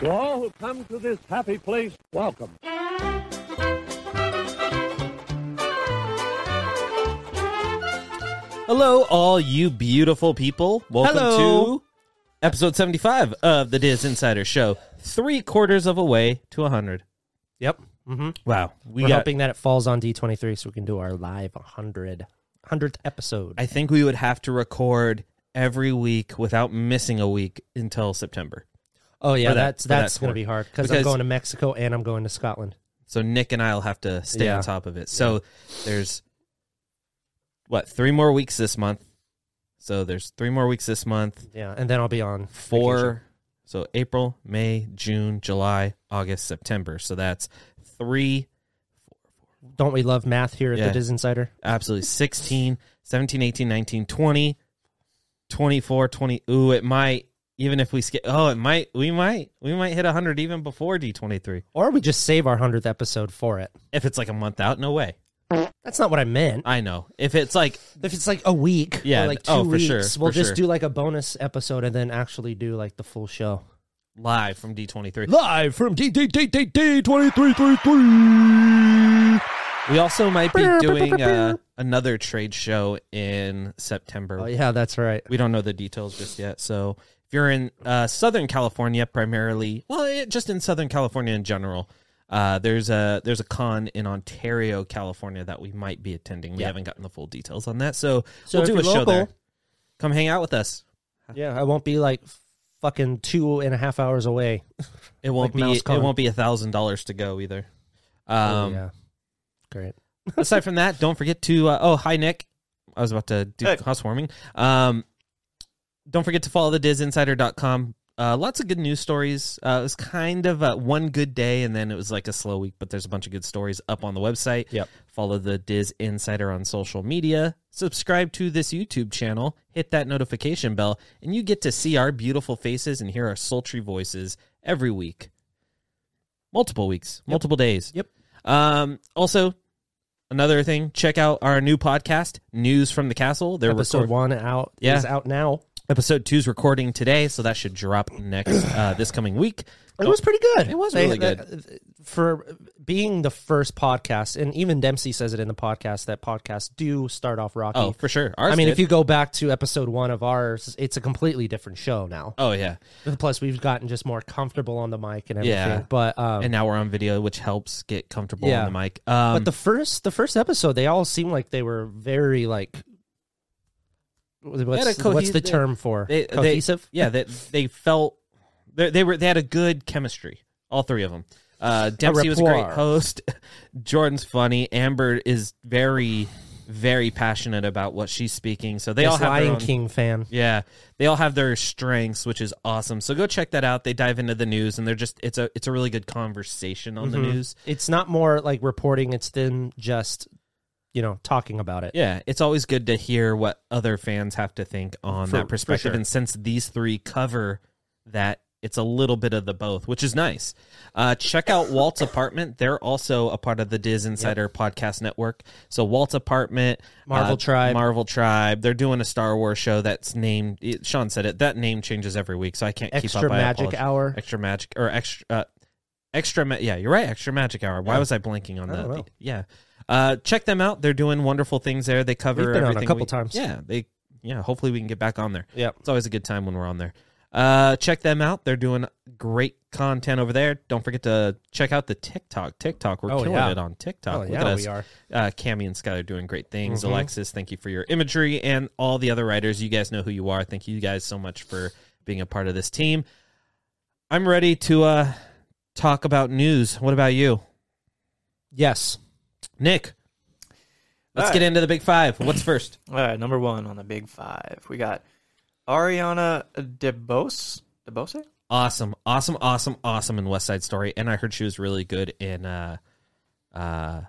To all who come to this happy place, welcome. Hello, all you beautiful people. Welcome Hello. to episode 75 of the Diz Insider Show. Three quarters of a way to 100. Yep. Mm-hmm. Wow. We We're got, hoping that it falls on D23 so we can do our live 100, 100th episode. I think we would have to record every week without missing a week until September. oh, yeah. for that- that's for that's that going quarter. to be hard because I'm Because- going to Mexico and I'm going to Scotland. So Nick and I will have to stay Yeah. on top of it. So there's what, three more weeks this month. So there's three more weeks this month. Yeah. And then I'll be on four vacation. so april may june july august september so that's three Don't we love math here at Yeah. the Diz Insider? absolutely 16 17 18 19 20 24 20 ooh it might even if we skip oh it might we might we might hit 100 even before d23 Or we just save our 100th episode for it. if it's like a month out no way That's not what I meant. i know if it's like If it's like a week, Yeah, or like two oh, for weeks, sure, we'll for just sure. do like a bonus episode and then actually do like the full show. live from d23 Live from D D D D D twenty three three three. we also might be doing uh, another trade show in september Oh yeah, that's right. We don't know the details just yet. So if you're in uh, Southern California, primarily, well, eh, just in Southern California in general, uh, there's a there's a con in Ontario, California that we might be attending. We Yeah. haven't gotten the full details on that, so, So we'll if do a you're show there. local- Come hang out with us. Yeah, I won't be like fucking two and a half hours away. It won't Like Mouse be it Con. Oh, won't be a thousand dollars to go either. Um, yeah, great. aside from that, don't forget to uh, oh hi Nick. I was about to do housewarming. Um, don't forget to follow the dizinsider.com. Uh, lots of good news stories. Uh, it was kind of uh one good day, and then it was like a slow week. But there's a bunch of good stories up on the website. Yep. Follow the Diz Insider on social media. Subscribe to this YouTube channel. Hit that notification bell, and you get to see our beautiful faces and hear our sultry voices every week, multiple weeks, multiple days. Yep. Um, also, another thing, check out our new podcast, News from the Castle. They're Episode record- one out Yeah. is out now. Episode two's recording today, so that should drop next uh, this coming week. It was pretty good. Oh. It was really good for being the first podcast, and even Dempsey says it in the podcast that podcasts do start off rocky. Oh, for sure. Ours I mean, did. if you go back to episode one of ours, it's a completely different show now. oh yeah, Plus, we've gotten just more comfortable on the mic and everything. Yeah. But um, and now we're on video, which helps get comfortable Yeah. on the mic. Um, but the first the first episode, they all seemed like they were very like. What's, cohe- what's the they- term for they, they- cohesive? yeah, they, they felt they, they were they had a good chemistry. All three of them. Uh, Dempsey was a great rapport. host. Jordan's funny. Amber is very, very passionate about what she's speaking. So they all This have their Lion own- King fan. Yeah, they all have their strengths, which is awesome. So go check that out. They dive into the news, and they're just it's a it's a really good conversation on Mm-hmm. the news. It's not more like reporting; it's them just, you know, talking about it. Yeah, it's always good to hear what other fans have to think on For- that for perspective. sure. And since these three cover that, it's a little bit of the both, which is nice. Uh, check out Walt's apartment. They're also a part of the Diz Insider podcast network. So Walt's apartment, uh, Marvel Tribe. Marvel Tribe. They're doing a Star Wars show that's named. It, Sean said it. That name changes every week, so I can't keep Extra up. I Magic apologize. Hour. Extra magic or extra. Uh, Extra, ma- yeah, you're right. Extra magic hour. Oh. Why was I blanking on I that? don't know. Yeah, uh, check them out. They're doing wonderful things there. They cover We've been on a everything couple we- times. Yeah, they yeah. Hopefully we can get back on there. Yep. It's always a good time when we're on there. Uh, check them out. They're doing great content over there. Don't forget to check out the TikTok. TikTok, we're Oh, killing yeah. it on TikTok. Oh, Look yeah, at us. we are. Uh, Cami and Sky are doing great things. Mm-hmm. Alexis, thank you for your imagery and all the other writers. You guys know who you are. Thank you guys so much for being a part of this team. I'm ready to uh, talk about news. What about you, Yes. Nick? Let's Hi. get into the big five. What's first? All right, number one on the big five, we got Ariana DeBose. DeBose? awesome, awesome, awesome, awesome in West Side Story, and I heard she was really good in uh, uh,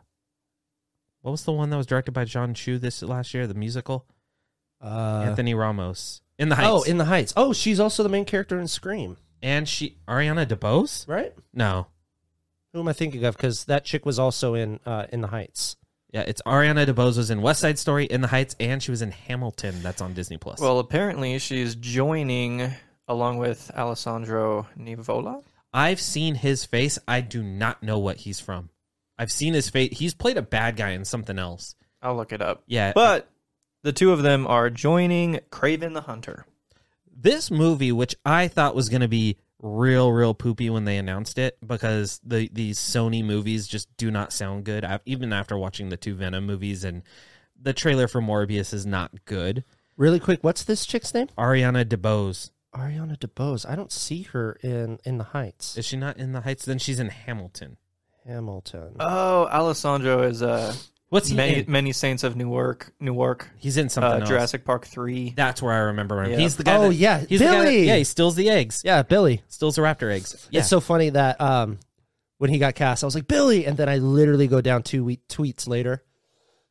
what was the one that was directed by John Chu this last year? The musical Uh, Anthony Ramos in the Heights. oh, in the Heights. Oh, she's also the main character in Scream, and she Ariana DeBose? right? No, Who am I thinking of? Because that chick was also in uh, in the Heights. yeah, it's Ariana DeBose was in West Side Story, in the Heights, and she was in Hamilton. That's on Disney Plus. Well, apparently she's joining along with Alessandro Nivola. I've seen his face. I do not know what he's from. I've seen his face. He's played a bad guy in something else. I'll look it up. Yeah. But the two of them are joining Craven the Hunter. this movie, which I thought was going to be real, real poopy when they announced it, because the these Sony movies just do not sound good. i even after watching the two Venom movies, and the trailer for Morbius is not good. Really quick, what's this chick's name? Ariana DeBose Ariana DeBose. I don't see her in in the Heights. is she not in the Heights? Then she's in Hamilton. Hamilton. Oh, Alessandro is uh What's he many in? many saints of Newark, Newark, He's in something uh, else. Jurassic Park three. That's where I remember him. Yeah. He's the guy. Oh, that- yeah, he's the guy that- Billy! yeah, he steals the eggs. yeah, Billy. Steals the raptor eggs. Yeah. It's so funny that um, when he got cast, I was like Billy, and then I literally go down two we- tweets later.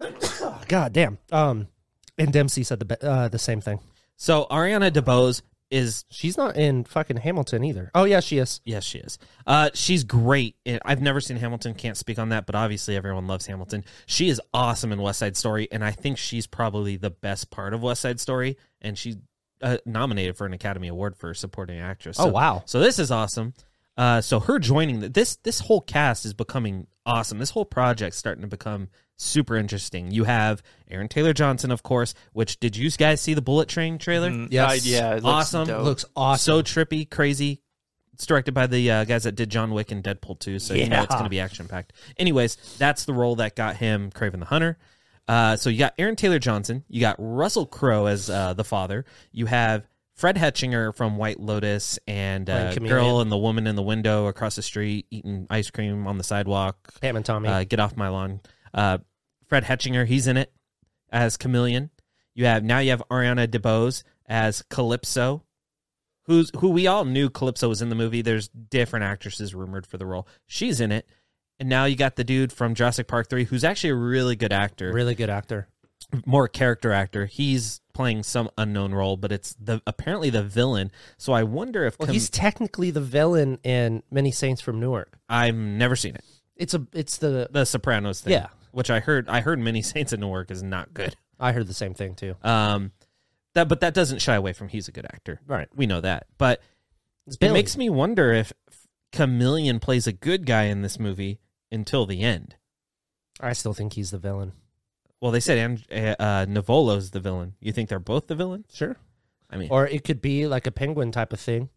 God damn. Um, and Dempsey said the be- uh, the same thing. so Ariana DeBose is She's not in fucking Hamilton either. Oh yeah, she is. Yes, she is. Uh, she's great. And I've never seen Hamilton. Can't speak on that, but obviously everyone loves Hamilton. She is awesome in West Side Story, and I think she's probably the best part of West Side Story. And she uh, nominated for an Academy Award for supporting actress. Oh So- wow. So this is awesome. Uh, so her joining the, this this whole cast is becoming awesome. This whole project's starting to become super interesting. You have Aaron Taylor Johnson, of course. Which did you guys see the Bullet Train trailer? Mm, Yes. I- yeah, it looks Awesome. dope. Looks So awesome. trippy, crazy. It's directed by the uh, guys that did John Wick and Deadpool 2, so you know Yeah. it's going to be action packed. Anyways, that's the role that got him Craven the Hunter. Uh, so you got Aaron Taylor Johnson, you got Russell Crowe as uh, the father, you have Fred Hetchinger from White Lotus and Playing uh, Chameleon. Girl and the Woman in the Window across the street eating ice cream on the sidewalk. Pam and Tommy. Uh, Get off my lawn. Uh, Fred Hetchinger, he's in it as Chameleon. You have now you have Ariana DeBose as Calypso, who's who we all knew Calypso was in the movie. There's different actresses rumored for the role. She's in it, and now you got the dude from Jurassic Park three, who's actually a really good actor, really good actor. more character actor. He's playing some unknown role, but it's the apparently the villain. So I wonder if Well, Cham- he's technically the villain in Many Saints from Newark. I've never seen it. It's a it's the The Sopranos thing, Yeah. which I heard I heard Many Saints in Newark is not good. I heard the same thing too. Um, that but that doesn't shy away from he's a good actor. Right. We know that, but It's it makes me wonder if Chameleon plays a good guy in this movie until the end. I still think he's the villain. Well, they said and, uh, uh, Navolo's the villain. You think they're both the villain? Sure. I mean, Or it could be like a penguin type of thing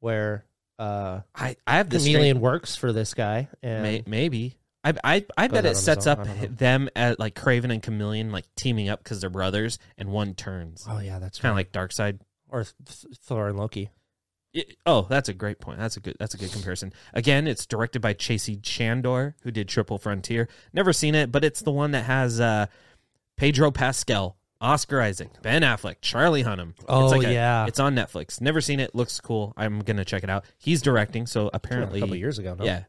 where uh I, I have the this chameleon works for this guy and May, maybe. I I, I bet out on it his sets own. up I don't know. them at like Craven and Chameleon like teaming up because they're brothers and one turns. Oh yeah, that's Kind right. of like Dark Side. or Th- Thor and Loki. It- oh, that's a great point. That's a good. That's a good comparison. Again, it's directed by Chasey Chandor, who did Triple Frontier. Never seen it, but it's the one that has uh, Pedro Pascal, Oscar Isaac, Ben Affleck, Charlie Hunnam. Oh, it's like a- yeah. it's on Netflix. Never seen it. Looks cool. I'm gonna check it out. He's directing, so apparently a couple years ago. No? yeah.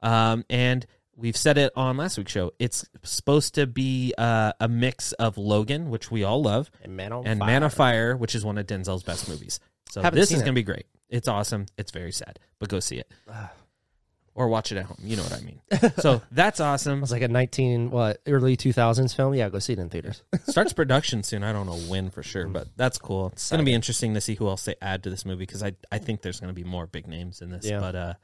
Um, and we've said it on last week's show. It's supposed to be uh, a mix of Logan, which we all love, And Man on and Fire. Man of Fire, which is one of Denzel's best movies. So Haven't this seen is it. going to be great. It's awesome. It's very sad, but go see it Ah. or watch it at home. You know what I mean. So that's It awesome. was like a 19 what early 2000s film. Yeah, go see it in theaters. Starts production soon. I don't know when for sure, but that's cool. It's going to be interesting to see who else they add to this movie because I I think there's going to be more big names in this. Yeah. But uh,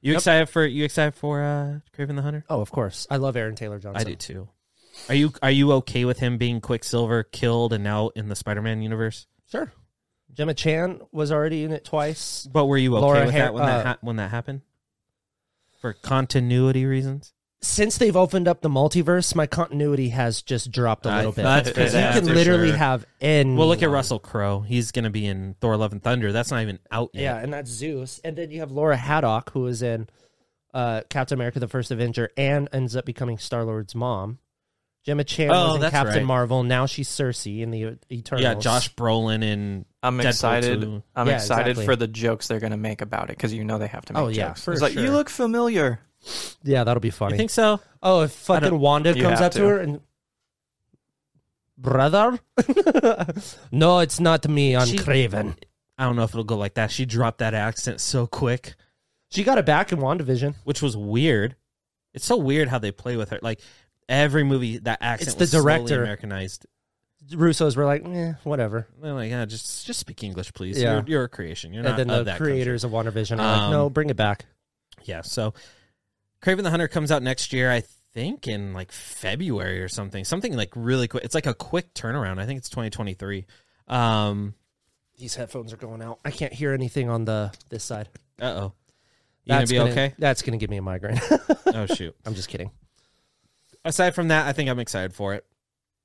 you excited for you excited for uh, Craven the Hunter? Oh, of course. I love Aaron Taylor Johnson. I do too. Are you are you okay with him being Quicksilver killed and now in the Spider-Man universe? Sure. Gemma Chan was already in it twice. But were you okay Laura with Har- that when that uh, ha- when that happened? For continuity reasons, Since they've opened up the multiverse, my continuity has just dropped a I- little bit. that's because yeah, you for can literally sure. have any. well, look at Russell Crowe. He's going to be in Thor: Love and Thunder. That's not even out Yeah, yet. and that's Zeus. And then you have Laura Haddock, who is in uh, Captain America: The First Avenger, and ends up becoming Star Lord's mom. Gemma Chan Oh, was in that's Captain right. Marvel. Now she's Cersei in the Eternals. Yeah, Josh Brolin and I'm Deadpool excited. Uh, 2. I'm Yeah, excited exactly. for the jokes they're gonna make about it because you know they have to make Oh, yeah, jokes. for it's like you sure. look familiar. Yeah, that'll be funny. You think so? oh, if I don't- fucking Wanda You comes have up to. to. her and brother, no, it's not me. I'm She- Craven. I don't know if it'll go like that. She dropped that accent so quick, She got it back in Wandavision. which was weird. It's so weird how they play with her. Like every movie, that accent the was slowly director. Americanized. Russos were like, eh, whatever. They're like, yeah, just just speak English, please. Yeah. You're, you're a creation. You're not And then of the that country." creators of Wonder Vision are Um, like, no, bring it back. Yeah. So, Craven the Hunter comes out next year, I think, in like February or something. Something like really quick. It's like a quick turnaround. I think it's 2023. Um. These headphones are going out. I can't hear anything on the this side. Uh oh. You gonna That's be okay? That's gonna give me a migraine. Oh shoot. I'm just kidding. Aside from that, I think I'm excited for it.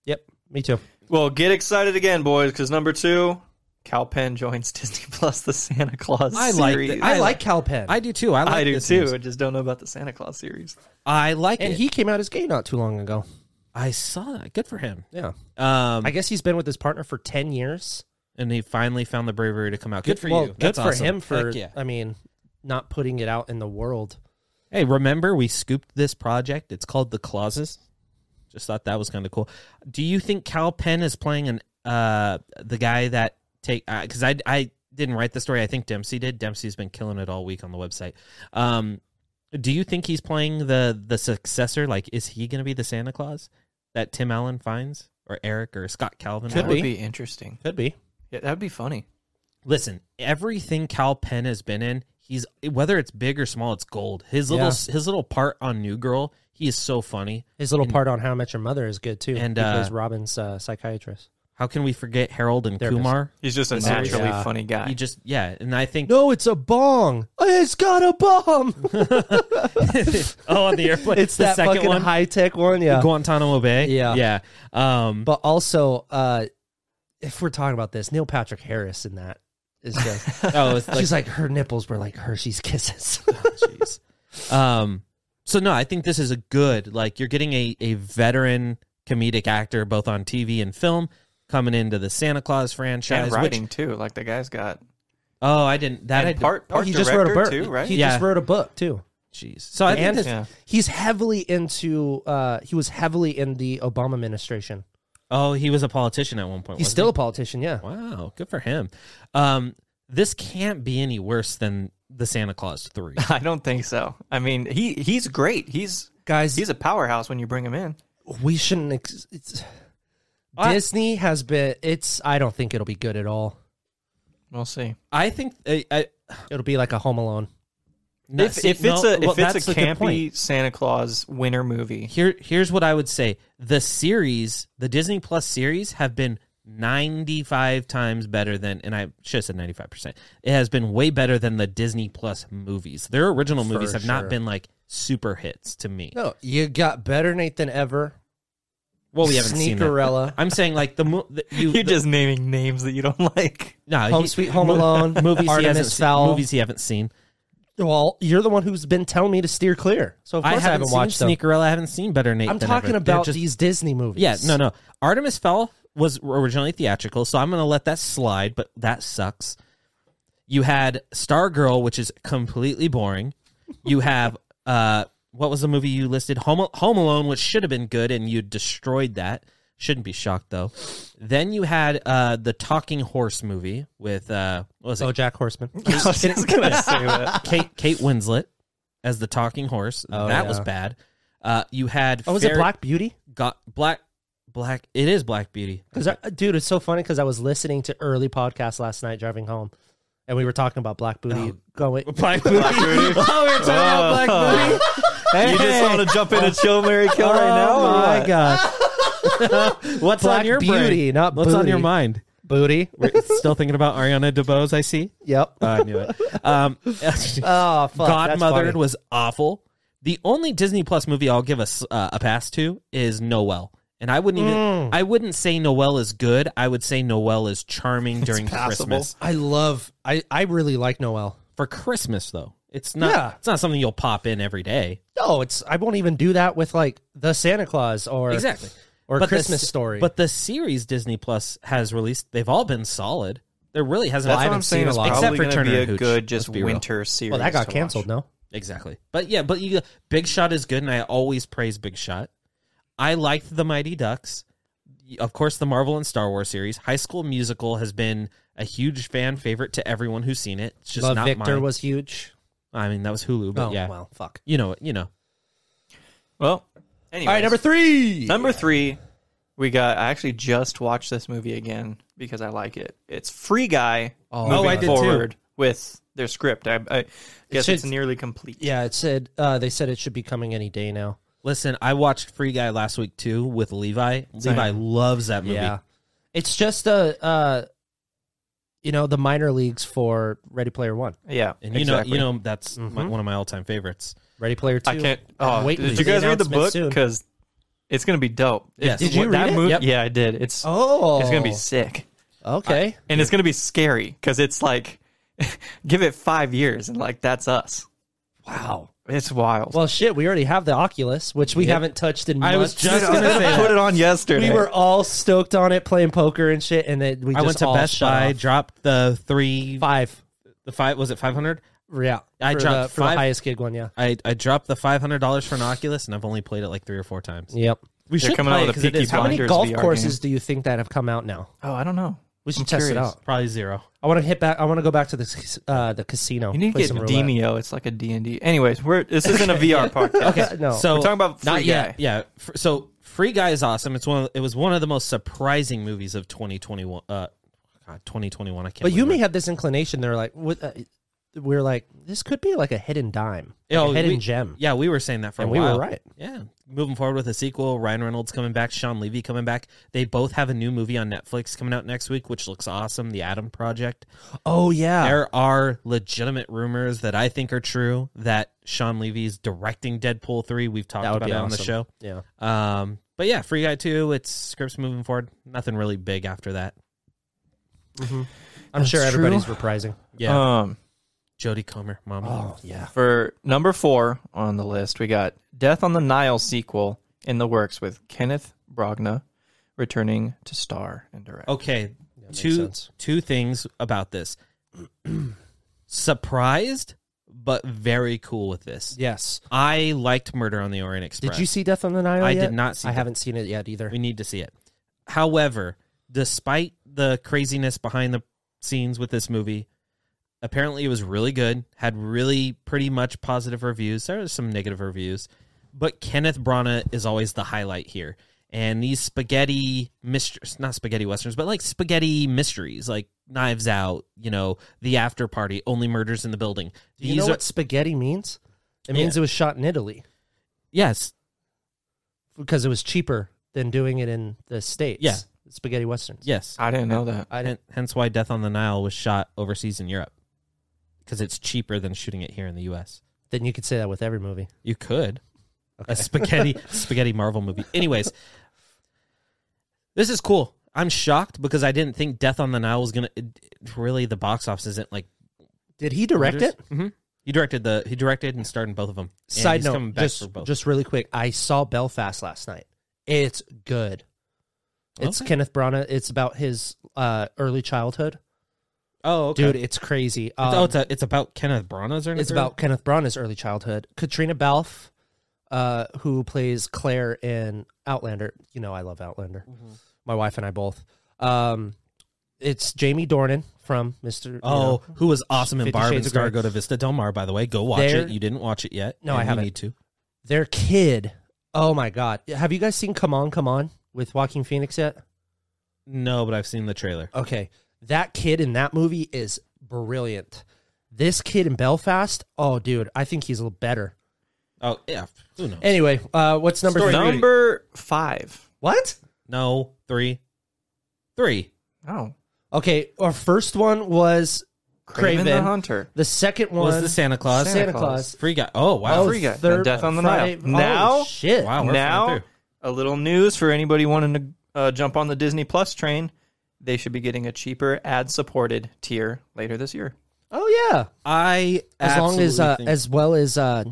Yep, me too. Well, get excited again, boys, because number two, Cal Penn joins Disney Plus the Santa Claus I like series. that. I, I like Cal Penn. I do too. I like I do this too. news. I just don't know about the Santa Claus series. I like and it. he came out as gay not too long ago. I saw that. Good for him. Yeah, Um, I guess he's been with his partner for ten years. and he finally found the bravery to come out. Good for well, you. Good That's for awesome. him for. Heck yeah. I mean, not putting it out in the world. Hey, remember we scooped this project? It's called The Clauses. Just thought that was kind of cool. Do you think Cal Penn is playing an uh the guy that take because I I didn't write the story. I think Dempsey did. Dempsey's been killing it all week on the website. Um, do you think he's playing the the successor? Like, is he going to be the Santa Claus that Tim Allen finds or Eric or Scott Calvin? that finds? would be interesting. Could be. Yeah, that'd be funny. listen, everything Cal Penn has been in, he's whether it's big or small, it's gold. His little Yeah. his little part on New Girl, he is so funny. His little part on How I Met Your Mother is good too. And, he plays uh, Robin's uh, psychiatrist. How can we forget Harold and Therapist. Kumar? He's just a series. naturally uh, Yeah. funny guy. He just yeah, and I think No, it's a bong. It's got a bomb. oh on the airplane, it's the that second fucking one, high tech one. Yeah. Guantanamo Bay, Yeah. yeah. Um, But also, uh, if we're talking about this, Neil Patrick Harris in that is just. oh, it's like she's like her nipples were like Hershey's kisses. jeez. um, so no, I think this is a good like you're getting a a veteran comedic actor both on TV and film coming into the Santa Claus franchise. and which- writing too. Like the guy's got oh, I didn't that I and did- part part he director just wrote a book too, right? He Yeah. just wrote a book too. Jeez. So I think and this, yeah. he's heavily into. Uh, he was heavily in the Obama administration. oh, he was a politician at one point. He's wasn't still a politician. Yeah. he? wow, good for him. Um, this can't be any worse than the Santa Claus three. I don't think so. I mean, he he's great. He's Guys, he's a powerhouse when you bring him in. we shouldn't. Ex- it's, I- Disney has been. It's. I don't think it'll be good at all. We'll see. I think I, I It'll be like a Home Alone. no, if see, if it's no, a well, if it's that's a the good point. campy Santa Claus winter movie, here here's what I would say: the series, the Disney Plus series, have been. 95 times better than and I should have said 95%. It has been way better than the Disney Plus movies. Their original For movies have not sure. been like super hits to me. No, you got better Nate than ever. Well, we haven't seen that. Sneakerella, I'm saying like the, mo- the you you're the- just naming names that you don't like. no, Home he- Sweet Home Alone, movies he hasn't Artemis seen- Fowl. movies he haven't seen. Well, you're the one who's been telling me to steer clear. So of I course I haven't, haven't, watched seen them. Sneakerella. I haven't seen Better Nate. I'm than talking Ever. They're about just- these Disney movies. Yeah, no, no. Artemis Fowl was originally theatrical, so I'm going to let that slide. But that sucks. You had Stargirl, which is completely boring. You have uh, what was the movie you listed? Home Home Alone, which should have been good, and you destroyed that. Shouldn't be shocked though. Then you had uh, the Talking Horse movie with uh, what was it? Oh, Jack Horseman. I was just gonna say that. Kate Kate Winslet as the talking horse. Oh, that yeah. was bad. Uh, you had Oh, was it Fair- Black Beauty? Got Black Black. It is Black Beauty. Because dude, it's so funny because I was listening to early podcasts last night driving home, and we were talking about Black Booty going. Black Beauty. oh, we're talking about Black Beauty. You just want to jump in and chill, Mary Kill right now? or oh my what? god, What's Black on your Beauty, brain? not What's on booty. your mind? booty. We're still thinking about Ariana DeBose. I see. Yep. Oh, I knew it. Um, Oh fuck. that's funny. Godmothered was awful. The only Disney Plus movie I'll give a, s- uh, a pass to is Noel. And I wouldn't even Mm. I wouldn't say Noel is good. I would say Noel is charming during passable. Christmas. I love. I I really like Noel. For Christmas though. It's not Yeah. it's not something you'll pop in every day. No, it's. I won't even do that with like the Santa Claus or Exactly. or But the Christmas s- Story. But the series Disney Plus has released, they've all been solid. There really hasn't I That's what haven't I'm saying. seen Is a lot. probably Except for going to Turner be a and Hooch, good just let's be real. winter series. well, that got to watch. canceled. No. Exactly. But yeah, but you Big Shot is good, and I always praise Big Shot. I liked the Mighty Ducks. Of course, the Marvel and Star Wars series. High School Musical has been a huge fan favorite to everyone who's seen it. It's just Love not Victor mine. was huge. I mean, that was Hulu, but oh yeah, well, fuck. you know, you know. Well, anyway, All right, number three. Number three, We got. I actually just watched this movie again because I like it. It's Free Guy. Oh, moving I did too. forward with their script. I, I guess should- it's nearly complete. Yeah, it said uh, they said it should be coming any day now. Listen, I watched Free Guy last week too with Levi. Levi loves that movie. Yeah, it's just a uh, you know the minor leagues for Ready Player One, Yeah, And you exactly. Mm-hmm. know, you know that's my, one of my all-time favorites. Ready Player Two. I can't. I'm Oh, waiting did for you the guys read the announcement book? soon. Because it's gonna be dope. Yes. It's- Did you that read it? movie- Yep. Yeah, I did. It's Oh, it's gonna be sick, okay. and it's gonna be scary because it's like, give it five years and like that's us. wow. It's wild. Well, shit. We already have the Oculus, which we haven't touched in. I was months. just gonna say put that. it on yesterday. we were all stoked on it, playing poker and shit, and then we I just went to all Best shut Buy, off. dropped the three, five. the five was it five hundred? Yeah, I for dropped the, for five. the highest gig one. Yeah. I I dropped the five hundred dollars for an Oculus, and I've only played it like three or four times. Yep. We They're should coming play out it with a 'cause it Peaky is How many Blinders golf VR courses do you think that have come out now? oh, I don't know. We should I'm test it curious. out. probably zero. I want to hit back. I want to go back to the cas- uh, the casino. You need to play get some roulette. Demio. It's like a D and D. Anyways, we're this isn't a VR podcast. Okay, no. So Oh, We're talking about Free not yet. Guy. Yeah. F- So Free Guy is awesome. It's one. Of, it was one of the most surprising movies of 2021. Uh, God, 2021. I can't. but you believe may have this inclination. They're like, what, uh, we're like, this could be like a hidden dime, it. like Oh, a hidden we- gem. Yeah, we were saying that for And a we were while. right. Yeah. Moving forward with a sequel. Ryan Reynolds coming back. Sean Levy coming back. They both have a new movie on Netflix coming out next week, which looks awesome. The Adam Project. Oh yeah. There are legitimate rumors that I think are true that Sean Levy is directing Deadpool three. We've talked That would about be it on the awesome. show. yeah. Um, but yeah, Free Guy two. It's scripts moving forward. Nothing really big after that. I'm sure That's everybody's reprising. Yeah. Um, Jodie Comer, mama. Oh yeah. for number four on the list, we got Death on the Nile sequel in the works with Kenneth Brogna returning to star and direct. Okay, makes two sense. two things about this. Surprised, but very cool with this. Yes. I liked Murder on the Orient Did Express. you see Death on the Nile? I yet? did not see I Death- haven't seen it yet either. We need to see it. However, despite the craziness behind the scenes with this movie, apparently it was really good, had really pretty much positive reviews. There are some negative reviews, but Kenneth Branagh is always the highlight here. And these spaghetti mysteries, not spaghetti westerns, but like spaghetti mysteries, like Knives Out, you know, The After Party, Only Murders in the Building. Do These you know are what spaghetti means? It means it was shot in Italy yes, because it was cheaper than doing it in the states. Yeah. Spaghetti westerns. yes. I didn't know that. I didn't. Hen- hence why Death on the Nile was shot overseas in Europe because it's cheaper than shooting it here in the U.S. Then you could say that with every movie. You could a spaghetti spaghetti Marvel movie. Anyways, this is cool. I'm shocked because I didn't think Death on the Nile was gonna. It, it- really, the box office isn't like Did he direct it? hmm He directed the he directed and starred in both of them. And Side he's coming note, back just for both. just really quick, I saw Belfast last night. It's good. It's Okay. Kenneth Branagh. It's about his uh, early childhood, oh okay. dude. It's crazy. Um, oh, it's, a, it's about Kenneth Branagh's or it's about Kenneth Branagh's early childhood. Katrina Balfe, uh, who plays Claire in Outlander. You know, I love Outlander. Mm-hmm. My wife and I both. Um, it's Jamie Dornan from Mister. Oh, who was awesome in Fifty Barb and Shades of Grey. Star Go to Vista Del Mar, by the way. Go watch There- it. You didn't watch it yet. No, I and you haven't. need to. their kid. Oh my god, have you guys seen Come On, Come On with Joaquin Phoenix yet? No, but I've seen the trailer. Okay. That kid in that movie is brilliant. This kid in Belfast, oh dude, I think he's a little better. Oh yeah, who knows? Anyway, uh what's number Story. three? Number five. What? No, three, three. Oh, Okay, our first one was Craven. Craven, the Hunter. the second one Was the Santa Claus Santa Santa Claus. Claus. free guy? Oh wow, Oh, Free Guy. third- Death on the Friday- Nile. Now- oh, shit. wow. we're flying now, through. a little news for anybody wanting to uh, jump on the Disney Plus train. They should be getting a cheaper ad-supported tier later this year. Oh yeah. I As long as absolutely uh, think- as well as uh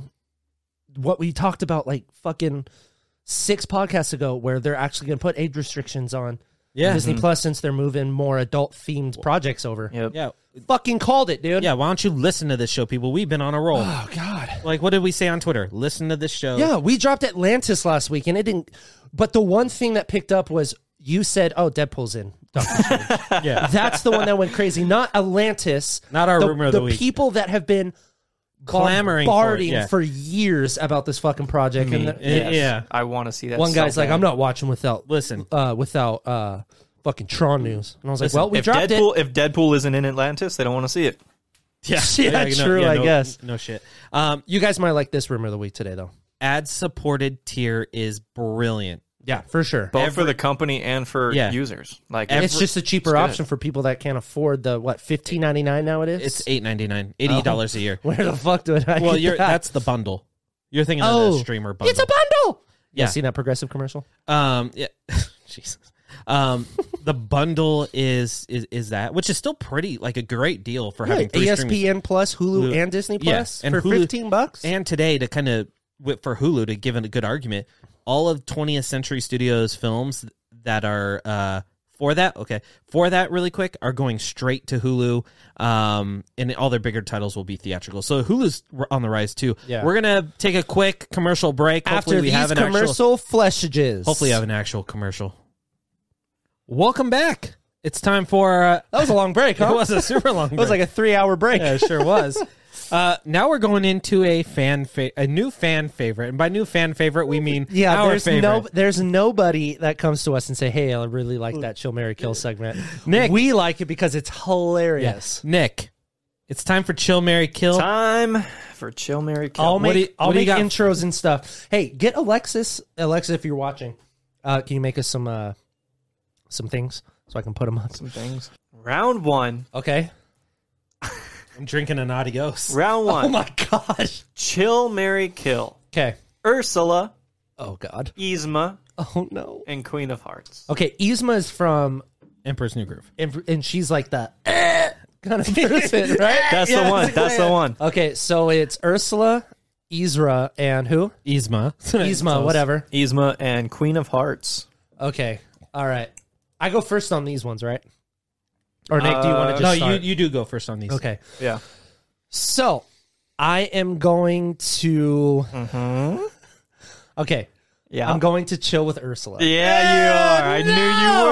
what we talked about like fucking six podcasts ago where they're actually going to put age restrictions on yeah Mm-hmm. Disney Plus since they're moving more adult themed projects over. Yep. yeah Fucking called it, dude. yeah. Why don't you listen to this show, people? We've been on a roll. Oh god. like what did we say on Twitter? Listen to this show. Yeah, we dropped Atlantis last week, and it didn't. But the one thing that picked up was you said, "Oh, Deadpool's in." Doctor Strange." yeah. That's the one that went crazy, not Atlantis. Not our the, rumor of the week. people that have been clamoring for, it. bombarding Yeah. for years about this fucking project. Me. And the- Yeah. Eh, yeah. I want to see that. one so guy's like, bad. "I'm not watching without Listen. uh, without uh, fucking Tron news," and I was like, Listen, "Well, we If dropped Deadpool, if Deadpool isn't in Atlantis, they don't want to see it. Yeah, Yeah, true, I no- guess. No shit. Um, it." You guys might like this rumor of the week today, though. ad supported tier is brilliant. Yeah, for sure. Both for the company and for Yeah. users. Like it's just a cheaper good. option for people that can't afford the what fifteen ninety nine now it is. It's eight ninety nine, eighty dollars a year. where the fuck do I? Well, get you're Oh. that? that's the bundle. You're thinking of Oh, the streamer bundle. it's a bundle. Yeah. you seen that progressive commercial? Um, yeah, Jesus. Um, the bundle is is is that, which is still pretty like a great deal for having three ESPN streamers. Plus, Hulu, Hulu. and Disney Yeah, Plus and for Hulu- fifteen bucks. And today to kind of for Hulu to give it a good argument, all of 20th Century Studios films that are uh for that okay for that really quick are going straight to Hulu, um, and all their bigger titles will be theatrical. So Hulu's on the rise too. Yeah. we're gonna take a quick commercial break. Hopefully After we these have an actual commercial fleshages, Hopefully, I have an actual commercial. Welcome back. It's time for. Uh, that was a long break. Huh? It was a super long. Oh, It was like a three hour break. Yeah, it sure was. Uh, now we're going into a fan fa- a new fan favorite, and by new fan favorite we mean Yeah, our there's favorite. no, there's nobody that comes to us and say, "Hey, I really like that Chill Mary Kill segment." Nick. we like it because it's hilarious. Nick, it's time for Chill Mary Kill. time for chill, Mary Kill. I'll make, do you- I'll what do make you got? intros and stuff. Hey, get Alexis, Alexis, if you're watching, uh, can you make us some uh, some things so I can put them up? some things. Round one. Okay. I'm drinking an adios. Round one. Oh my gosh. Chill, Mary Kill. Okay. Ursula, Oh god. Yzma, Oh no. and Queen of Hearts. Okay, Yzma is from, Emperor's New Groove. and and she's like that kind of person, right? That's the one. That's the one. Okay, so it's Ursula, Izra, and who? Yzma. Yzma, whatever. Yzma and Queen of Hearts. Okay, all right. I go first on these ones, right? Or Nick, do you want to Uh, just No, you start? you do go first on these. okay, Yeah. so I am going to. Mm-hmm. Okay, Yeah. I'm going to chill with Ursula. Yeah, you are. I no!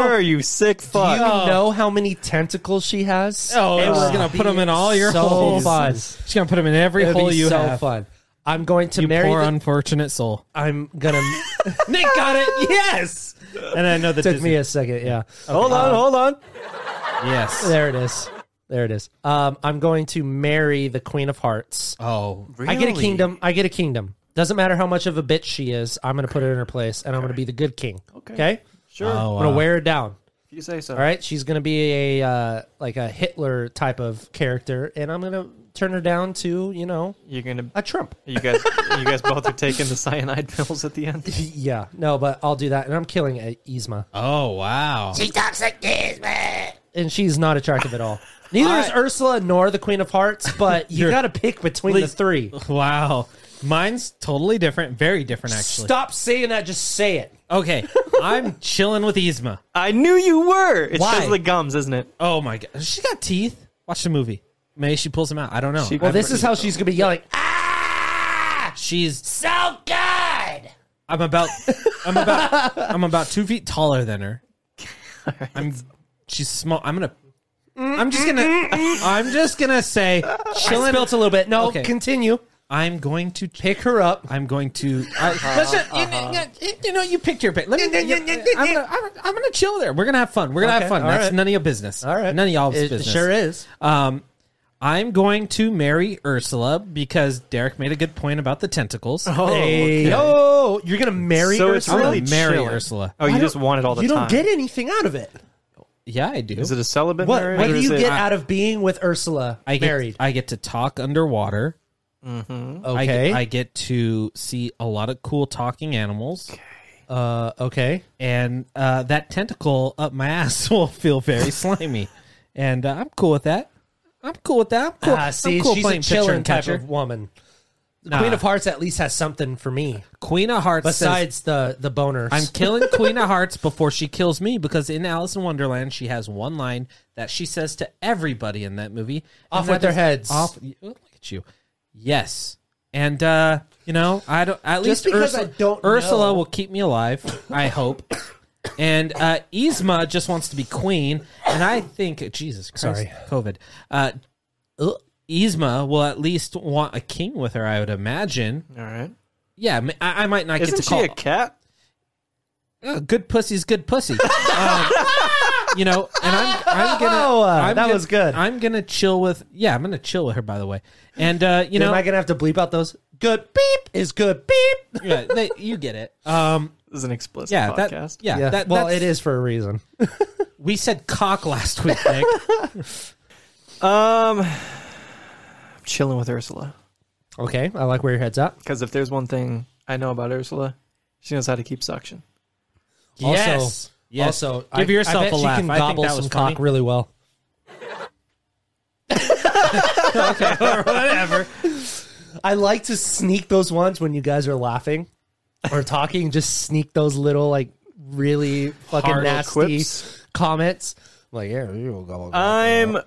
knew you were, you sick Do you fuck. know how many tentacles she has? Oh, It she's would gonna put be 'em in all your so holes. Fun. She's gonna put him in every It'd hole be you so have. fun. I'm going to You marry. poor the- unfortunate soul. I'm gonna. Nick got it. Yes. And I know that took Disney- me a second. Yeah. Hold on, hold on. Yes. There it is. There it is. Um, I'm going to marry the Queen of Hearts. Oh, I get a Really? kingdom. I get a kingdom. Doesn't matter how much of a bitch she is. I'm going to put her in her place, and I'm going to be the good king. Okay. Oh, Sure. I'm going wow. to wear her down. If you say so. All right. She's going to be a uh, like a Hitler type of character, and I'm going to turn her down to you know You're gonna a Trump. you guys you guys both are taking the cyanide pills at the end. yeah. No, but I'll do that, and I'm killing uh, Yzma, oh wow. and she's not attractive at all. Neither is Ursula nor the Queen of Hearts, but you got to pick between the Please. three. Wow. Mine's totally different. Very different, actually. Stop saying that. Just say it. Okay. I'm chilling with Yzma. I knew you were. It's Why? just the gums, isn't it? Oh, my God. Has She got teeth. Watch the movie. Maybe she pulls them out. I don't know. She- Well, this is how she's gonna be yelling. "Ah, She's. so good. I'm about. I'm about. I'm about two feet taller than her. I'm. She's small. I'm gonna. I'm just gonna. I'm just gonna say. Chilling a little bit. No, Okay. continue. I'm going to. Pick her up. I'm going to. I, Uh-huh, Listen, you, you- you know, you picked your pick. Let me. you- I'm, gonna, I'm, I'm gonna chill there. We're gonna have fun. We're gonna Okay, have fun. all That's right. none of your business. All right. none of y'all's It business. sure is. Um, I'm going to marry Ursula because Derek made a good point about the tentacles. Oh, okay. Yo, you're gonna marry so it's Ursula. gonna really marry chilling. Ursula. Oh, you just want it all the you time. don't get anything out of it. Yeah, I do. Is it a celibate What? marriage? what or do is you it- get out of being with Ursula I get, married? I get to talk underwater. I get- okay. I, get to see a lot of cool talking animals, uh, okay. and uh, that tentacle up my ass will feel very slimy, and uh, I'm cool with that. I'm cool with that. I'm cool. Ah, see, I'm cool she's a playing pitcher chilling and type catcher. of woman. The Queen Nah. of Hearts at least has something for me Queen of Hearts. says, besides the the boners. I'm killing Queen of Hearts before she kills me because in Alice in Wonderland she has one line that she says to everybody in that movie. and Off that with their is- heads. Off. oh, Look at you. Yes. And uh, you know, I don't. At least Just because Ursula, I don't Ursula know. will keep me alive. I hope. and uh, Yzma just wants to be queen, and I think Jesus Christ, Sorry. COVID. Uh, ugh, Yzma will at least want a king with her, I would imagine. All right. Yeah, I, I might not Isn't get to she call. a cat? Uh, good pussy's good pussy. um, you know, and I'm I'm gonna Oh, uh, I'm that gonna- was good. I'm gonna chill with yeah, I'm gonna chill with her by the way. And uh, you am know, I gonna have to bleep out those? Good beep is good beep. yeah, they, you get it. Um, This is an explicit yeah, that, podcast. yeah, Yeah, That, well, that's- it is for a reason. We said cock last week, Nick. Um, I'm chilling with Ursula Okay, I like where your head's at. because if there's one thing I know about Ursula, she knows how to keep suction. yes. Yes. Also, give I- yourself I bet a she laugh. can I think gobble that was some funny. cock really well. or whatever. I like to sneak those ones when you guys are laughing or talking. just sneak those little like really fucking Hard little nasty quips. comments. I'm like yeah, you will gobble. Uh, I'm,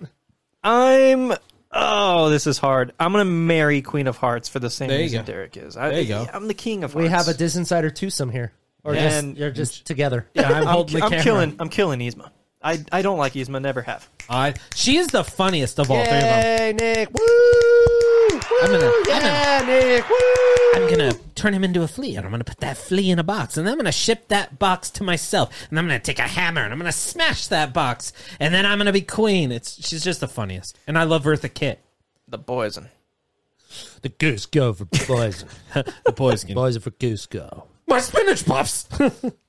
I'm. Oh, this is hard. I'm gonna marry Queen of Hearts for the same There you reason go. Derek is. I, There you go. I'm the King of we Hearts. have a disinsider twosome here, or And- just you're just together. Yeah, I'm holding the I'm camera. killing. I'm killing Yzma. I I don't like Yzma. Never have. I, she is the funniest of all three of them. Yay, Nick! Woo! I'm gonna- Woo! I'm yeah, Nick! Woo! I'm gonna turn him into a flea, and I'm gonna put that flea in a box, and I'm gonna ship that box to myself, and I'm gonna take a hammer, and I'm gonna smash that box, and then I'm gonna be queen. It's she's just the funniest, and I love Eartha Kitt. The poison. The goose go for poison. The boys can poison for goose go. my spinach puffs.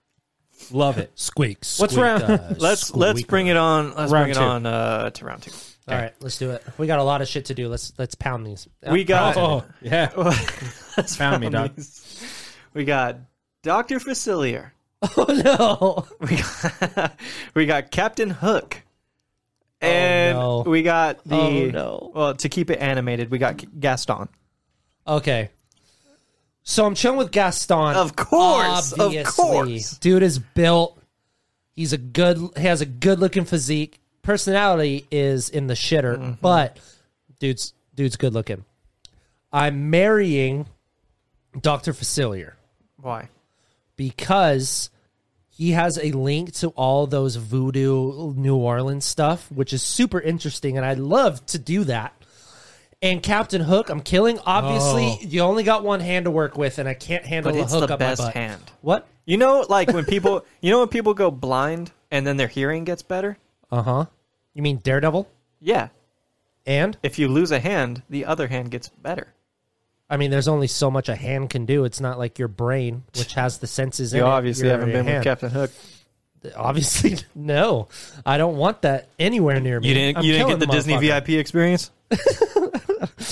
love it. Squeak. What's squeak, round- uh, Let's let's squeak. bring it on. Let's Round bring it two. on uh, to round two. All right, let's do it. We got a lot of shit to do. Let's let's pound these. We got. Oh yeah, Let's Found me, round dog. these. We got Doctor Facilier. Oh, no. We got, we got Captain Hook. Oh, And no. we got the Oh, no. well to keep it animated. We got Gaston, Okay. So I'm chilling with Gaston. of course, of Obviously. course. Dude is built. He's a good he has a good looking physique. Personality is in the shitter, Mm-hmm. but dude's dude's good looking. I'm marrying Dr. Facilier Why? because he has a link to all those voodoo New Orleans stuff, which is super interesting, and I love to do that. And Captain Hook, I'm killing. Obviously, you only got one hand to work with, and I can't handle Oh. But a it's hook the up best my butt. hand. What? You know, like when people, you know, when people go blind and then their hearing gets better. Uh Uh-huh. huh. You mean Daredevil? Yeah, And if you lose a hand, the other hand gets better. I mean, there's only so much a hand can do. It's not like your brain, which has the senses. You in it. obviously Your haven't been hand. with Captain Hook. Obviously, no. I don't want that anywhere near me. You didn't. I'm you didn't killing get the Disney motherfucker. VIP experience.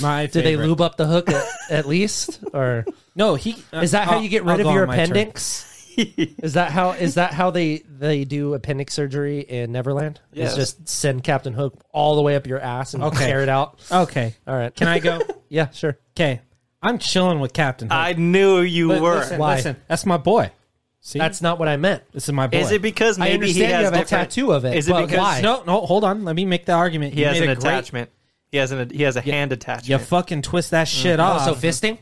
my Did they favorite. lube up the hook at, at least, or No, he uh, is that how I'll- you get I'll rid go of on your my turn. appendix? is that how is that how they they do appendix surgery in Neverland? Yes. Is just send Captain Hook all the way up your ass and Okay. tear it out. Okay, All right. can I go? Yeah, sure. Okay, I'm chilling with Captain. Hook. I knew you Li- were. Listen, Why? listen, that's my boy. See, That's not what I meant. this is my boy. Is it because I maybe he understand you has have a different- tattoo of it, Is it but because why? No, no, hold on. Let me make the argument. he You has made an a great- attachment? He has an. He has a hand You attachment. fucking twist that shit off. Also fisting.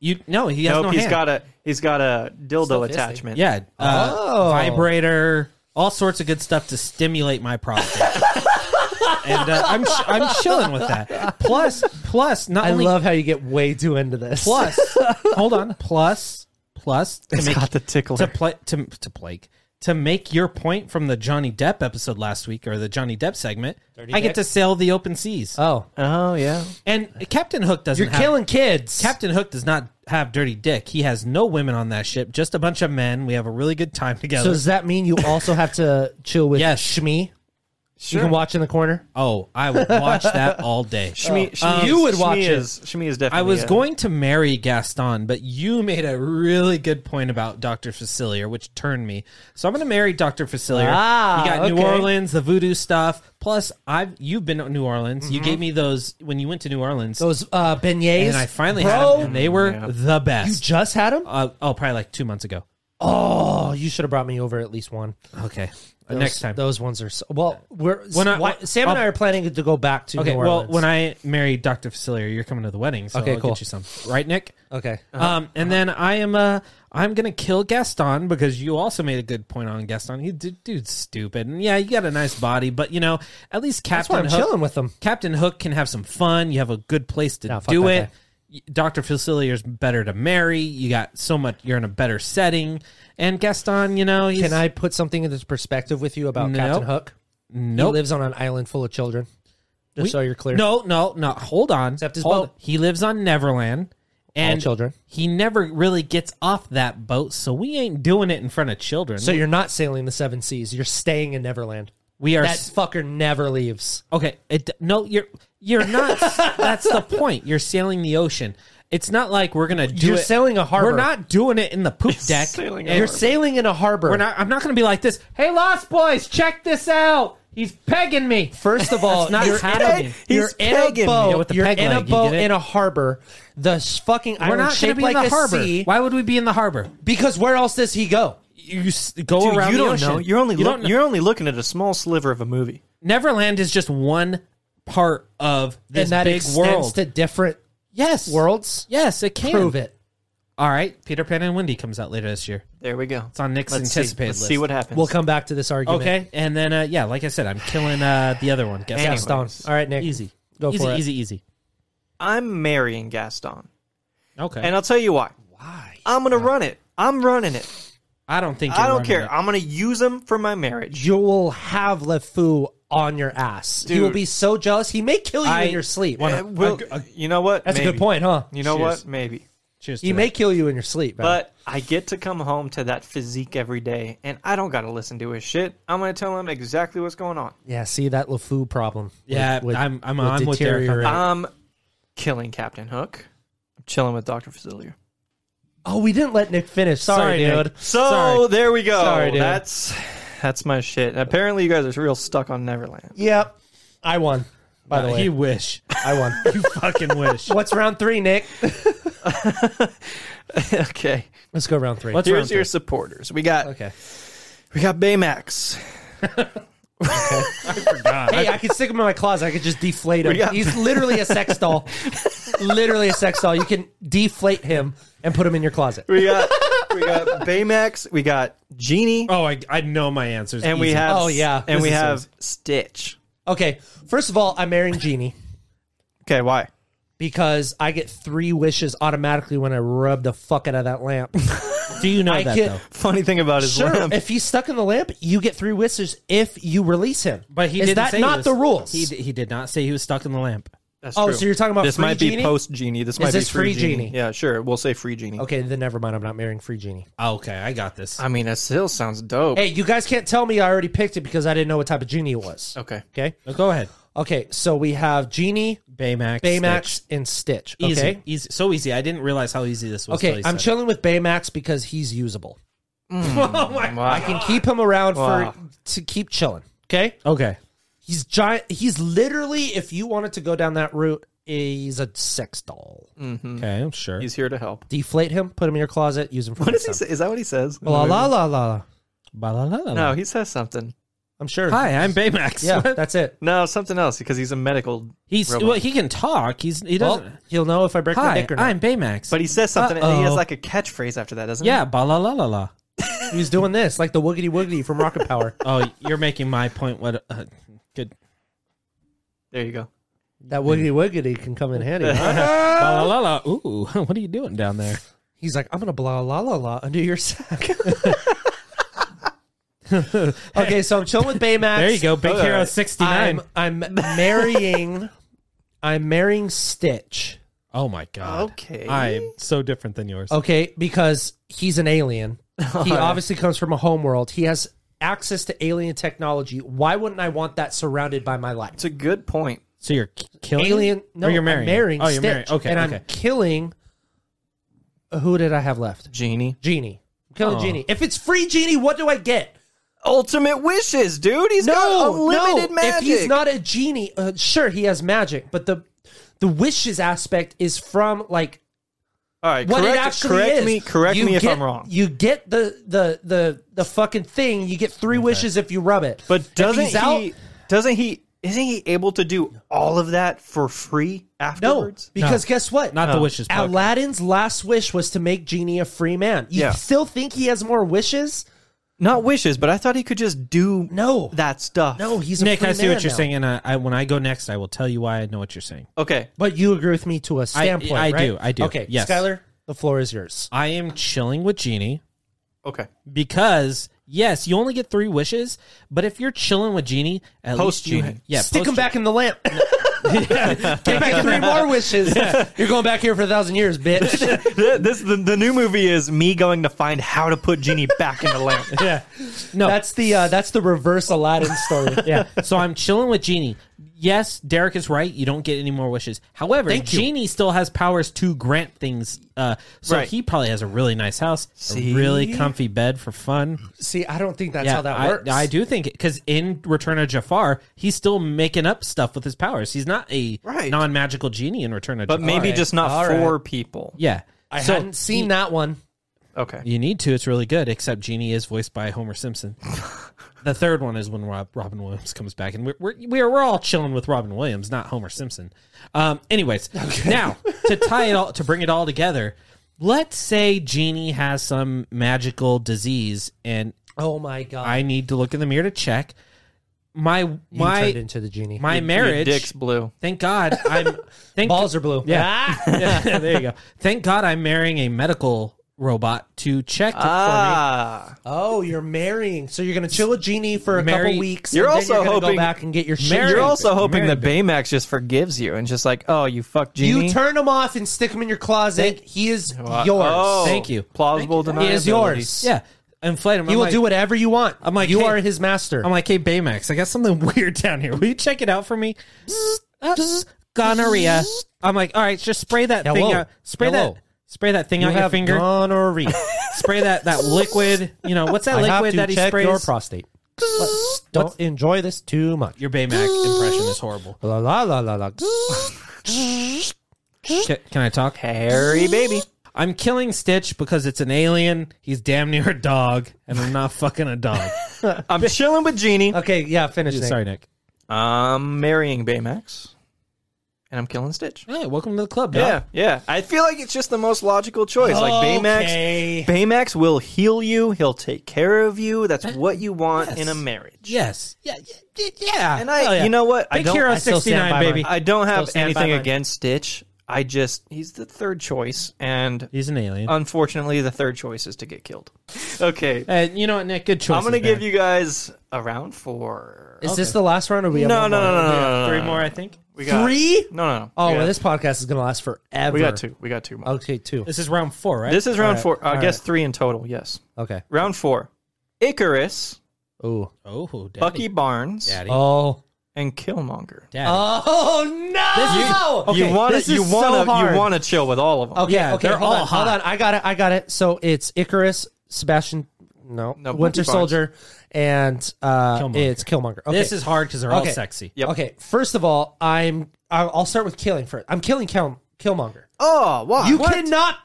you no, he has nope. no has hand. got a. He's got a dildo fisting. attachment. yeah, uh, Oh. vibrator, all sorts of good stuff to stimulate my prostate. and uh, I'm sh- I'm chilling with that. Plus, plus, not I only love how you get way too into this. plus. hold on, plus, plus to It's make got the tickler. to play to to Blake to make your point from the Johnny Depp episode last week or the Johnny Depp segment. Dirty I get dick. to sail the open seas, oh, oh yeah. and Captain Hook doesn't. you're have- killing kids. Captain Hook does not have dirty dick. He has no women on that ship, just a bunch of men. We have a really good time so together. does that mean you also have to chill with Yes. Shmi? Sure. You can watch in the corner. oh, I would watch that all Oh, day. Oh. Shmi, um, Shmi, you would Shmi watch it. is, Shmi is definitely. I was a- going to marry Gaston, but you made a really good point about Dr. Facilier, which turned me. So I'm going to marry Dr. Facilier. Ah, you got New okay. Orleans, the voodoo stuff. Plus, I've you've been to New Orleans. You gave me those when you went to New Orleans, Mm-hmm. Those uh, beignets. and I finally bro, had them, Oh. and they were the You best. just had them. Uh, oh, probably like two months ago. Oh, you should have brought me over at least one. Okay. Those- Next time. Those ones are so, well. We're When I- why- Sam and I'll- I are planning to go back to. Okay. New Well, Orleans. when I marry Dr. Facilier, you're coming to the wedding, so Okay, I'll cool. get you some. Right, Nick? okay, Um, and Uh-huh. then I am uh, I'm gonna kill Gaston because you also made a good point on Gaston. He dude, dude's stupid, and yeah, you got a nice body, but you know, at least that's Captain why I'm Hook, chilling with them. Captain Hook can have some fun. You have a good place to No, fuck do that it. guy. Doctor Facilier's better to marry. You got so much. You're in a better setting, and Gaston, you know, he's Can I put something into perspective with you about Nope. Captain Hook? He nope. lives on an island full of children. Just We- so you're clear. No, no, no. Hold on. Except his Hold- boat. He lives on Neverland. And children. He never really gets off that boat, so we ain't doing it in front of children. So you're not sailing the seven seas. You're staying in Neverland. we are That fucker never leaves. okay. It, no, you're you're not. that's the point. You're sailing the ocean. It's not like we're gonna do You're it. sailing a harbor. We're not doing it in the poop deck. sailing a And You're we're- sailing in a harbor. we're not. I'm not gonna be like this. Hey, Lost Boys, check this out. He's pegging me. First of all, That's not you're, happening. in a, you're He's in a pegging me. boat. Yeah, with the you're peg in a leg, you boat get it? in a harbor. The s- fucking We're island not gonna shaped be like in the a harbor. sea. Why would we be in the harbor? Because where else does he go? You s- go Dude, around. you the don't ocean. know. You're only You look- don't know. you're only looking at a small sliver of a movie. Neverland is just one part of this and that big extends world. to different yes, worlds. Yes, it can Prove it. All right, Peter Pan and Wendy comes out later this year. There we go. It's on Nick's Let's See. anticipated Let's list. see what happens. We'll come back to this argument. Okay, and then uh, yeah, like I said, I'm killing uh, the other one. Gaston. Anyway. Gaston. All right, Nick. Easy, Go easy, for it. easy, easy. I'm marrying Gaston, Okay, and I'll tell you why. Why? I'm gonna run it. I'm running it. I don't think I you're don't running care. it. I'm gonna use him for my marriage. You will have LeFou on your ass. He Dude. will be so jealous. He may kill you I- in your sleep. Uh, we'll- you know what? That's a Maybe. good point, huh? You know Cheers. what? Maybe. Cheers. He to may that. kill you in your sleep. man. But I get to come home to that physique every day, and I don't gotta listen to his shit. I'm gonna tell him exactly what's going on. yeah, see that LeFou problem. Yeah, would- would- I'm. I'm would on with Derek. on deteriorate. that. I'm killing Captain Hook. I'm chilling with Doctor Facilier. Oh, we didn't let Nick finish. Sorry, Sorry, Nick. dude. So Sorry. there we go. Sorry, dude. That's that's my shit. Apparently, you guys are real stuck on Neverland. Yep. I won. By the Uh, way, you wish. I won. You fucking wish. What's round three, Nick? okay. Let's go round three. What's round Here's three? your supporters. We got okay. we got Baymax. Hey, I could stick him in my closet. I could just deflate him. We got- He's literally a sex doll. literally a sex doll. You can deflate him and put him in your closet. We got we got Baymax. We got Genie, Oh, I, I know my answers. and we easy. have Oh, yeah. and This we is have Stitch. Okay. First of all, I'm marrying Jeannie Okay, why? because I get three wishes automatically when I rub the fuck out of that lamp. Do you know I that can- though? Funny thing about his Sure. lamp. If he's stuck in the lamp, you get three wishes if you release him. But he is didn't that say he not was- the rules? He d- he did not say he was stuck in the lamp. That's oh, so you're talking about this free might Genie? be post Genie. This might this be free, free genie. Genie? Yeah, sure. We'll say free Genie. Okay, then never mind. I'm not marrying Free Genie. Okay, I got this. I mean, that still sounds dope. Hey, you guys can't tell me I already picked it because I didn't know what type of Genie it was. Oh. Okay. Okay. Now go ahead. Okay. So we have Genie, Baymax. Baymax, Stitch. and Stitch. Okay. Easy. Easy. So easy. I didn't realize how easy this was. till Okay. he I'm said chilling with Baymax because he's usable. Wow. I can keep him around Wow. for to keep chilling. Okay. it. Okay. He's giant. He's literally, if you wanted to go down that route, he's a sex doll. Okay, I'm sure. He's here to help. Deflate him, put him in your closet, use him for What does he next say? Is that what he says? in time. La the la movie? la la. la. Ba la la la la. No, he says something. I'm sure. Hi, I'm Baymax. Yeah, What? that's it. No, something else because he's a medical. he's Robot. well, he can talk. He's he Well, doesn't. he'll know if I break my Hi, dick or not. I'm Baymax. But he says something and he has Uh-oh. like a catchphrase after that, doesn't yeah, ba la la la la. He's doing this like the woogity woogity from Rocket Power. Oh, you're making my point. What? Uh, good. he? There you go. That woogity woogity can come in handy. huh? Ba la la la. Ooh, what are you doing down there? He's like, I'm gonna blah la la la under your sack. okay, so I'm chilling with Baymax. There you go, Big Alright. Hero 69. I'm, I'm marrying. I'm marrying Stitch. oh my god. Okay. I'm so different than yours. Okay, because he's an alien. He obviously comes from a homeworld. He has access to alien technology. Why wouldn't I want that surrounded by my life? It's a good point. So you're k- killing alien. No, or you're I'm marrying. him? marrying Oh, you're Stitch, marrying. Okay. and okay. I'm killing. Who did I have left? Genie. Genie. I'm killing Oh. Genie. If it's free Genie, what do I get? Ultimate wishes, dude. He's got No, unlimited no. magic. If he's not a genie, uh, sure he has magic, but the the wishes aspect is from like All right, what correct, it actually correct is. me, correct You me if get- I'm wrong. You get the the the the fucking thing. You get three wishes if you rub it. But doesn't if he? he's out, Doesn't he? Isn't he able to do all of that for free no, afterwards? because guess what? Not the wishes part. Aladdin's last wish was to make genie a free man. You Yeah. still think he has more wishes? Not wishes, but I thought he could just do No. that stuff. No, he's a Nick, free I see man what you're now. saying, and I, I, when I go next, I will tell you why I know what you're saying. Okay. But you agree with me to a I- standpoint, I right? do, I do. Okay, Yes. Skylar, the floor is yours. I am chilling with Genie Okay. because yes, you only get three wishes, but if you're chilling with Genie, at least Post you Genie. yeah, Stick post him back in the lamp. Get back three more wishes. You're going back here for a thousand years, bitch. Th- This the, the new movie is me going to find how to put Genie back in the lamp. yeah, no, that's the uh, that's the reverse Aladdin story. yeah. So I'm chilling with Genie. Yes, Derek is right. You don't get any more wishes. However, Thank you. Genie still has powers to grant things. Uh, so Right. he probably has a really nice house, See? a really comfy bed for fun. See, I don't think that's yeah, how that I, works. I do think because in Return of Jafar, he's still making up stuff with his powers. He's not a Right. non-magical genie in Return of But Jafar. maybe right. just not All for people. yeah. I hadn't seen that one. Okay. You need to. It's really good. Except Genie is voiced by Homer Simpson. the third one is when Rob, Robin Williams comes back, and we're we're, we're we're all chilling with Robin Williams, not Homer Simpson. Um. Anyways, now to tie it all to bring it all together, let's say Genie has some magical disease, and Oh my god! I need to look in the mirror to check my You my turned into the genie. my Your marriage. dick's blue. Thank God I'm thank balls are blue. yeah. Yeah, there you go. Thank God I'm marrying a medical robot to check for me. Ah, Oh, you're marrying. So you're gonna chill with genie for a Marry- couple weeks. You're and then also you're gonna hoping- go back and get your shit. Marry- you're together. also hoping Mary that Baymax just forgives you and just like, oh, you fucked Genie. You turn him off and stick him in your closet. he is Wow. yours. Oh, Thank you. Plausible deniability. He is yours. Yeah, inflate him. He I'm will like, do whatever you want. I'm like, you hey- are his master. I'm like, hey Baymax, I got something weird down here. Will you check it out for me? Uh, Gonorrhea. I'm like, all right, just spray that thing Hello. out. Spray Hello. that. Spray that thing out your have finger. gonorrhea. spray that that liquid. You know what's that I have liquid to that he check sprays? your prostate. Don't enjoy this too much. your Baymax impression is horrible. La la la la la. Ca- can I talk? Harry baby. I'm killing Stitch because it's an alien. He's damn near a dog, and I'm not fucking a dog. I'm chilling with Genie. Okay, yeah, finish. Nick. Sorry, Nick. I'm marrying Baymax, and I'm killing Stitch. Hey, welcome to the club. Dog. Yeah, yeah. I feel like it's just the most logical choice. Like Baymax, Okay. Baymax will heal you. He'll take care of you. That's what you want in a marriage. Yes. Yeah. Yeah. yeah. And I, Hell yeah. you know what? I Big don't. Hero I, still stand 69, by mine. baby. I don't Still have stand by anything mine. against Stitch. I just he's the third choice, and He's an alien. Uh, unfortunately, the third choice is to get killed. Okay, Uh, you know what, Nick? Good choice. I'm gonna give you guys a round four. Is this the last round or we have No, no, no, one more? no, no, no, no. three more, I think. We got Three? No, no, no. Oh, we got, well, this podcast is gonna last forever. we got two. We got two more. Okay, two. This is round four, right? This is round All four. right, I all guess right. three in total. Yes. Okay. Round four. Icarus, Ooh. oh, daddy. Bucky Barnes, daddy, Oh. and Killmonger. daddy. Oh no! This- Okay, you want this to you is want to so hard. you want to chill with all of them. Okay, Yeah, okay, they're hold all on, hold hot. on. I got it. I got it. So it's Icarus, Sebastian, no, No, Winter Bucky Barnes. Soldier, and uh, Killmonger. it's Killmonger. Okay. This is hard because they're all Okay. sexy. Yep. okay. First of all, I'm. I'll I'll start with killing first. I'm killing Kill, Killmonger. Oh, why? you cannot,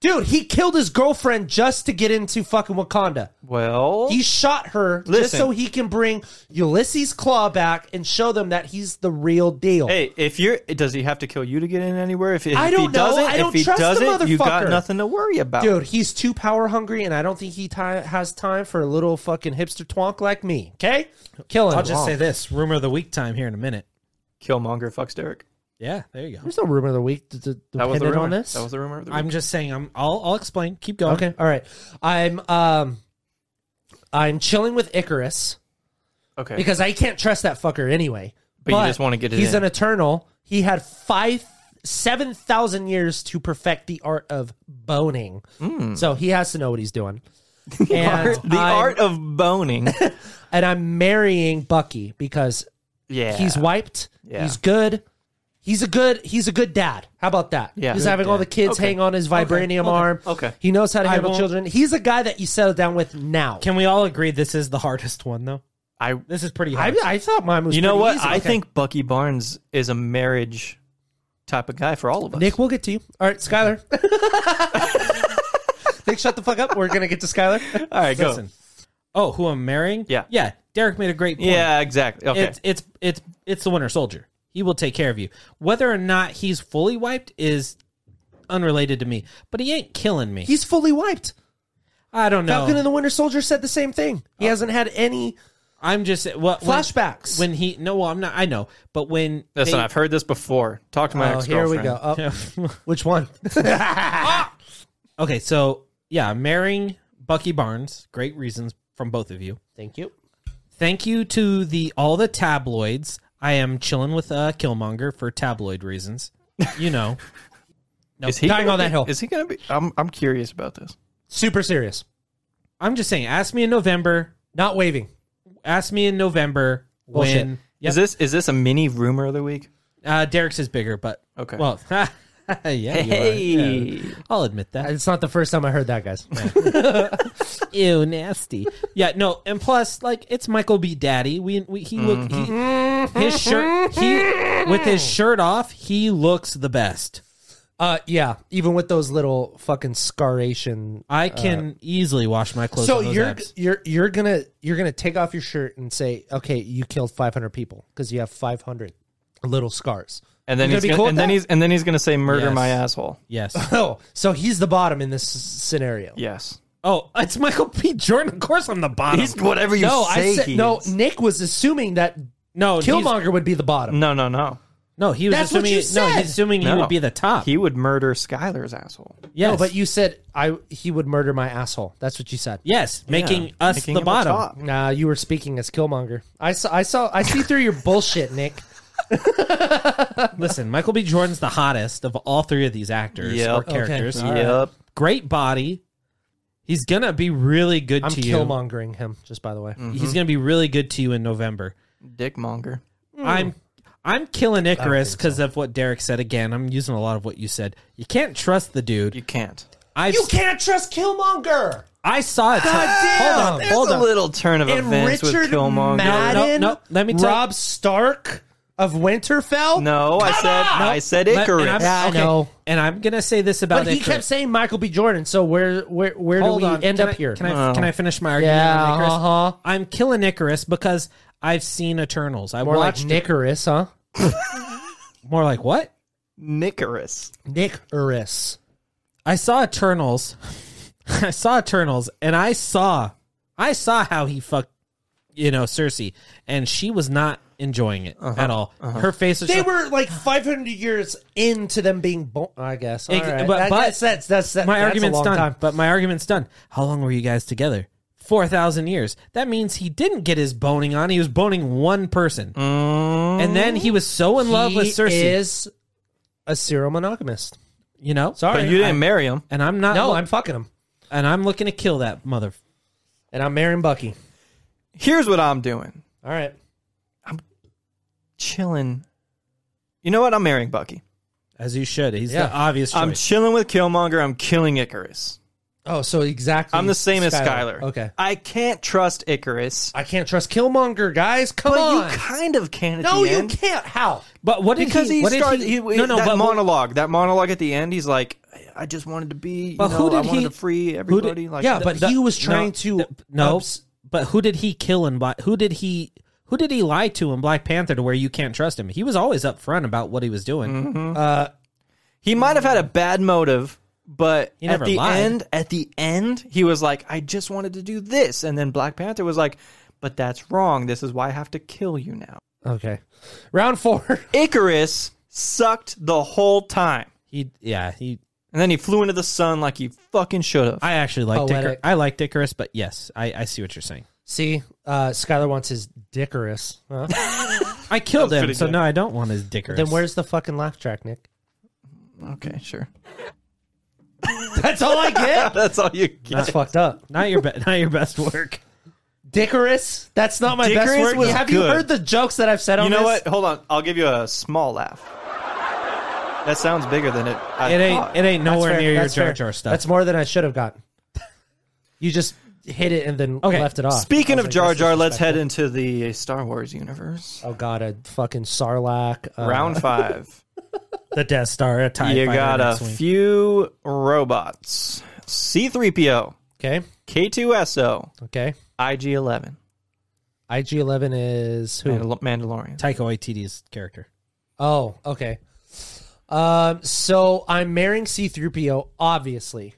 dude. He killed his girlfriend just to get into fucking Wakanda. well, He shot her just Listen. so he can bring Ulysses Claw back and show them that he's the real deal. hey, if you're does he have to kill you to get in anywhere? If, if I he don't know. doesn't, I don't if he trust the doesn't, you got motherfucker. nothing to worry about. Dude, he's too power hungry, and I don't think he ti has time for a little fucking hipster twonk like me. Okay, kill him. I'll just say this: rumor of the week time here in a minute. Killmonger fucks Derek. Yeah, there you go. there's no rumor of the week to, to, That was the dependent rumor. on this. That was the rumor of the week. I'm just saying. I'm. I'll. I'll explain. Keep going. okay, all right. I'm um, I'm chilling with Icarus okay. because I can't trust that fucker anyway. But you just wanna get it He's in. an eternal. He had five, seven thousand years to perfect the art of boning, so he has to know what he's doing. And the I'm- art of boning. and I'm marrying Bucky because yeah. He's wiped. Yeah. He's good. He's a good. He's a good dad. How about that? Yeah. He's Good having all the kids Okay. hang on his vibranium arm. Okay. He knows how to I handle won't- children. He's a guy that you settle down with now. Can we all agree this is the hardest one though? I This is pretty I, hard. I thought mine was. You know pretty what? easy. I Okay. think Bucky Barnes is a marriage type of guy for all of us. Nick, we'll get to you. All right, Skylar. Nick, shut the fuck up. We're gonna get to Skylar. all right, go. Listen. Oh, who I'm marrying? Yeah. Yeah. Derek made a great point. Yeah, exactly. Okay. It's it's it's it's the Winter Soldier. He will take care of you. Whether or not he's fully wiped is unrelated to me. But he ain't killing me. He's fully wiped. I don't know. Falcon and the Winter Soldier said the same thing. He hasn't had any I'm just what when- flashbacks. when, he no. Well, I'm not. I know. But when Listen, they- I've heard this before. Talk to my oh, ex here girlfriend. we go. Oh, Which one? okay, so yeah, marrying Bucky Barnes. Great reasons from both of you. Thank you. Thank you to the all the tabloids. I am chilling with uh, Killmonger for tabloid reasons. You know. No, Is he Dying gonna on that be- hill. Is he going to be? I'm I'm curious about this. Super serious. I'm just saying. Ask me in November. Not waving. Ask me in November Bullshit. when. Yep. Is this is this a mini rumor of the week? Uh, Derek's is bigger, but Okay. Well, yeah, you are. Yeah. I'll admit that. It's not the first time I heard that, guys. Ew, nasty. yeah, no, and plus, like, it's Michael B. Daddy. We, we he look he, his shirt he with his shirt off. He looks the best. Uh, yeah. Even with those little fucking scarration. I can easily wash my clothes. So on those you're abs. you're you're gonna you're gonna take off your shirt and say, okay, you killed 500 people because you have 500 little scars. And then You gonna he's be gonna, cool with and then that? he's and then he's going to say murder Yes. my asshole. yes. Oh, so he's the bottom in this s- scenario. Yes. Oh, it's Michael P. Jordan. Of course, I'm the bottom. whatever you No, oh, I said no. Nick was assuming that Mm, no, he's- Killmonger would be the bottom. No, no, no. No, he was That's what assuming. you No, said. he's assuming he No. would be the top. He would murder Skylar's asshole. yes, No, but you said I he would murder my asshole. That's what you said. yes, making us Making the him bottom. top. Nah, you were speaking as Killmonger. I saw I saw I see through your bullshit, Nick. Listen, Michael B. Jordan's the hottest of all three of these actors Yep. or characters. Okay. Yep. Great body. He's gonna be really good I'm to you. Killmongering him, just by the way. Mm. He's gonna be really good to you in November. Dickmonger. Hmm. I'm I'm killing Icarus because of what Derek said again. I'm using a lot of what you said. You can't trust the dude. You can't. I can't trust Killmonger. I saw it. damn, hold on, hold a on. little turn of And events with Richard Killmonger. Madden, No, no, no, let me tell- Rob Stark of Winterfell. no, I said I said Let- Icarus. and I'm, Yeah, I know. And I'm gonna say this about but he Icarus. kept saying Michael B. Jordan. So where where where Hold do we on. end can up I, here? Can I, can I finish my argument Oh. Yeah, on Icarus? uh-huh. I'm killing Icarus because I've seen Eternals. I More like watched Nicorus, huh? more like what? Nicorus. Nicorus. I saw Eternals. I saw Eternals, and I saw, I saw how he fucked, you know, Cersei, and she was not enjoying it at all. Her face was. They just- were like 500 years into them being born. I guess. All Ex- right. but- That- but- that's, that's that's that, my that's a argument's long done. Time. But my argument's done. How long were you guys together? Four thousand years. That means he didn't get his boning on. He was boning one person, and then he was so in love with He Cersei. Is a serial monogamist. you know, Sorry, But you didn't marry him. and I'm not. no, look- I'm fucking him, and I'm looking to kill that mother. and I'm marrying Bucky. Here's what I'm doing. All right. Chilling. You know what? I'm marrying Bucky. As you should. He's Yeah. the obvious choice. I'm chilling with Killmonger. I'm killing Icarus. Oh, so exactly. I'm the same as Skylar. Okay. I can't trust Icarus. I can't trust Killmonger, guys. Come But on. you kind of can at no, the you end. can't. How? but what did Because he? he, what did started he, no, no. that but, monologue. that monologue at the end, he's like, I- I just wanted to be, you But know, who I did wanted he- to free who did- everybody. like, yeah, th- but he was trying no, to. th- no. ups- but who did he kill and Black? Who did he? Who did he lie to in Black Panther to where you can't trust him? He was always upfront about what he was doing. Mm-hmm. he might have had a bad motive, but He at never the lied. end, at the end, he was like, I just wanted to do this, and then Black Panther was like, but that's wrong. This is why I have to kill you now. Okay. Round four. Icarus sucked the whole time, He, yeah, he. and then he flew into the sun like he fucking should have. I actually liked Icarus. Poetic. I liked Icarus, but yes, I, I see what you're saying. See, uh, Skylar wants his Dickorus. Huh? I killed him, pretty so good. no, I don't want his Icarus. then where's the fucking laugh track, Nick? Okay, sure. That's all I get. That's all you get. Uh, That's fucked up. not your be, not your best work? Dickorus? That's not my Dickorous best word. was Have you good. heard the jokes that I've said on You know this? what? Hold on. I'll give you a small laugh. That sounds bigger than it. I It ain't thought. it ain't Oh, That's nowhere fair. near your That's Jar fair. Jar stuff. That's more than I should have gotten. You just hit it and then Okay. left it off. Speaking I was of like, Jar that's Jar, let's disrespectful. head into the Star Wars universe. Oh god, a fucking Sarlacc. Uh, Round five. the Death Star, a TIE you fighter got a next week. few robots C3PO, Okay. K2SO, Okay. IG 11, IG Eleven is who? Mandal- Mandalorian. Taika Waititi's character. Oh, okay. Um, so I'm marrying C3PO, obviously,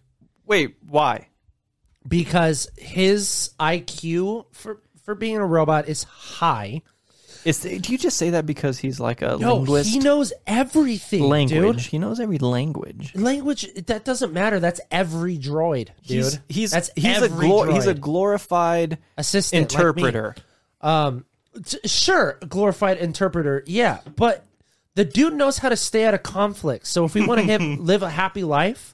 Wait, why? because his IQ for for being a robot is high. Is do you just say that because he's like a No, linguist? he knows everything, language. dude. He knows every language. Language that doesn't matter. That's every droid, dude. He's he's that's he's a every glor- he's a droid. glorified assistant like me. interpreter. Um, t- sure, glorified interpreter, yeah, but the dude knows how to stay out of conflict. So if we want to live a happy life,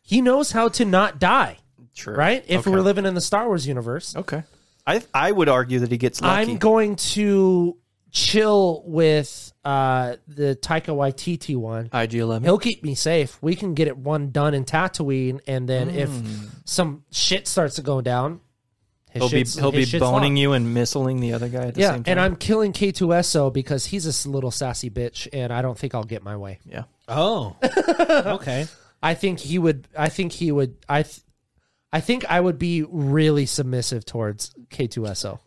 he knows how to not die, True. right? If Okay. we're living in the Star Wars universe, Okay. I I would argue that he gets lucky. I'm going to chill with uh the Taika Waititi one. IG eleven. He'll keep me safe. We can get it one done in Tatooine, and then if some shit starts to go down, his Mm. He'll be shit's- he'll be his shit's locked. boning you and missiling the other guy at the yeah, same time. and I'm killing K2SO because he's a s- little sassy bitch, and I don't think I'll get my way. yeah. Oh, okay. I think he would. I think he would. I, th- I think I would be really submissive towards K2SO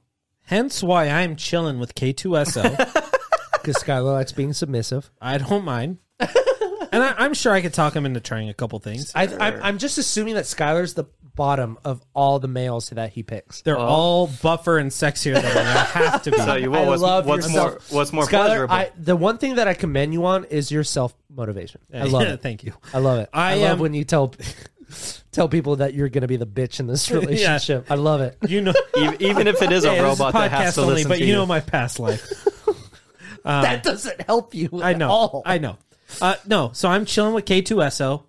Hence why I'm chilling with K2SO. because Skylar likes being submissive. I don't mind. And I, I'm sure I could talk him into trying a couple things. I, I'm, I'm just assuming that Skylar's the bottom of all the males that he picks. They're all buffer and sexier than I have to be. Tell you I what, what's, love what's yourself. more what's more Skylar, pleasurable? I, the one thing that I commend you on is your self motivation. I love it. Thank you. I love it. I, I love am- when you tell tell people that you're going to be the bitch in this relationship. I love it. You know, E- even if it is a Yeah, this is robot that has to podcast only, listen but to you know my past life. that doesn't help you. I know. At Oh. all. I know. Uh, no, so I'm chilling with K2SO.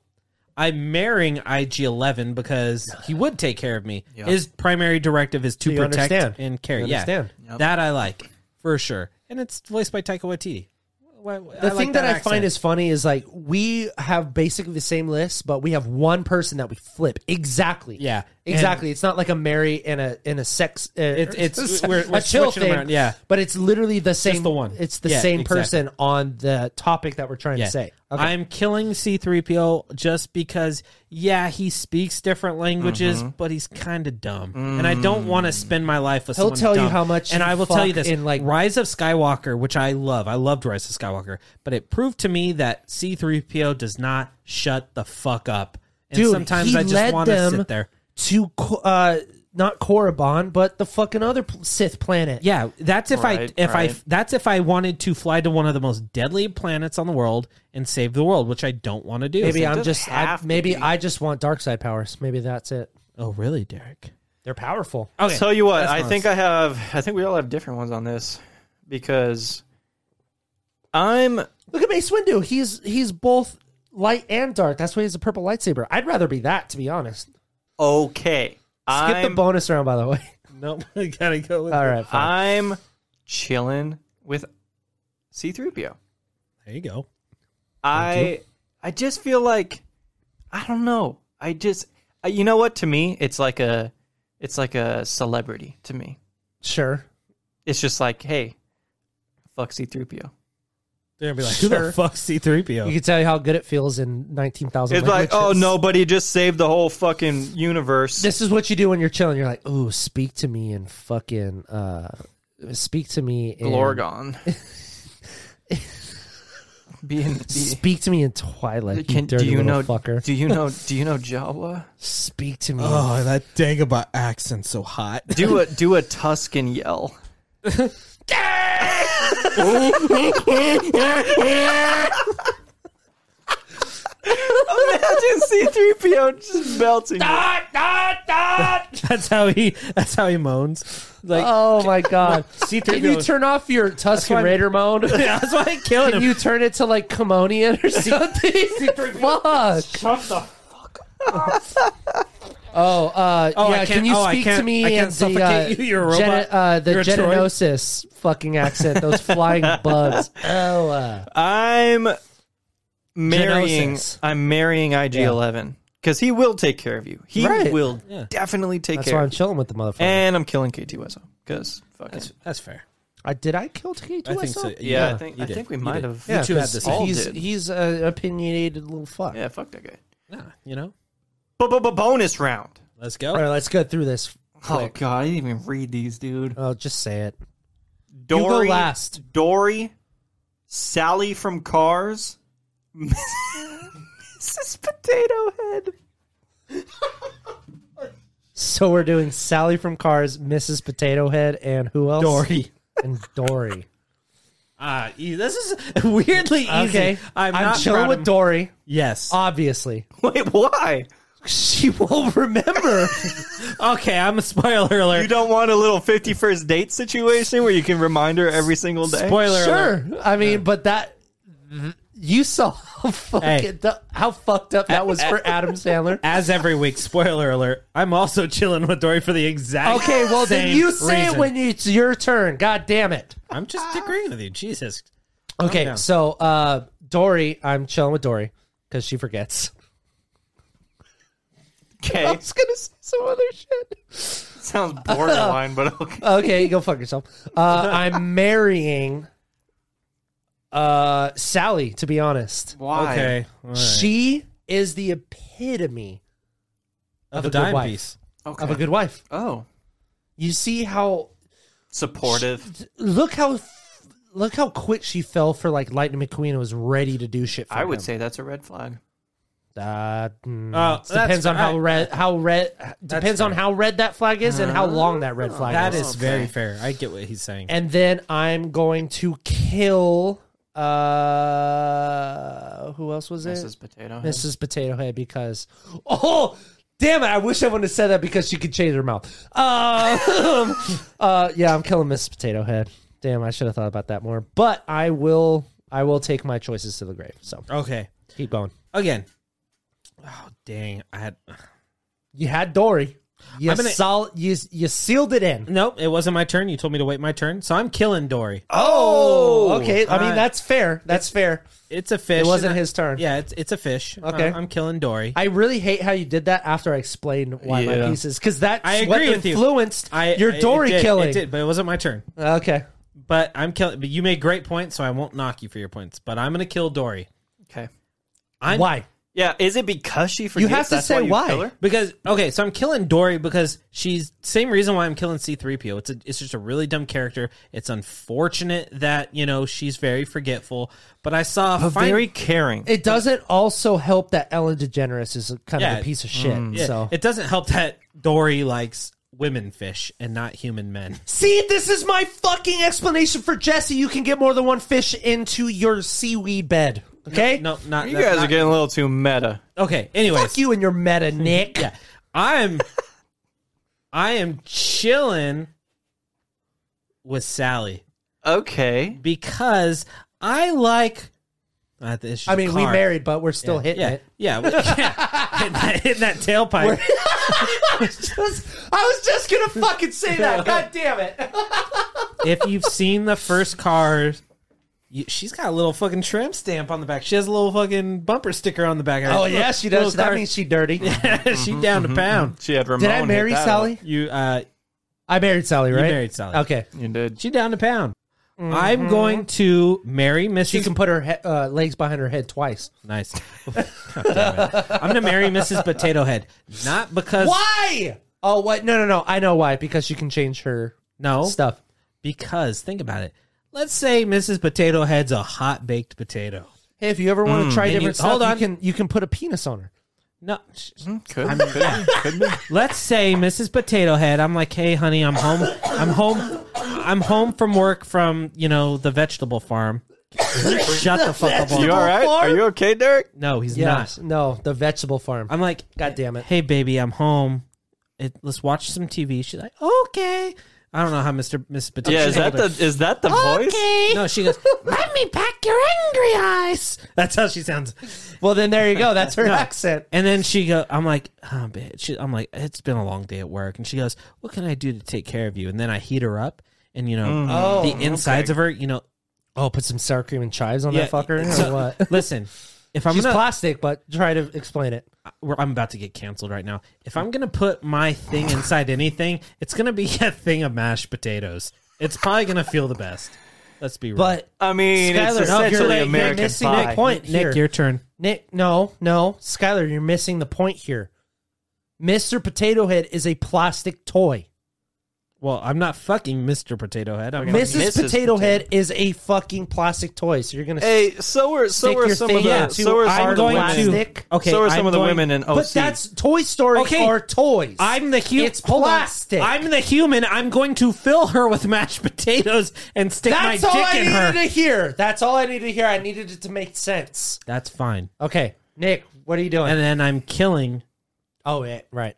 I'm marrying IG11 because he would take care of me. His primary directive is to you protect understand. and care. You yeah, understand. that I like for sure. And it's voiced by Taika Waititi. Why- I the like thing that, I accent. find is funny is like we have basically the same list, but we have one person that we flip exactly. Yeah. exactly. it's not like a Mary and a and a sex. Uh, It's- it's- we're- a we're chill switching 'em thing. around, yeah. but it's literally the same. the one. It's the Yeah, same exactly. person on the topic that we're trying Yeah. to say. Okay. I'm killing C3PO just because, yeah, he speaks different languages, Mm-hmm. but he's kind of dumb, and I don't Mm. want to spend my life with. He'll someone tell you dumb. how much and you I will tell you fuck this: in, like- Rise of Skywalker, which I love, I loved Rise of Skywalker, but it proved to me that C3PO does not shut the fuck up, and Dude, sometimes he I just led want to them- sit there. to co- uh, not Korriban, but the fucking other pl- Sith planet. Yeah, that's if Right, I if I right. that's if I wanted to fly to one of the most deadly planets on the world and save the world, which I don't want to do. maybe it I'm doesn't just. I, have to maybe be. I just want dark side powers. Maybe that's it. oh, really, Derek? They're powerful. Okay, Tell you what, that's I nice. think I have. I think we all have different ones on this because I'm Look at Mace Windu. He's he's both light and dark. That's why he's a purple lightsaber. I'd rather be that, to be honest. Skip okay. the I'm bonus round, by the way. Nope, I gotta go with All right, fine. I'm chilling with C3PO. There you go. I I just feel like I don't know. I just I, you know what to me it's like a it's like a celebrity to me. sure. It's just like hey, fuck C3PO. They're gonna be like, Sure. who the fuck You C3PO? can tell you how good it feels in nineteen thousand. It's like oh nobody just saved the whole fucking universe. This is what you do when you're chilling. You're like, oh, speak to me in fucking, uh, speak to me in Glorgon. be in, be, Speak to me in Twilight. can, you dirty do you know little fucker? do you know do you know Jawa? Speak to me. Oh, that Dagobah accent so hot. Do a do a Tuscan yell. Imagine C3PO just belting. it. That's how he. That's how he moans. Like Oh my god! C3PO. Can you turn off your Tuscan why- Raider mode? yeah, that's why I killed him. Can you turn it to like Camonian or something? Fuck. Oh, uh, Oh, I yeah. can't- Can you oh, I speak to can't- me I can't in the uh, suffocate you, you're a gene- robot. uh, the You're a droid. Genosis fucking accent? Those flying bugs. Oh, uh, I'm marrying Genosis. I'm marrying IG11 cuz he will take care of you. He Right. will Yeah. definitely take that's care. why of I'm chilling with the motherfucker. you. and I'm killing K2SO cuz fuck it. That's fair. I did. I kill Tiki to I think so. myself? Yeah, Yeah, I think you I did. think we You might did. have. Yeah, two had the same. all All he's did. he's an opinionated little fuck. Yeah, fuck that guy. Yeah, you know. Bonus round. Let's go. All right, let's go through this. Oh god, I didn't even read these, dude. I'll just say it. Uh, Dory You go last. Dory, Sally from Cars, Mrs. Potato Head. So we're doing Sally from Cars, Mrs. Potato Head, and who else? Dory. and Dory. Ah, e- this is weirdly easy. Okay, I'm, not chilling proud with of- Dory. Yes. Obviously, Wait, why? she will remember. okay, I'm a spoiler alert. You don't want a little 51st date situation where you can remind her every single day? spoiler alert. sure, I mean, but that you saw how fucking Hey. the- how fucked up that was for Adam Sandler. As every week, spoiler alert. I'm also chilling with Dory for the exact. Okay, well then same you say reason. it when Ah. it's your turn. God damn it. I'm just agreeing with you. Jesus. Okay, down. so uh Dory, I'm chilling with Dory because she forgets. I Okay. was gonna say some other shit. Sounds borderline, but okay. Okay, go fuck yourself. Uh, I'm marrying uh, Sally. To be honest, Why? Okay. all right. she is the epitome of, of a a good dime wife. piece. Okay. of a good wife. oh. You see how Supportive. look how look how quick she fell for like Lightning McQueen and was ready to do shit. For I would him. say that's a red flag. Uh, mm, Oh, that's depends on how right. red how red depends on fair. how red that flag is and how long that red flag That is. is very fair. I get what he's saying. And then I'm going to kill uh who else was it? Mrs. Potato Head. Mrs. Potato Head because oh damn it, I wish I wouldn't have said that because she could change her mouth. Um, uh yeah, I'm killing Mrs. Potato Head. Damn, I should have thought about that more. But I will I will take my choices to the grave. So okay. keep going. Again. Oh dang! I had You had Dory. You I'm gonna- sol- you you sealed it in. nope. It wasn't my turn. You told me to wait my turn, so I'm killing Dory. Oh, okay. I uh, mean that's fair. That's fair. It's a fish. It wasn't and I- his turn. Yeah, it's it's a fish. Okay. Uh, I'm killing Dory. I really hate how you did that after I explained why Yeah. my pieces because that I what agree with you. influenced I your I- it Dory did, killing. It did, but it wasn't my turn. Okay, But I'm killing. But you made great points, so I won't knock you for your points. But I'm gonna kill Dory Okay. I'm- why? Yeah, is it because she forgets? have to that's say you why. kill her? because okay, so I'm killing Dory because she's same reason why I'm killing C3PO. It's a, it's just a really dumb character. It's unfortunate that you know she's very forgetful. But I saw a But fine- very caring. It doesn't also help that Ellen DeGeneres is kind Yeah. Mm. of a piece of shit. Yeah, so it doesn't help that Dory likes women fish and not human men. see, this is my fucking explanation for Jesse. You can get more than one fish into your seaweed bed. Okay, No, not you that- guys not- are getting a little too meta. okay. Anyways, fuck you and your meta, Nick. Yeah. I'm I am chilling with Sally Okay. because I like uh, this is I a mean, we car. married, but we're still hitting yeah, it. yeah, we- yeah. hitting, that, hitting that tailpipe. Just- I was just gonna fucking say that. God damn it. if you've seen the first car, you, she's got a little fucking tramp stamp on the back. She has a little fucking bumper sticker on the back. of her. Oh yeah, she does. Little That car. means she dirty. Mm-hmm, she down to pound. She had Ramon. Did I hit marry that Sally? up. You uh, mm-hmm. I married Sally, you right? married Sally. Okay. Mm-hmm. You did. she down to pound. I'm going to marry Mrs. She can put her he- uh, legs behind her head twice. Nice. God damn it. I'm gonna marry Mrs. Potato Head, not because Why? Oh, what? No, no, no. I know why. Because she can change her no stuff. Because think about it. Let's say Mrs. Potato Head's a hot baked potato. Hey, if you ever want to try And Mm, you- different stuff, hold you on. can you can put a penis on her. No, sh- Hmm, Could, could, could be. let's say Mrs. Potato Head. I'm like, hey, honey, I'm home. I'm home. I'm home from work from you know the vegetable farm. Shut the fuck up. You all right? Are you okay, Derek? No, he's Yes. not. No, the vegetable farm. I'm like, God damn it. hey baby, I'm home. It, let's watch some TV. She's like, okay. I don't know how Mr. Mrs. Potato. Yeah, is Head- that the is that the voice? No, she goes, Let me pack your angry eyes. That's how she sounds. Well, then there you go. That's her accent. And then she go, I'm like, oh, bitch. She- I'm like, it's been a long day at work. And she goes, what can I do to take care of you? And then I heat her up, and you know, the insides of her, you know, Oh, put some sour cream and chives on that Yeah, fucker. or so- what? Listen, if I'm She's gonna, plastic, but try to explain it. we're- I'm about to get canceled right now. If I'm gonna put my thing inside anything, it's gonna be a thing of mashed potatoes. It's probably gonna feel the best. Let's be real. But I mean, Skylar, it's no, you're essentially late. You're American missing Pie. that point Nick, here. your turn. Nick, no, no, Skylar, you're missing the point here. Mr. Potato Head is a plastic toy. well, I'm not fucking Mr. Potato Head. I'm Mrs. Mrs. Potato, Potato. Head is a fucking plastic toy. So you're gonna Hey, so are so stick are your some thing of the yeah, so are some I'm of the going women. plastic. okay. so are some I'm of the going- women in OC. But that's Toy Story Okay. are toys. I'm the human. It's plastic. I'm the human. I'm going to fill her with mashed potatoes and stick That's my all dick I in needed her. to hear. That's all I needed to hear. I needed it to make sense. That's fine. Okay, Nick, what are you doing? And then I'm killing. oh, yeah, right.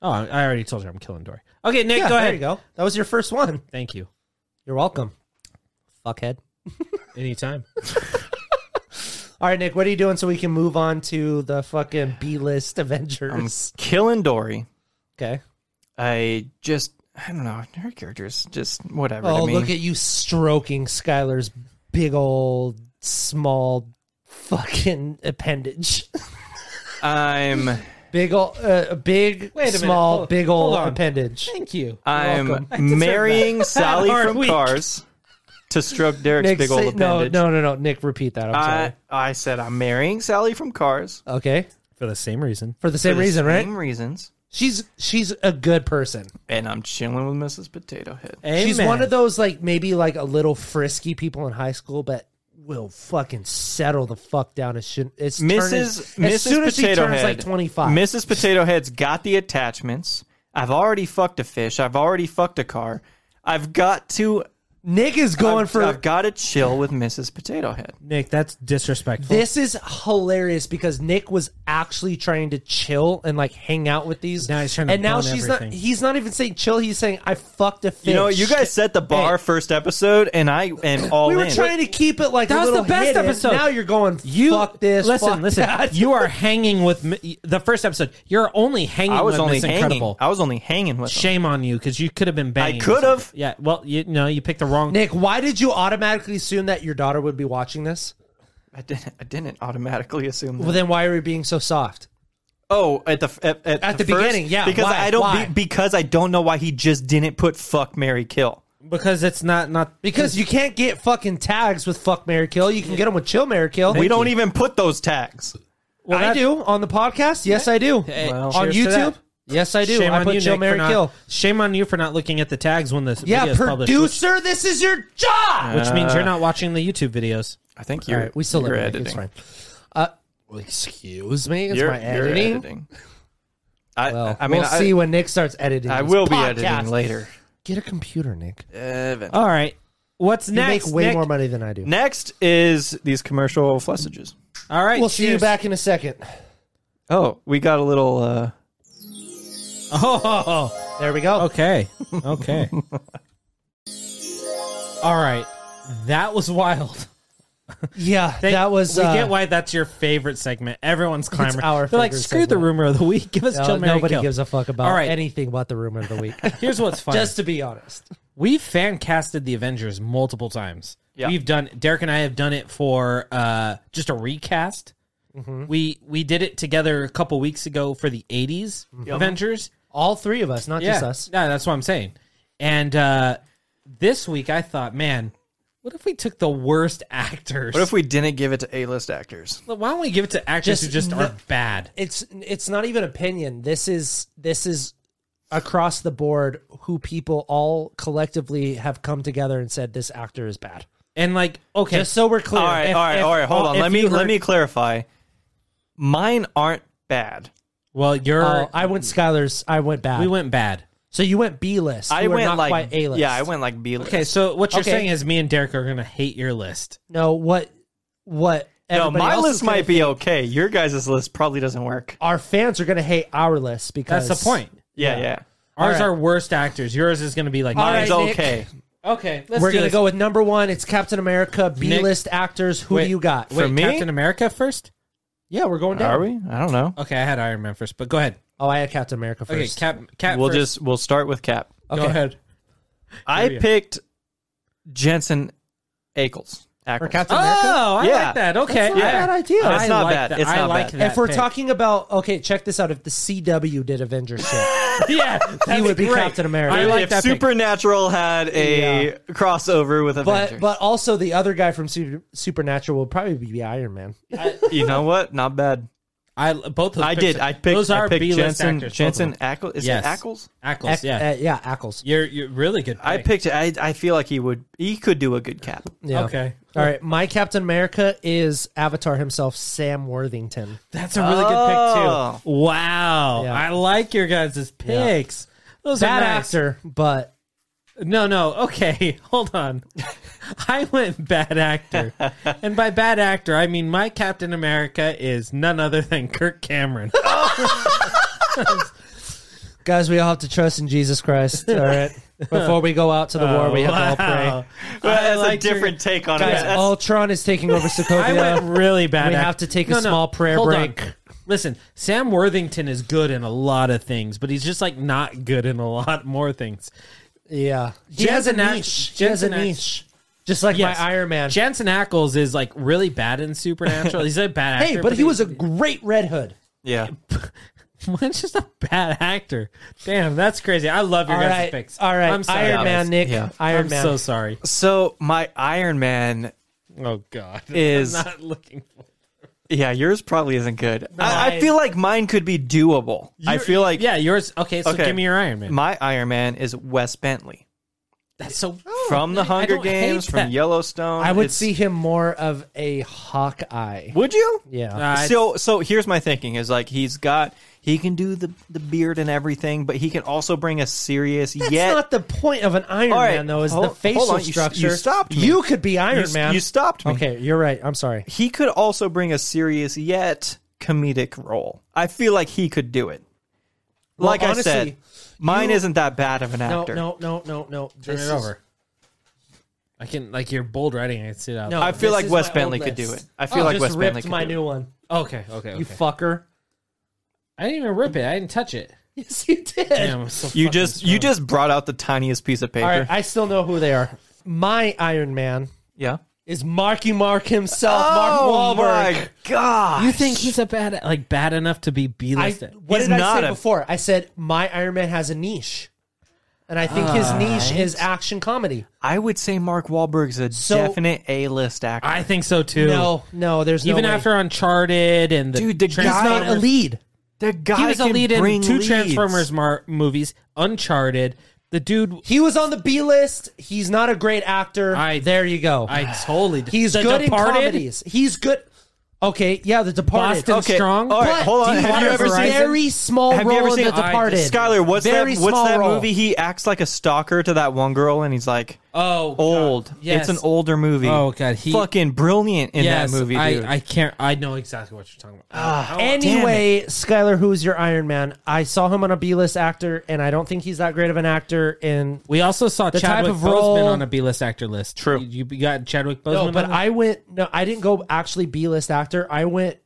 Oh, I I already told you I'm killing Dory. Okay, Nick, Yeah, go There ahead. you go. That was your first one. Thank you. You're welcome. Fuckhead. Anytime. All right, Nick, what are you doing so we can move on to the fucking B list Avengers? killing Dory. okay. I just I don't know her character is just whatever. Oh, to me. look at you stroking Skylar's big old small fucking appendage. I'm Big old, uh, big, Wait a minute, small, hold- big old hold on. appendage. Thank you. I'm welcome. marrying Sally hard from week. Cars to stroke Derek's Nick, big old say- no, appendage. no, no, no, Nick, repeat that. I'm I sorry. I said I'm marrying Sally from Cars Okay, For the same reason. for the same for the reason, right? Same reasons. She's she's a good person. And I'm chilling with Mrs. Potato Head. She's Amen. one of those like maybe like a little frisky people in high school, but will fucking settle the fuck down. As soon it's turning- Mrs. Mrs. as soon as she Potato turns Head, like twenty five. Mrs. Potato Head's got the attachments. I've already fucked a fish. I've already fucked a car. I've got to Nick is going I've, for I've got to chill with Mrs. Potato Head. Nick, that's disrespectful. This is hilarious because Nick was actually trying to chill and like hang out with these. Now he's trying to and now bone she's not. everything. He's not even saying chill. He's saying I fucked a fish. You know, you guys set the bar Hey. first episode, and I am all We were in. trying to keep it like That a was the little best hidden. episode. Now you're going. you fuck this. Listen, fuck listen. that. You are hanging with mi- the first episode. You're only hanging. I was with only Miss hanging. Incredible. I was only hanging with. them. Shame on you, because you could have been banging. I could have. Yeah. Well, you know, you picked the wrong. Nick, why did you automatically assume that your daughter would be watching this? I didn't. I didn't automatically assume. That. Well, then why are we being so soft? oh, at the at, at, At the first, beginning, yeah, Because why? I don't. Why? Be, because I don't know why he just didn't put fuck Mary kill. because it's not not Because you can't get fucking tags with fuck Mary Kill. You can get them with chill Mary Kill. we don't even put those tags. I do on the podcast. Yes, I do. Well, on cheers to YouTube. that. Yes, I do. Shame I on put you, chill Nick, Mary for not- Kill. Shame on you for not looking at the tags when this Yeah, video is published, which, producer, this is your job. which means you're not watching the YouTube videos. I think you're. All right, we still you're look editing. It's fine. Uh, well, excuse me, it's You're, my you're editing. editing. I, Well, I mean, we'll I, see when Nick starts editing. I this will be podcast. editing later. Get a computer, Nick. Evan. All right. What's You next? make way Nick? more money than I do. Next is these commercial flustages. All right. We'll see you cheers. back in a second. Oh, we got a little. uh Oh, There we go. okay. Okay. All right. That was wild. Yeah, that was. We uh, get why that's your favorite segment. Everyone's clamoring. our They're like, favorite screw the segment. rumor of the week. Give us no, Jill Mary uh, nobody Kill. gives a fuck about All right. anything but the rumor of the week. Here's what's fun. Just to be honest, We've fan casted the Avengers multiple times. Yeah. We've done Derek and I have done it for uh, just a recast. Mm-hmm. We we did it together a couple weeks ago for the '80s Avengers. all three of us, not just us. Yeah, that's what I'm saying. And uh, this week I thought, man, what if we took the worst actors? What if we didn't give it to A-list actors? Why don't we give it to actors Just who just no- are bad? It's it's not even opinion. This is this is across the board who people all collectively have come together and said this actor is bad. And like, okay, Just so we're clear, All right, If- all right, if- all right. Hold well, on. if Let me you heard- let me clarify. Mine aren't bad. well, you're Oh, I went Skylar's. I went bad. we went bad. so you went B list. I went not like quite A list. Yeah, I went like B-list. Okay, so what you're Okay. saying is me and Derek are gonna hate your list. No, what what? no, everybody my else is list gonna might be okay. Your guys' list probably doesn't work. our fans are going to hate our list because That's the point. Yeah, yeah. Ours right. are worst actors. Yours is going to be like All Mine's right, Nick. okay. Okay, let's We're do going to this. go with number one. It's Captain America, B list actors. Who Wait, do you got? Wait, For me? Captain America first. Yeah, we're going down. Are we? I don't know. Okay, I had Iron Man first, but go ahead. Oh, I had Captain America Okay, first. Cap. Cap. We'll first. just we'll start with Cap. go ahead. I picked Jensen Ackles. Ackles. Ah! Captain America. Oh, I Yeah. like that. Okay, That's not a bad idea. I It's not like bad. that. It's I not like bad. that. If we're pick. talking about okay, check this out. If the CW did Avengers shit, yeah, he that's would be great. Captain America. I like if that pick. Supernatural had a Yeah. crossover with but Avengers, but also the other guy from Super, Supernatural would probably be Iron Man. you know what? Not bad. I both. Those I picks- did. I picked. Those are I picked B-list Jensen. actors, both of Jensen them. Ackles. Is Yes. it Ackles? Ackles. Ac- yeah, uh, yeah, Ackles. you're you're really good. I pick. picked. I I feel like he would. He could do a good cap. Yeah. Okay. All right. My Captain America is Avatar himself, Sam Worthington. That's a really good Oh. pick too. Wow, Yeah. I like your guys' picks. Those Bad are nice. actor, but No, no. Okay, hold on. I went bad actor, and by bad actor, I mean my Captain America is none other than Kirk Cameron. guys, we all have to trust in Jesus Christ. All right. Before we go out to the war, we have to all pray. Wow. But I that's a liked your- different take on it. Guys, That's- Ultron is taking over I went Sokovia. really bad. We act- have to take a small prayer hold on. break. Listen, Sam Worthington is good in a lot of things, but he's just like not good in a lot more things. yeah. He Jensen has a Ack- niche. He has a Jensen Ack- niche. Just like Yes. my Iron Man. Jansen Ackles is like really bad in Supernatural. He's a bad actor. hey, but he was a great Red Hood. yeah. Man's just a bad actor. Damn, that's crazy. I love your All guys' right. picks. All right. I'm sorry, Iron guys. Man, Nick. Yeah. Iron I'm Man. so sorry. So my Iron Man Oh God, Is- I'm not looking. For Yeah, yours probably isn't good. I, I feel like mine could be doable. I feel like yeah, yours. Okay, so Okay. give me your Iron Man. my Iron Man is Wes Bentley that's so Oh, from The I Hunger don't hate Games, from that. Yellowstone. I would It's- see him more of a Hawkeye. Would you? Yeah. I- so so here's my thinking is like he's got he can do the the beard and everything, but he can also bring a serious That's yet not the point of an Iron All right, Man, though, is hold- the facial hold on, you s- structure. you stopped me. You could be Iron you, Man. you stopped me. Okay, you're right. I'm sorry. He could also bring a serious yet comedic role. I feel like he could do it. like honestly, I said, mine you- isn't that bad of an No, actor. no, no, no, no. turn This it is- over. I can like your bold writing. I can sit out. No, I feel this like is Wes my Bentley old could do list. it. I feel like Oh, just Wes Bentley ripped could my do it. new one. Okay. Okay. Okay. You fucker. I didn't even rip it. I didn't touch it. Yes, you did. Damn. I'm so You fucking just you strong. just brought out the tiniest piece of paper. All right, I still know who they are. My Iron Man yeah. is Marky Mark himself, Mark Wahlberg. Oh my god! You think he's a bad like bad enough to be B I, listed? what He's did I not say a- before? I said my Iron Man has a niche, and I think Ah. his niche is action comedy. I would say Mark Wahlberg's a So- definite A-list actor. I think so too. No, no, there's no even way. after Uncharted and the Dude, the he's not Transformers- a lead. the guy He was a can lead in bring two leads. Transformers mar- movies, Uncharted. The dude, He was on the B list. He's not a great actor. I- there you go. I totally. He's the good Departed? in comedies. He's good. Okay, yeah, The Departed. Boston Okay, Strong. all right, But hold on. he Have had you a ever seen- very small Have you role ever in seen The Departed? Skyler? What's very that? What's small that role. movie? He acts like a stalker to that one girl, and he's like Oh, God. old. Yes. It's an older movie. Oh, God, he- fucking brilliant in yes, that movie, dude. I, I can't. I know exactly what you're talking about. Ah, Anyway, Skyler, who's your Iron Man? I saw him on a B list actor, and I don't think he's that great of an actor. In we also saw the Chadwick type of Boseman role- on a B-list actor list. True. You, you got Chadwick Boseman. no, but on I went. No, I didn't go actually B list actor. I went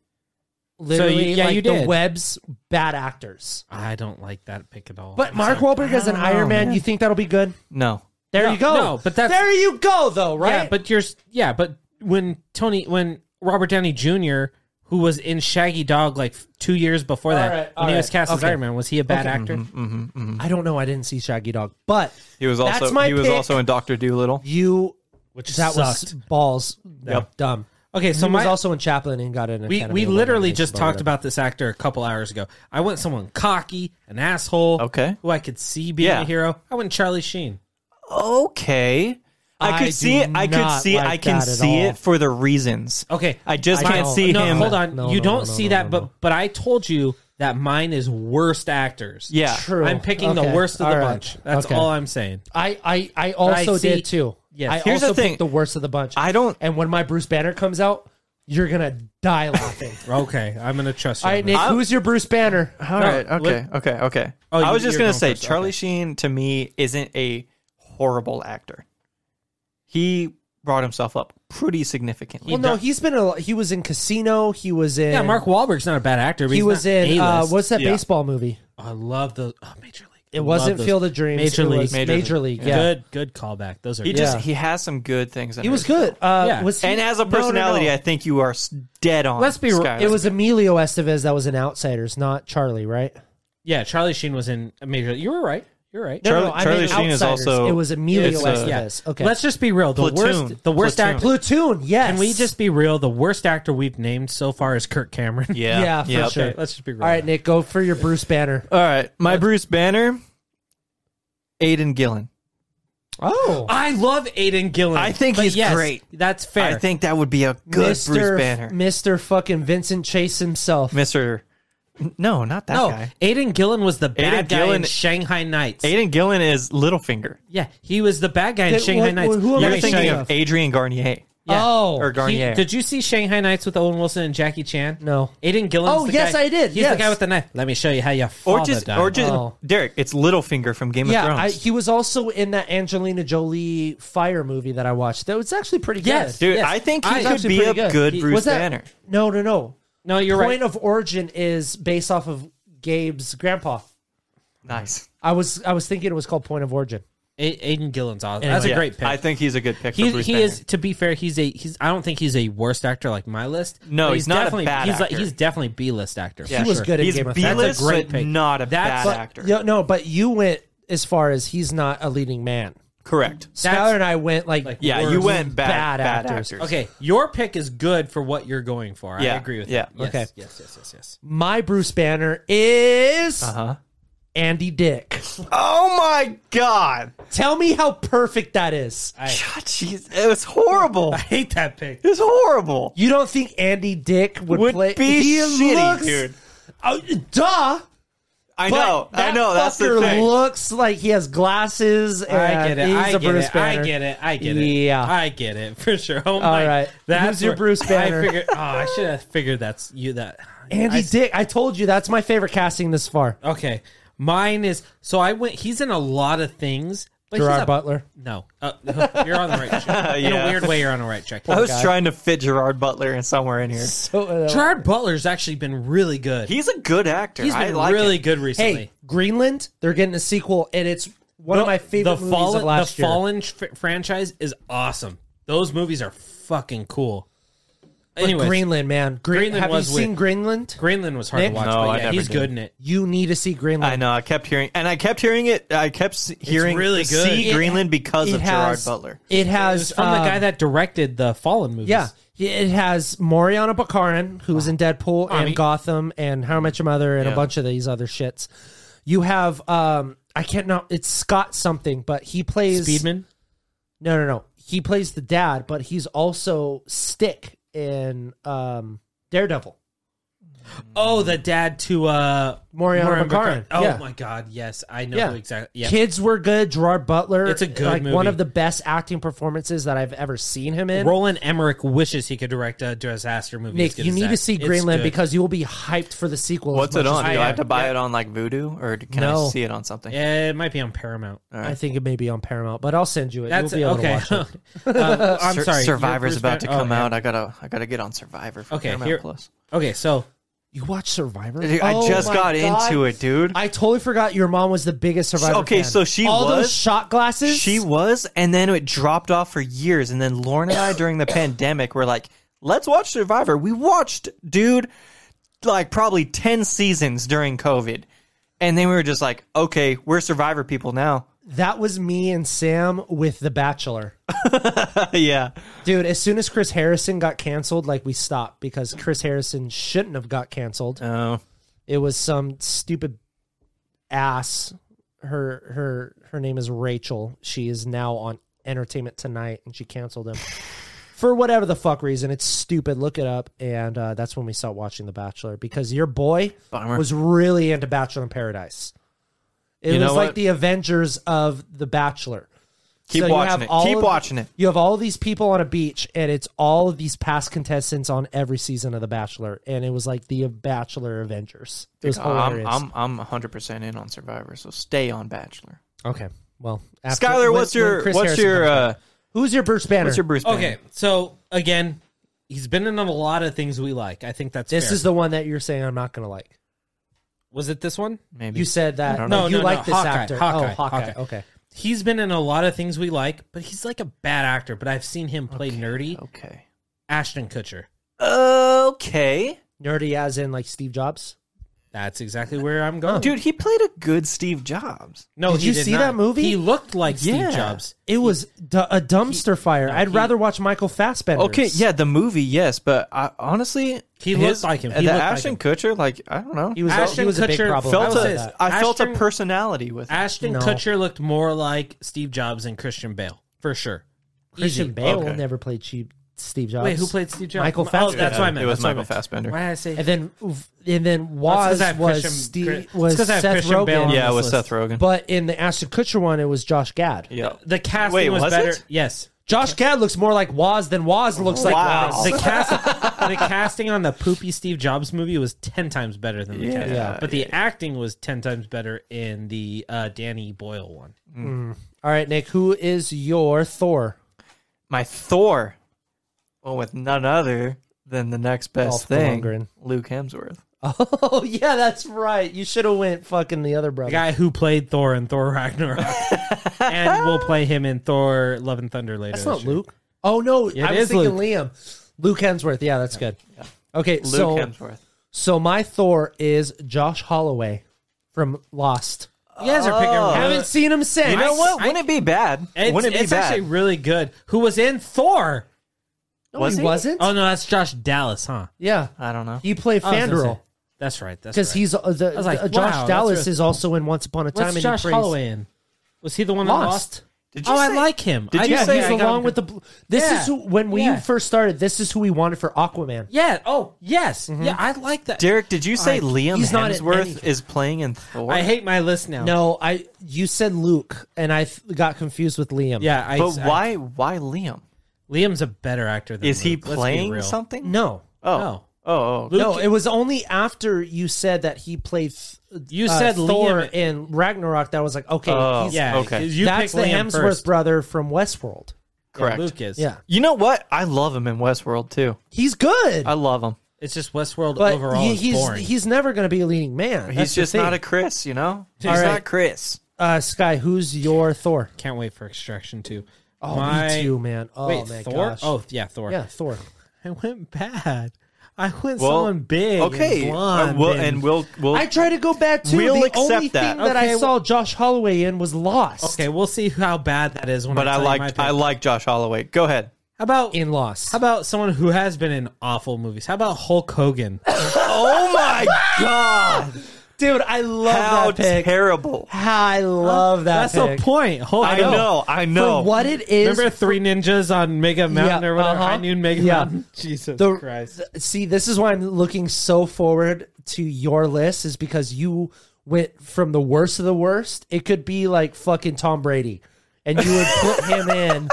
literally yeah, like you the did. web's bad actors. there? I don't like that pick at all. But Mark Wahlberg as an Iron Man, you think that'll be good? no. There No, you go. no, but that's- there you go, though, right? yeah, but you're yeah, but when Tony when Robert Downey Jr. who was in Shaggy Dog like f- two years before that, right, all when he was right, cast as okay. Iron Man, was he a bad Okay. Mm-hmm. actor? I don't know. I didn't see Shaggy Dog, but He was also That's my he was pick. also in Doctor Doolittle. you Which that was sucked. balls Yep. dumb. Okay, so he was my also in Chaplin and got an. we, Academy we Award literally nomination just for talked whatever. about this actor a couple hours ago. I went someone cocky, an asshole, Okay. who I could see being Yeah. a hero. I went Charlie Sheen. okay. I I could see do it. I could not see. like I can that at see all. it for the reasons. Okay, I just I can't don't- see no, him. hold on, No, you no, don't no, see no, that, no, but no. but I told you that mine is worst actors. Yeah. True. I'm picking Okay. the worst of All the right. bunch. That's Okay. all I'm saying. I I I also I see- did too. Yes. I Here's the also thing. picked the worst of the bunch. I don't. and when my Bruce Banner comes out, you're gonna die laughing. Okay, I'm gonna trust you. All on right, that. Nick, I'm- who's your Bruce Banner? All right. No, Okay. Okay. Okay. Oh, I you- was just you're gonna going say first, Charlie okay. Sheen to me isn't a horrible actor. He brought himself up pretty significantly. Well, no, he's been a, he was in Casino. He was Oh, in Yeah, Mark Wahlberg's not a bad actor. But He was in uh, what's that Yeah. baseball movie? I love the oh, Major League. It wasn't those. Field of Dreams. Major it League. was Major, Major League. League, Yeah, Good, good callback. Those are He good. just Yeah. he has some good things. in he her. was good. Uh, Yeah. was he, and as a No, no, no. personality, I think you are s- dead on. Let's be. Skylar. It was Emilio Estevez that was in Outsiders, not Charlie, right? Yeah, Charlie Sheen was in a Major. You were right. You're right. Charlie- Charlie Sheen is Outsiders. also- It was Emilio it's, uh, Estevez. Okay, Let's just be real. The Platoon. worst. The worst Platoon. actor. platoon. Yes. Can we just be real? The worst actor we've named so far is Kirk Cameron. yeah, Yeah, for Yep. sure. Okay, let's just be real. All right, Nick, go for your Bruce Banner. All right, my Bruce Banner, Aiden Gillen. Oh, I love Aiden Gillen. I think but he's yes, great. That's fair. I think that would be a good Bruce Banner, Mister fucking Vincent Chase himself. Mister. No, not that no, guy. Aiden Gillen was the bad Aidan guy in Gillen- Shanghai Nights. Aiden Gillen is Littlefinger. yeah, he was the bad guy in Did- Shanghai wh- Nights. wh- who am Let I You're me thinking show thinking you. of? of Adrian Garnier. Yeah. Oh. Or Garnier. He- did you see Shanghai Nights with Owen Wilson and Jackie Chan? No. Aiden Gillen. Oh, yes, I did, He's the yes. guy with the knife. Let me show you how your or father just died. Uh, or just Oh. Derek. It's Littlefinger from Game of Yeah, I, Thrones. he was also in that Angelina Jolie fire movie that I watched. That was actually pretty Yes, good. Dude, yes. I think I- he he's could actually be a pretty good, good. He- Bruce Was that- Banner. No, no, no. no, you're right. Point of origin is based off of Gabe's grandpa. Nice. I was I was thinking it was called Point of Origin. A- Aiden Gillen's awesome. That's a Yeah, great pick. I think he's a good pick. he for Bruce he Banner. is to be fair. He's a he's. I don't think he's a worst actor like my list. No, but he's not a definitely, bad he's Like, actor. he's definitely B list actor. Yeah, he was sure. good in He's Game of B-list, Thrones. That's a great but pick. not a That's- bad but- actor. Yeah, no, but you went as far as he's not a leading man. Correct. Skylar and I went like, Yeah, worst you went bad, bad bad, actors. actors. Okay, your pick is good for what you're going for. I Yeah, agree with yeah. that. Yes, Okay. Yes, yes, yes, yes. My Bruce Banner is Uh-huh. Andy Dick. Oh my god. Tell me how perfect that is. God, jeez, it was horrible. I hate that pick. It was horrible. You don't think Andy Dick would, Would play? be shitty, dude. Oh, duh. But I know. I that know. That's the fucker thing. Looks like he has glasses. And I get it. He's I a get Bruce it. Banner. I get it. I get it. Yeah. I get it for sure. Oh All my, right. That's Who's your where- Bruce Banner? I figured. Oh, I should have figured that's you. That Andy I- Oh, Dick. I told you that's my favorite casting this far. Okay, mine is. So I went. He's in a lot of things. But he's Gerard a- Butler. No, uh, you're on the right track. In a Yeah. weird way, you're on the right track. I was guy. trying to fit Gerard Butler in somewhere in here. Oh, So, uh, Gerard Butler's actually been really good. He's a good actor. He's I been like really it. good recently. hey, Greenland. They're getting a sequel, and it's one of my favorite movies Fallen, of last the year. Fallen f- franchise is awesome. Those movies are fucking cool. Anyway, Greenland, man. Green- Greenland Have was you seen weird. Greenland? Greenland was hard Nick? to watch, No, but I yeah, never he's did. good in it. You need to see Greenland. I know. I kept hearing, and I kept hearing it. I kept s- hearing really good. See It- Greenland because It of has- Gerard Butler. It has It's from the um, guy that directed the Fallen movies. Yeah, it has Moriana Bakarin, who was in Deadpool and mean- Gotham and How I Met Your Mother and a Yeah. bunch of these other shits. You have um, I can't know it's Scott something, but he plays Speedman. Mm. No, no, no. He plays the dad, but he's also Stick in um, Daredevil. Oh, the dad to uh, Moriana Moriana Bakarin. Oh Yeah. my god, yes, I know Yeah. who exactly. Yeah, Kids were good. Gerard Butler. It's a good like one movie. of the best acting performances that I've ever seen him in. Roland Emmerich wishes he could direct a disaster movie. as Nick, good you as need that. to see It's Greenland good. because you will be hyped for the sequel. as What's it much as on? Do I I am. have to buy Yeah. it on like Voodoo, or can No. I see it on something? Yeah, it might be on Paramount. I think it may be on Paramount, but I'll send you it. That's You'll be able okay. to watch it. Uh, I'm Sur- sorry. your Survivor's Bruce about to Banner- come oh, out. I gotta, I gotta get on Survivor. For Okay, Paramount here- Oh Plus. Okay, so You watch Survivor? Dude, I just got into it, dude. I totally forgot your mom was the biggest Survivor. Okay, fan. so she all those was- shot glasses. She was, and then it dropped off for years. And then Lauren and I, during the pandemic, were like, "Let's watch Survivor." We watched, dude, like probably ten seasons during COVID, and then we were just like, "Okay, we're Survivor people now." that was me and Sam with The Bachelor. yeah, Dude, as soon as Chris Harrison got canceled, like we stopped because Chris Harrison shouldn't have got canceled. oh, It was some stupid ass. Her her her name is Rachel. She is now on Entertainment Tonight, and she canceled him for whatever the fuck reason. It's stupid. Look it up, and uh, that's when we stopped watching The Bachelor because your boy Bummer. was really into Bachelor in Paradise. It You know was like what? the Avengers of The Bachelor. keep So you have watching it. all Keep of- watching it. You have all these people on a beach, and it's all of these past contestants on every season of The Bachelor, and it was like the Bachelor Avengers. It was I'm, hilarious. I'm, I'm 100 percent in on Survivor, so stay on Bachelor. okay, well, after, Skylar, when- what's when your, Chris what's Harrison your, comes back. uh, who's your Bruce Banner? what's your Bruce? Banner? Okay, so again, he's been in a lot of things we like. I think that's this fair. is the one that you're saying I'm not gonna like. Was it this one? Maybe You said I that don't know. no, you No, no, like no, this Hawkeye, actor. Hawkeye, oh, Hawkeye. Hawkeye. Okay. He's been in a lot of things we like, but he's like a bad actor. But I've seen him play nerdy. okay. Ashton Kutcher. Okay, Nerdy as in like Steve Jobs. That's exactly where I'm going. dude, he played a good Steve Jobs. no, Did he you see not. that movie? He looked like Yeah. Steve Jobs. It was d- a dumpster fire. I'd rather watch Michael Fassbender. Okay, yeah, the movie, yes, but I, honestly, He his- looked like him. The He looked like Ashton him. Kutcher, like I don't know, He was, Ashton he was a big Kutcher problem. felt felt I was a- a, that. I felt a Ashton- personality with him. Ashton No. Kutcher looked more like Steve Jobs and Christian Bale for sure. Christian Easy. Bale Okay. never played cheap Steve Jobs. Wait, who played Steve Jobs? Michael Oh, that's Fassbender. what I meant. It was that's what I Michael meant. Fassbender. Why did I say? And then and then That's 'cause Waz I have was Christian- Chris- Steve it's was 'cause I have Seth Christian Rogen. Bale on yeah, this it was list. Seth Rogan. But in the Ashton Kutcher one, it was Josh Gad. yeah, the casting Wait, was, was better. it? Yes, Josh Gad looks more like Waz than Waz looks like Wow. Waz. the cast, the casting on the poopy Steve Jobs movie was ten times better than the Yeah, casting, yeah, but the acting was ten times better in the uh, Danny Boyle one. All right, Nick, who is your Thor? my Thor, well, with none other than the next best Dolph thing, Lundgren. Luke Hemsworth. Oh yeah, that's right. You should have went fucking the other brother. The guy who played Thor in Thor Ragnarok, and we'll play him in Thor Love and Thunder later. that's this not year. Luke. Oh no, Yeah, it I was is thinking Liam. Luke Hemsworth. Yeah, that's good. Okay, Luke so Hemsworth. so my Thor is Josh Holloway from Lost. You guys are picking. I Oh. haven't seen him since. Uh, You know what? I- Wouldn't it be bad? It's, Wouldn't it be it's bad? actually really good. Who was in Thor? No, Was he, he? wasn't. Oh no, that's Josh Dallas, huh? Yeah, I don't know. he played Oh, I was gonna Fandral say. That's right. That's because right. he's uh, the, was like, uh, Josh wow, that's Dallas really is also in Once Upon a Time. What's and Josh he plays Holloway in? Was he the one that lost? Lost. Did Oh, I say- like him. Did I, you Yeah, say- he's I the got one him. with the. Blue. This Yeah. is who when we Yeah. first started. This is who we wanted for Aquaman. Yeah. Oh, yes. Mm-hmm. Yeah, I like that. Derek, did you say I- Liam he's not in Hemsworth anything. is playing in Thor? I hate my list now. No, I you said Luke, and I th- got confused with Liam. Yeah. I, but I- why? Why Liam? Liam's a better actor than Is he Luke, let's be playing real. something? no, Oh. No. Oh. oh. Luke- no. It was only after you said that he played. Th- You uh, said Thor Liam- in Ragnarok. That was like okay. Oh, he's, Yeah. Okay. 'cause You that's picked the Liam Hemsworth first. brother from Westworld. Correct. Yeah, Luke is. Yeah, You know what? I love him in Westworld too. he's good, I love him. It's just Westworld but overall he- is he's boring. he's never going to be a leading man. He's That's the just not a thing. Chris, you know. He's All right. not Chris. uh, Sky. Who's your Thor? Can't wait for Extraction two. Oh, my, me too, man. Oh wait, my Thor. gosh. Oh yeah, Thor. yeah, Thor. I went bad. I went Well, someone big. Okay. And blonde Uh, we'll- and we'll we'll I try to go back too. We'll the accept only that. thing that Okay, I saw Josh Holloway in was Lost. okay. We'll see how bad that is when. but I, I tell you my like pick. I like Josh Holloway. Go ahead. How about in Lost. How about someone who has been in awful movies? How about Hulk Hogan? Oh my god. Dude, I love How that pick. terrible. I love that. That's the pick. point. Hulk I know. I know. For what it is, Remember Three Ninjas on Mega Mountain Yeah, or whatever? uh-huh. High Noon Mega Yeah. Mountain? Jesus the- Christ. th- see, this is why I'm looking so forward to your list, is because you went from the worst of the worst. It could be like fucking Tom Brady, and you would put him in.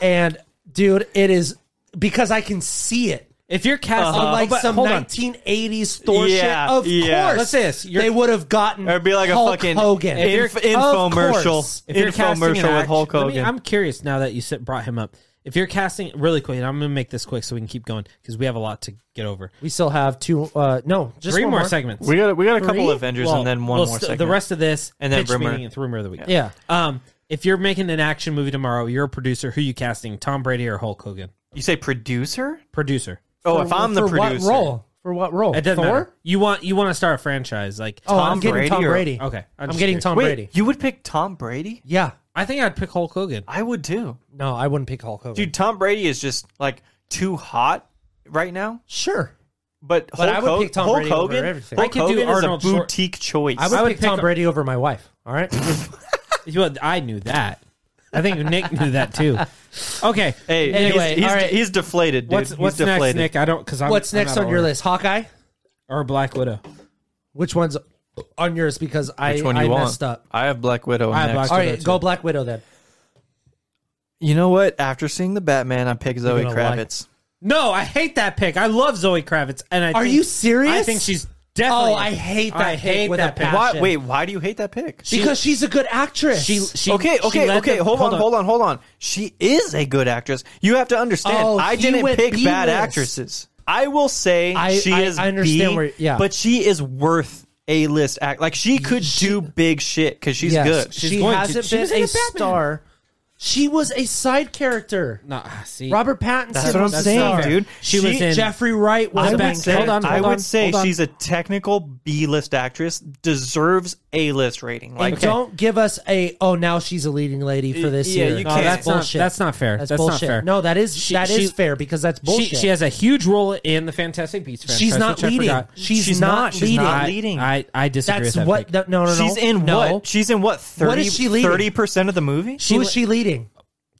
And dude, it is because I can see it. If you're casting Uh-huh. Unlike but some hold on. 1980s Thor Yeah, shit, of yeah. course. Let's say this, you're- They would have gotten. It'd be like a Hulk fucking Hogan. inf- If you're- of infomercial. course. If you're casting an Infomercial with act- Hulk let me- Hogan. I'm curious now that you sit, brought him up. If you're casting really quick, and I'm going to make this quick so we can keep going because we have a lot to get over. We still have two. Uh, no, just Three one more, segments. we got we got a couple Three? Avengers Well, and then one well, more st- segment. The rest of this, And then pitch rumor. meeting, it's rumor of the week. Yeah. Um, if you're making an action movie tomorrow, you're a producer. Who you casting? Tom Brady or Hulk Hogan? you say producer? Producer. Oh, if I'm the for producer. what role? For what role? It doesn't Thor? matter. You want you want to start a franchise like? Oh, I'm getting Brady Tom or- Brady. okay. I'm, just getting curious. Tom Wait, Brady. you would pick Tom Brady? Yeah. I think I'd pick Hulk Hogan. I would too. No, I wouldn't pick Hulk Hogan. Dude, Tom Brady is just like too hot right now. sure. But, But Hulk I would Ho- pick Tom Hulk Brady over Hogan. everything. Hulk I could do Hogan Arnold is a Schwar- boutique choice. I would, I would pick, Tom pick- Brady over my wife. All right. Well, I knew that. I think Nick knew that too. Okay. hey, he's- Anyway, he's, all right. he's deflated, dude. what's He's what's next, deflated. Nick? I don't because I'm. What's I'm next out of on your order. list? Hawkeye? Or Black Widow? Which one's on yours? Because I, Which one I you want? messed up. I have Black Widow I have next. Black All Widow right, too. go Black Widow then. You know what? After seeing the Batman, I pick Zoe gonna like- Kravitz. No, I hate that pick. I love Zoe Kravitz, and I Are think- you serious? I think she's definitely. Oh, I hate that I pick hate with that a pick. passion. Why, wait, why do you hate that pick? because she's a good actress. She, she okay, she okay, led okay. the- hold, on, hold on, hold on. She is a good actress. You have to understand. Oh, I he didn't went pick bad B-list. actresses. I will say I- she I- is I understand B, where- yeah. but she is worth A list act. Like she could do big shit because she's Yes, good. She's she going to. hasn't She been was in the a Batman. star. She was a side character. Nah, see, Robert Pattinson. That's what I'm was a saying, star. dude. She, She was was in- Jeffrey Wright was I a would back. say, Hold on, I hold would on, say hold on. she's a technical B list actress, deserves A list rating. Like, And don't give us a oh now she's a leading lady for this Yeah, year. you No, can't. that's bullshit. not. That's not fair. That's, That's, bullshit. not fair. No, that is She- that is she- fair because that's she, bullshit. she has a huge role in the Fantastic Beasts. Franchise, She's not which I leading. forgot. She's, She's not not. She's leading. not I, leading. I, I disagree That's with that. what. pick. no, no, no. she's in no. what? She's in what? 30, What is she leading? 30% of the movie? Who is she leading?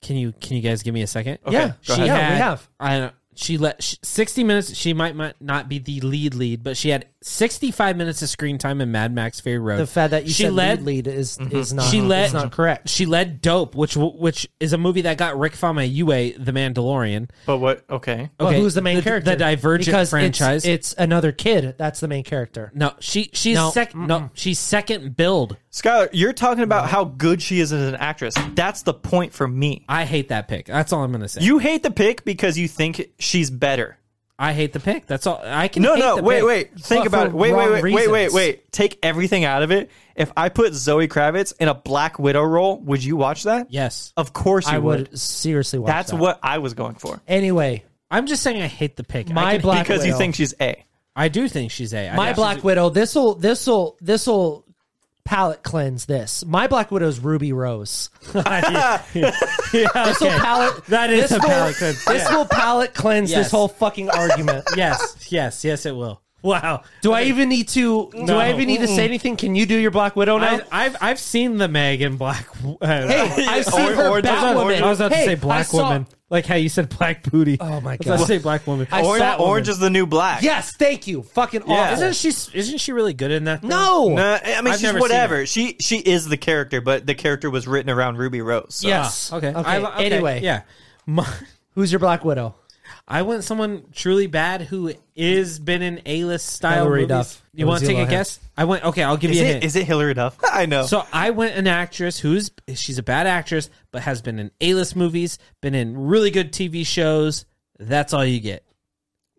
Can you can you guys give me a second? Okay, yeah, go she- ahead. yeah, we have. I don't, she let she, sixty minutes. She might, might not be the lead lead, but she had sixty five minutes of screen time in Mad Max Fury Road. The fact that you she said led Mm-hmm. lead, lead is is not. she led is not correct. She led Dope, which w- which is a movie that got Rick Famuyiwa the Mandalorian. But what? Okay. Well, Okay, who's the main the- character? the Divergent because it's- franchise. It's, another kid. That's the main character. No, she she's No, sec- no she's second build. Skylar, you're talking about how good she is as an actress. That's the point for me. I hate that pick. That's all I'm gonna say. You hate the pick because you think she's better. I hate the pick. That's all. I can. No, hate no, the wait, pick. wait. Think But about it. for Wait, wait, wrong wait, wait, wait, reasons. wait. Take everything out of it. If I put Zoe Kravitz in a Black Widow role, would you watch that? Yes, Of course you I would. would seriously watch That's that. what I was going for. Anyway, I'm just saying I hate the pick. I My can- Black because you Widow. think she's A. I do think she's a. I my think Black she's Widow. This will this will this will palate cleanse this. My Black Widow's Ruby Rose. This will palate. That is this a will- palate cleanse, This will palate cleanse this Yes. whole fucking argument. a- yes, yes, yes. It will. Wow. Do I even need to? Do I even need to say anything? Can you do your Black Widow now? I, I've I've seen the Meg in Black. Uh, Hey, I've seen Or- her or- Batwoman. I was about Hey, to say I black saw- woman, like how you said black booty. Oh my I was about to God. say black woman. I Orange, saw- orange is the new black. Yes, thank you. Fucking Yeah. awful. isn't she? Isn't she really good in that? though? Ah, no. Nah, I I've mean, she's never seen whatever. She she is the character, but the character was written around Ruby Rose. so- Yes. Okay. Okay. I li- okay, Anyway, yeah. My- who's your Black Widow? I want someone truly bad who is been in A list style Hillary movies. Duff. You want to Lindsay take a Lohan. guess? I went. Okay, I'll give Is you a it hint. is it Hillary Duff? I know. So I went an actress who's she's a bad actress, but has been in A list movies, been in really good TV shows. That's all you get.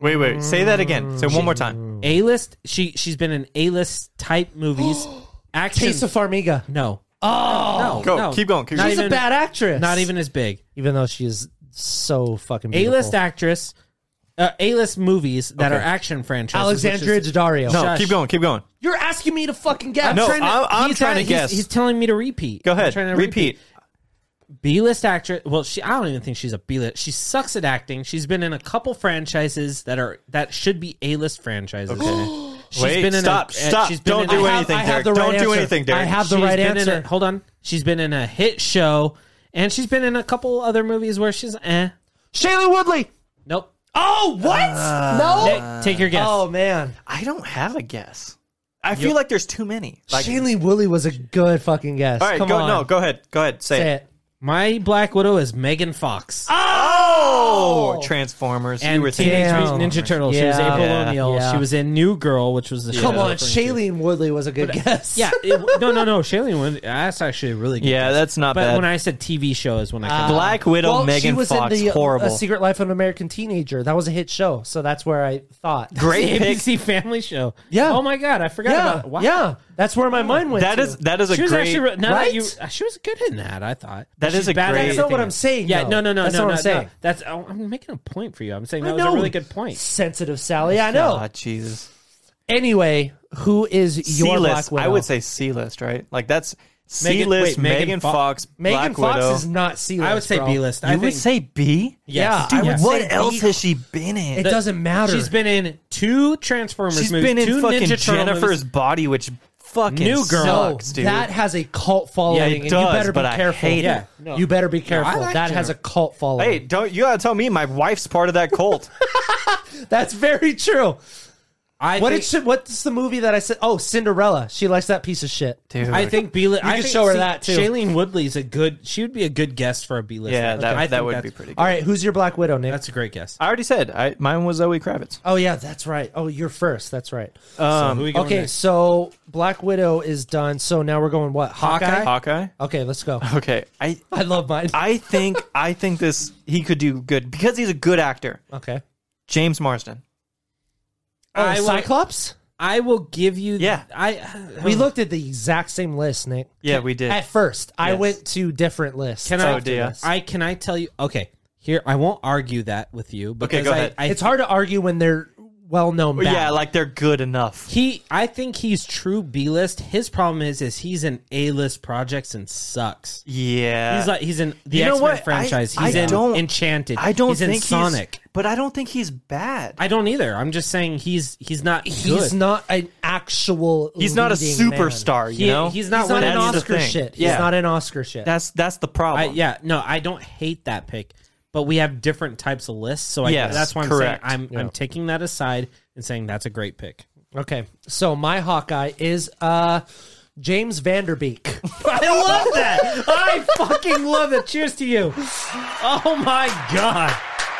wait, wait. Say that again. Say it one more time. A list. She she's been in A list type movies. Action. Tessa Farmiga. no. Oh, No. Go. no. Keep going. Keep Not going. she's a even- bad actress. Not even as big. even though she is so fucking A beautiful. list actress. Uh, A list movies that Okay. are action franchises. Alexandria which is- Daddario. No, Shush. keep going. Keep going. You're asking me to fucking guess. No, trying to- I'm, Oh, I'm he's trying trying- to he's- guess. He's, telling me to repeat. Go I'm ahead. trying to Repeat. B list actress. Well, she. I don't even think she's a B list. She sucks at acting. She's been in a couple franchises that are that should be A list franchises. Okay. She's Wait, in a- stop, uh, stop. she's been Don't in do a- have- anything, I have Derek. the right Don't do answer. anything, Derek. I have the She's right been in answer. a- hold on. She's been in a hit show, and she's been in a couple other movies where she's eh. Shayla Woodley. Nope. Oh, what? Nick, no. take your guess. Oh man, I don't have a guess. I feel like there's too many. Like, Shaylee Woodley was a good fucking guess. all right, Come go. on, No, go ahead. Go ahead. Say, say it. it. My Black Widow is Megan Fox. Oh, Transformers. Ah, you and were Teenage thinking. Damn. Mutant Ninja Turtles. She was Yeah. April Yeah. O'Neil. Yeah. She was in New Girl, which was the show. Come I was on, referring to. Shailene Woodley was a good guess. Yeah, it, no, no, no. Shailene was that's actually a really good. Yeah, guess. that's not But bad. when I said TV show is Ah. when I came up. Black Widow, Well, Megan she was Fox, in the uh, horrible. A Secret Life of an American Teenager. That was a hit show, so that's where I thought. Great pick. ABC Family Show. Yeah. Oh my God, I forgot Yeah, about. Wow. yeah, that's where my mind went. That to. is that is a She was great. actually re- now that Right? you she was good in that. I thought That She's is a bad at great- That's not what everything. I'm saying. Yeah, though. no, no, no, That's no, not no, what I'm saying. no. That's oh, I'm making a point for you. I'm saying I that was a know. really good point. Sensitive Sally, I know. Ah, Jesus. Anyway, who is your Black C-list. Widow? I would say C-list, right? Like that's Megan- wait, C-list. Megan Megan Fo- Fox, Megan Black Fox Widow. is not C-list. I would say bro. B list. I you would think say B. Yeah, Yes. I would Yes. say What else B. has she been in? It doesn't matter. she's been in two Transformers She's movies, been in two fucking Ninja Turtle Jennifer's movies. body, which fucking New Girl. no, sucks, dude. that has a cult following. it and you does, better but be I careful. hate it. Yeah, no. You better be careful. like that Jennifer. has a cult following. hey, don't you gotta tell me my wife's part of that cult? That's very true. I What think- did she, what's the movie that I said? Oh, Cinderella. She likes that piece of shit. dude, I think B. You could show her that, too. Shailene Woodley's a good. She would be a good guest for a B list. yeah, that, I that think would be that's- pretty. good. All right, who's your Black Widow, Nick? That's a great guess. I already said I, mine was Zoe Kravitz. Um, oh yeah, that's right. Oh, you're first. That's right. so who we going okay, next? so Black Widow is done. So now we're going what? Hawkeye. Hawkeye. Okay, let's go. Okay, I I love mine. I think I think this he could do good because he's a good actor. Okay. James Marsden. Oh, I would- Cyclops. I will give you. Yeah. I uh, We looked at the exact same list, Nick. Yeah, we did. At first, I Yes. went to different lists. Can Oh, I? dear. I can I tell you? Okay, here I won't argue that with you because go I, ahead. I it's hard to argue when they're well known. Yeah, like they're good enough. He, I think he's true B list. His problem is, is he's in A list projects and sucks. Yeah, He's like he's in the You know X Men what? I- franchise. I He's in don't- Enchanted. I don't He's think in Sonic. he's, but I don't think he's bad. I don't either. I'm just saying he's he's not he's good. not an actual. he's not a leading superstar. He- You know, he's not Man. He's not one an of That's the Oscar thing. shit. Yeah. He's not an Oscar shit. that's that's the I, problem. yeah, no, I don't hate that pick, but we have different types of lists, so I, Yes, that's why I'm correct. saying I'm I'm taking that aside and saying that's a great pick. okay, so my Hawkeye is uh James Vanderbeek. I love that. I fucking love it. Cheers to you. Oh my god,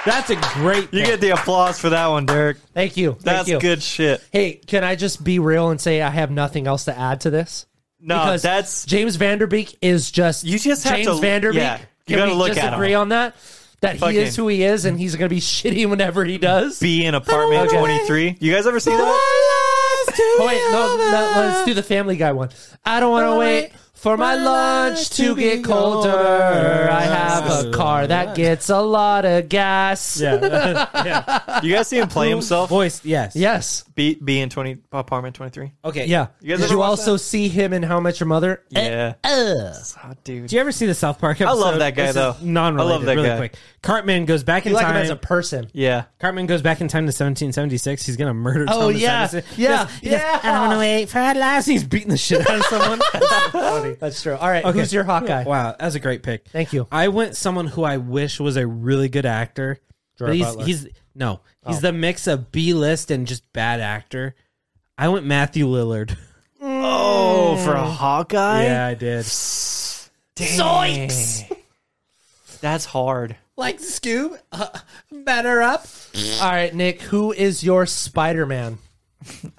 that's a great. you pick. get the applause for that one, Derek. Thank you. Thank That's you. good shit. Hey, can I just be real and say I have nothing else to add to this? No, that's James Vanderbeek is just You just have James to- Vanderbeek. yeah, you Can gotta we look just at him. agree on that? That he Fucking- is who he is, and he's gonna be shitty whenever he does. B in apartment wanna- twenty three. You guys ever see that? Oh, wait, no, no, let's do the Family Guy one. I don't want to wait for my lunch to get colder. I have a car that gets a lot of gas. yeah, yeah. You guys see him play himself? Voice, yes, Yes. B B in twenty apartment twenty three. Okay, Yeah. You guys Did ever you watch also see him in How Much Your Mother? Yeah, Ugh. oh, dude. Do you ever see the South Park? Episode? love that guy, This is though. Non-related. I love that really guy. quick. Cartman goes back in You like him time. as a person. Yeah, Cartman goes back in time to 1776. He's gonna murder. Oh, Thomas yeah. Edison. Yeah. Yes, yes. Yeah. I don't want to wait for that last. He's beating the shit out of someone. That's true. All right. Who's your Hawkeye? Wow, that was a great pick. Thank you. I went someone who I wish was a really good actor. but he's Butler. he's no, he's the mix of B list and just bad actor. I went Matthew Lillard. Oh, for a Hawkeye? yeah, I did. Zoinks! That's hard. Like Scoob, uh, better up. All right, Nick. Who is your Spider Man?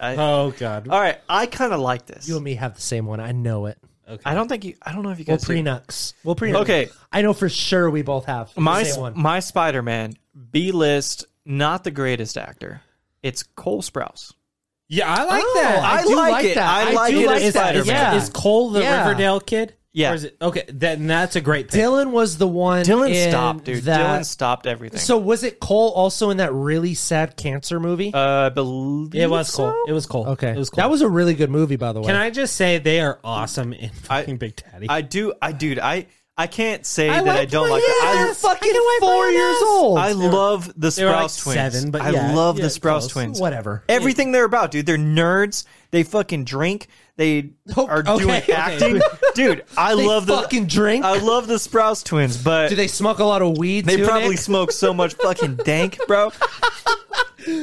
Oh God. All right, I kind of like this. You and me have the same one. I know it. I don't think you. I don't know if you We'll guys. do. prenux. We'll prenux. Okay. I know for sure we both have the my same one. my Spider Man B list, not the greatest actor. It's Cole Sprouse. Yeah, I like that. I do like it. I like do it as is, Spider-Man. is, Yeah. is Cole the Yeah. Riverdale kid? Yeah. Or is it, okay, then that's a great pick. Dylan was the one. Dylan in stopped, dude. That, Dylan stopped everything. So was it Cole also in that really sad cancer movie? uh, I believe it was Cole. so? It was Cole. okay, It was Cole. that was a really good movie, by the way. Can I just say they are awesome in fucking Big Daddy? I do. I dude. I I can't say that I wiped don't my like. You're That. fucking four years old. I I love the were like Sprouse twins. seven, but I yeah, love yeah, the Sprouse close. twins. Whatever. Everything they're about, dude. They're nerds. They fucking drink. They Oh, are okay, doing okay. acting, dude. I They love the fucking drink. I love the Sprouse twins, but Do they smoke a lot of weed? they too, probably Nick? smoke so much fucking dank, bro.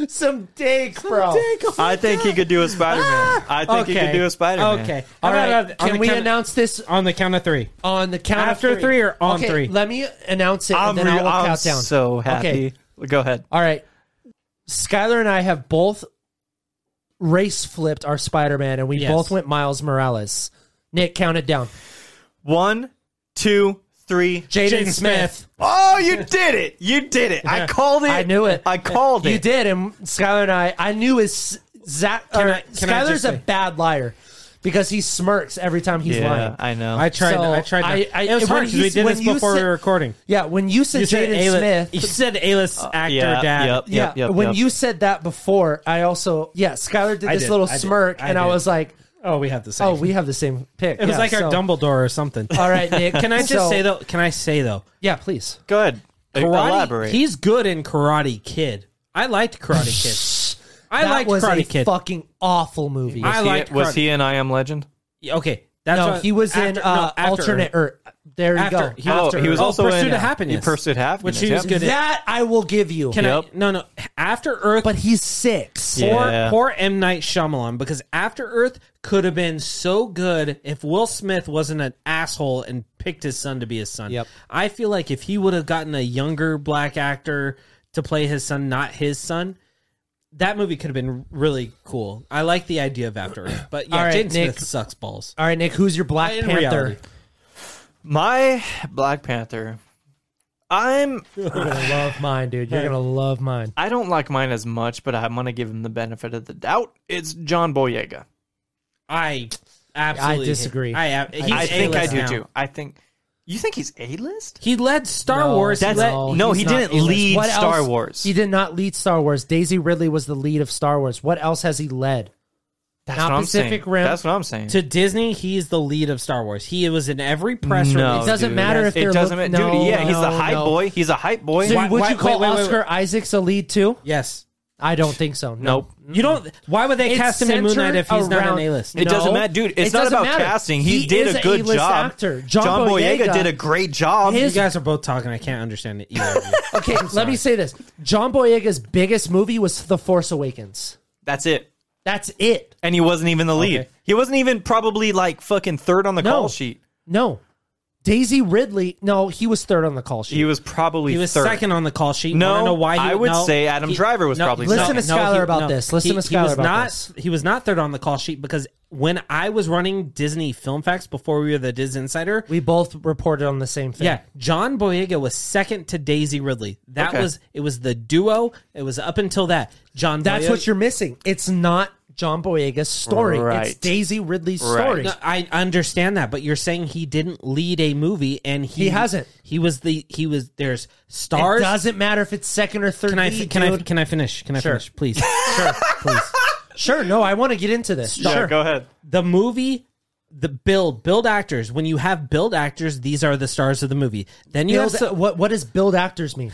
some dick, bro. I think he could do a Spider Man. I think he could do a Spider Man. Okay. All right. On the Can we count of- announce this on the count of three? on the count of After three or on Okay, three? Let me announce it I'm, and then re- I will I'm count down. so happy. Okay. Go ahead. All right. Skylar and I have both race flipped our Spider Man, and we Yes. both went Miles Morales. Nick, count it down. One, two, three. Jaden Jaden Smith. Smith. Oh, you did it! You did it! I called it. I knew it. I called it. You did, and Skylar and I, I knew his Zach. Can or I- can I Skylar's just a say- bad liar because he smirks every time he's Yeah, lying. I know. I tried. So, I tried. I- to- I- it was when hard because you- we did when this you before we said- were recording. yeah, when you said You said Jaden A-list. Smith, You said A-list actor, Uh, yeah, dad. yep. yeah, when yep. you said that before, I also yeah, Skylar did I this did, little I did, smirk, I and I did. was like, Oh, we have the same. oh, we have the same pick. It was like our Dumbledore or something. All right, Nick. Can I just so- say though? Can I say though? Yeah, please. go ahead. Karate- Elaborate. He's good in Karate Kid. I liked Karate Kid. I that liked was Karate a Kid. fucking awful movie. I He- liked was Karate- he in I Am Legend? Okay, that's no, what- he was in after- no, uh, after- alternate Earth. There you After, go. he, Oh, after he was Earth. also Pursuit in- of Happiness. he Pursuit of which Happiness, he was yep. good. at. that I will give you. Can Yep. I? No, no. After Earth, but he's six. Yeah. Poor, poor M Night Shyamalan, because After Earth could have been so good if Will Smith wasn't an asshole and picked his son to be his son. Yep. I feel like if he would have gotten a younger black actor to play his son, not his son, that movie could have been really cool. I like the idea of After Earth, but yeah, All right, Jaden Nick. Smith sucks balls. All right, Nick. Who's your Black In Panther? reality. My Black Panther. I'm You're gonna love mine, dude. You're gonna love mine. I don't like mine as much, but I'm gonna give him the benefit of the doubt. It's John Boyega. I absolutely I disagree. I ab- he's I think I A-list do now. too. I think you think he's A list? He led Star No, Wars. He That's- led- no, he he's not didn't A-list. lead What Star else- Wars. He did not lead Star Wars. Daisy Ridley was the lead of Star Wars. What else has he led? That's Not what I'm Pacific saying. Rim. That's what I'm saying. to Disney, he's the lead of Star Wars. He was in every press No, release. It doesn't dude. matter if it they're doesn't look- matter. Dude, no, yeah, he's a no, hype no. boy. He's a hype boy. So Why- would why- you call wait, wait, wait, Oscar Isaac's a lead too? Yes. I don't think so. No. Nope. You don't. Why would they It's cast him in Moon Knight if he's not centered an A list? It doesn't No, matter, dude. It's it not doesn't about matter. casting. He, He did is a a good A-list job. actor. John Boyega- did a great job. You His- guys are both talking. I can't understand it either. of you. Okay, let me say this. John Boyega's biggest movie was The Force Awakens. That's it. That's it. And he wasn't even the lead. Okay. He wasn't even probably like fucking third on the No. call sheet. No. Daisy Ridley, no, he was third on the call sheet. He was probably He was third. second on the call sheet. No, Wanna know why he, I would no, say Adam he- Driver was probably Listen to Skylar about this. Listen to he was Skylar about not, this. He was not third on the call sheet because when I was running Disney Film Facts before we were the Diz Insider, we both reported on the same thing. yeah, John Boyega was second to Daisy Ridley. That Okay. was it. Was the duo? It was up until that. John. That's Oh, Boyega- what you're missing. It's not John Boyega's story. It's Right. Daisy Ridley's Right. story. No, I understand that, but you're saying he didn't lead a movie, and he, He hasn't. He was the he was. There's It stars. doesn't matter if it's second or third. can I lead, can I dude. can I finish? Can I Sure. finish, please? sure, please. Sure, no, I want to get into this. Yeah, sure. go ahead. the movie the build build actors when you have build actors these are the stars of the movie then you Build- have so- what what does build actors mean?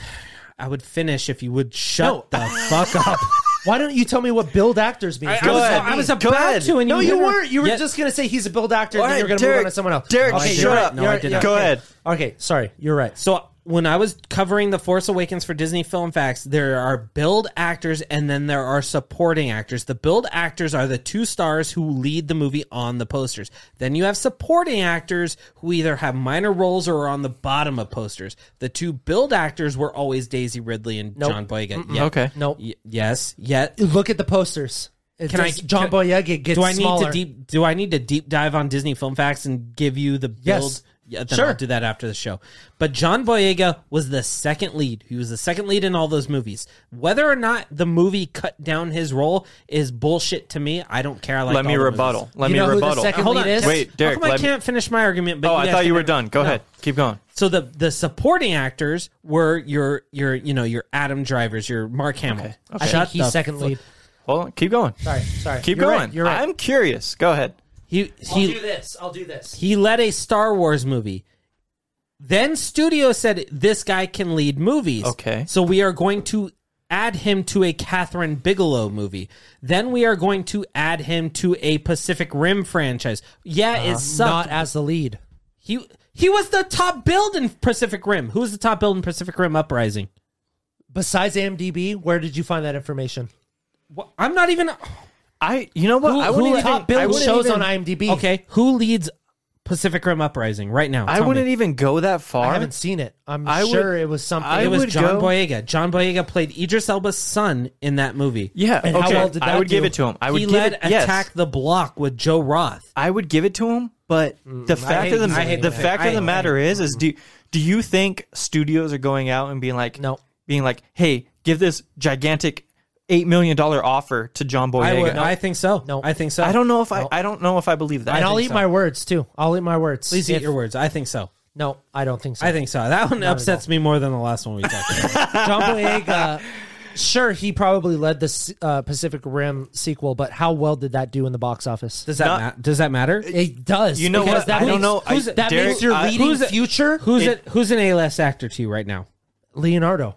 i would finish if you would shut the fuck up Why don't you tell me what build actors mean? I, was, ahead. I was Go about ahead. to and no, you, you weren't. You were Yeah. just gonna say he's a build actor, and All then you're right, gonna move on Derek- to someone else. Derek, okay, shut you're right. up. No, I You're- did you're- not. Go ahead. Okay, sorry, you're right. so when i was covering the force awakens for disney film facts there are build actors and then there are supporting actors the build actors are the two stars who lead the movie on the posters then you have supporting actors who either have minor roles or are on the bottom of posters the two build actors were always daisy ridley and Nope. john boyega yeah. Okay. Nope. Y- yes. Yeah. Look at the posters. It Can I- says John can- Boyega gets Do I need smaller. to deep? Do I need to deep dive on Disney film facts and give you the Yes. build? Yeah, then Sure. I'll do that after the show. But John Boyega was the second lead. He was the second lead in all those movies. Whether or not the movie cut down his role is bullshit to me. I don't care. I like Let me all the rebuttal. movies. Let You me know who the rebuttal. second- Hold on. lead is? Wait, Derek, How come I let me- can't finish my argument? But Oh, I guys thought you can were inter- done. Go No. ahead. Keep going. So the the supporting actors were your your you know your Adam Drivers, your Mark Hamill. I think Shut he's the second fu- lead. Hold on. Keep going. Sorry, sorry. Keep You're going. Right, you're right. I'm curious. Go ahead. He he this. I'll do this. He led a Star Wars movie. Then studio said this guy can lead movies. Okay. So we are going to add him to a Catherine Bigelow movie. Then we are going to add him to a Pacific Rim franchise. Yeah, it Uh, Not sucked. as the lead. he he was the top build in Pacific Rim. Who was the top build in Pacific Rim Uprising? Besides AMDB, where did you find that information? Wha- I'm not even I. You know what? Who- I wouldn't who- even. Top I Bill wouldn't shows even- on IMDb. okay. Who leads Pacific Rim Uprising right now? I Tell me. wouldn't even go that I far. haven't seen it. I'm I would- sure it was something. I It was would John go- Boyega. John Boyega played Idris Elba's son in that movie. yeah. And how okay. well did I that would give do? it to him. I would he give led it. Yes. Attack the Block with Joe Roth. I would give it to him, but the fact Mm, hate of the, when they do the that. fact I of the hate matter is, is do do you think studios are going out and being like, No. being like, hey, give this gigantic eight million dollar offer to John Boyega? I would. I think so. No. I think so. I don't know if I, I don't know if I believe that. and I'll eat so. my words too. I'll eat my words. Please eat If- your words. I think so. No, I don't think so. I think so. That one upsets me more than the last one we talked about. John Boyega. sure, he probably led the uh, Pacific Rim sequel, but how well did that do in the box office? Does that Not- ma- does that matter? It does. You know because what? I don't makes- know. I- who's- that Derek, means your I- leading who's it- future, Who's it, Who's an A list actor to you right now? Leonardo.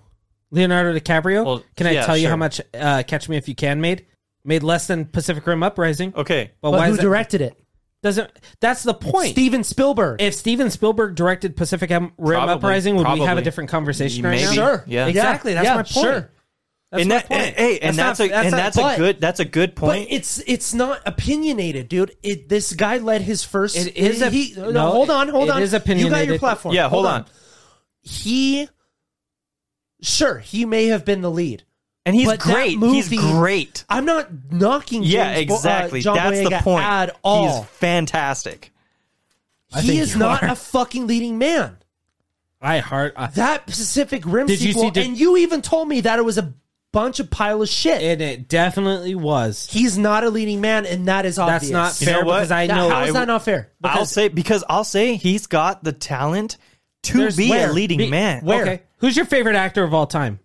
Leonardo DiCaprio. Well, can I yeah, tell you sure. how much uh, Catch Me If You Can made? Made less than Pacific Rim Uprising. okay. But, But Oh, why who is that- directed it? doesn't? That's the point. Steven Spielberg. if Steven Spielberg directed Pacific Rim Uprising, would we have a probably. different conversation right now? Maybe. sure. Yeah. Exactly, that's yeah, my point. Sure. That's and my that, point. and- hey, and that's, not- a and not- that's but- a good that's a good But point. it's it's not opinionated, dude. It this guy led his first. It is a- he, no, no, hold on, hold it on. is You got your opinionated. platform. yeah, hold on. He sure he may have been the lead. And he's But that great. movie- he's great. I'm not knocking. Yeah, James Bo- uh, exactly. John that's the Boyega point. At all, He's fantastic. he is not a fucking leading man. I heart. I, That Pacific Rim Did you sequel, see- did- and you even told me that it was a bunch of pile of shit. and it definitely was. He's not a leading man, and that is That's obvious. not You fair know what? because I That- know. how is I- that not fair? I'll say because I'll say he's got the talent to There's be where? a leading Be- man. Oh, where? Okay. Who's your favorite actor of all time?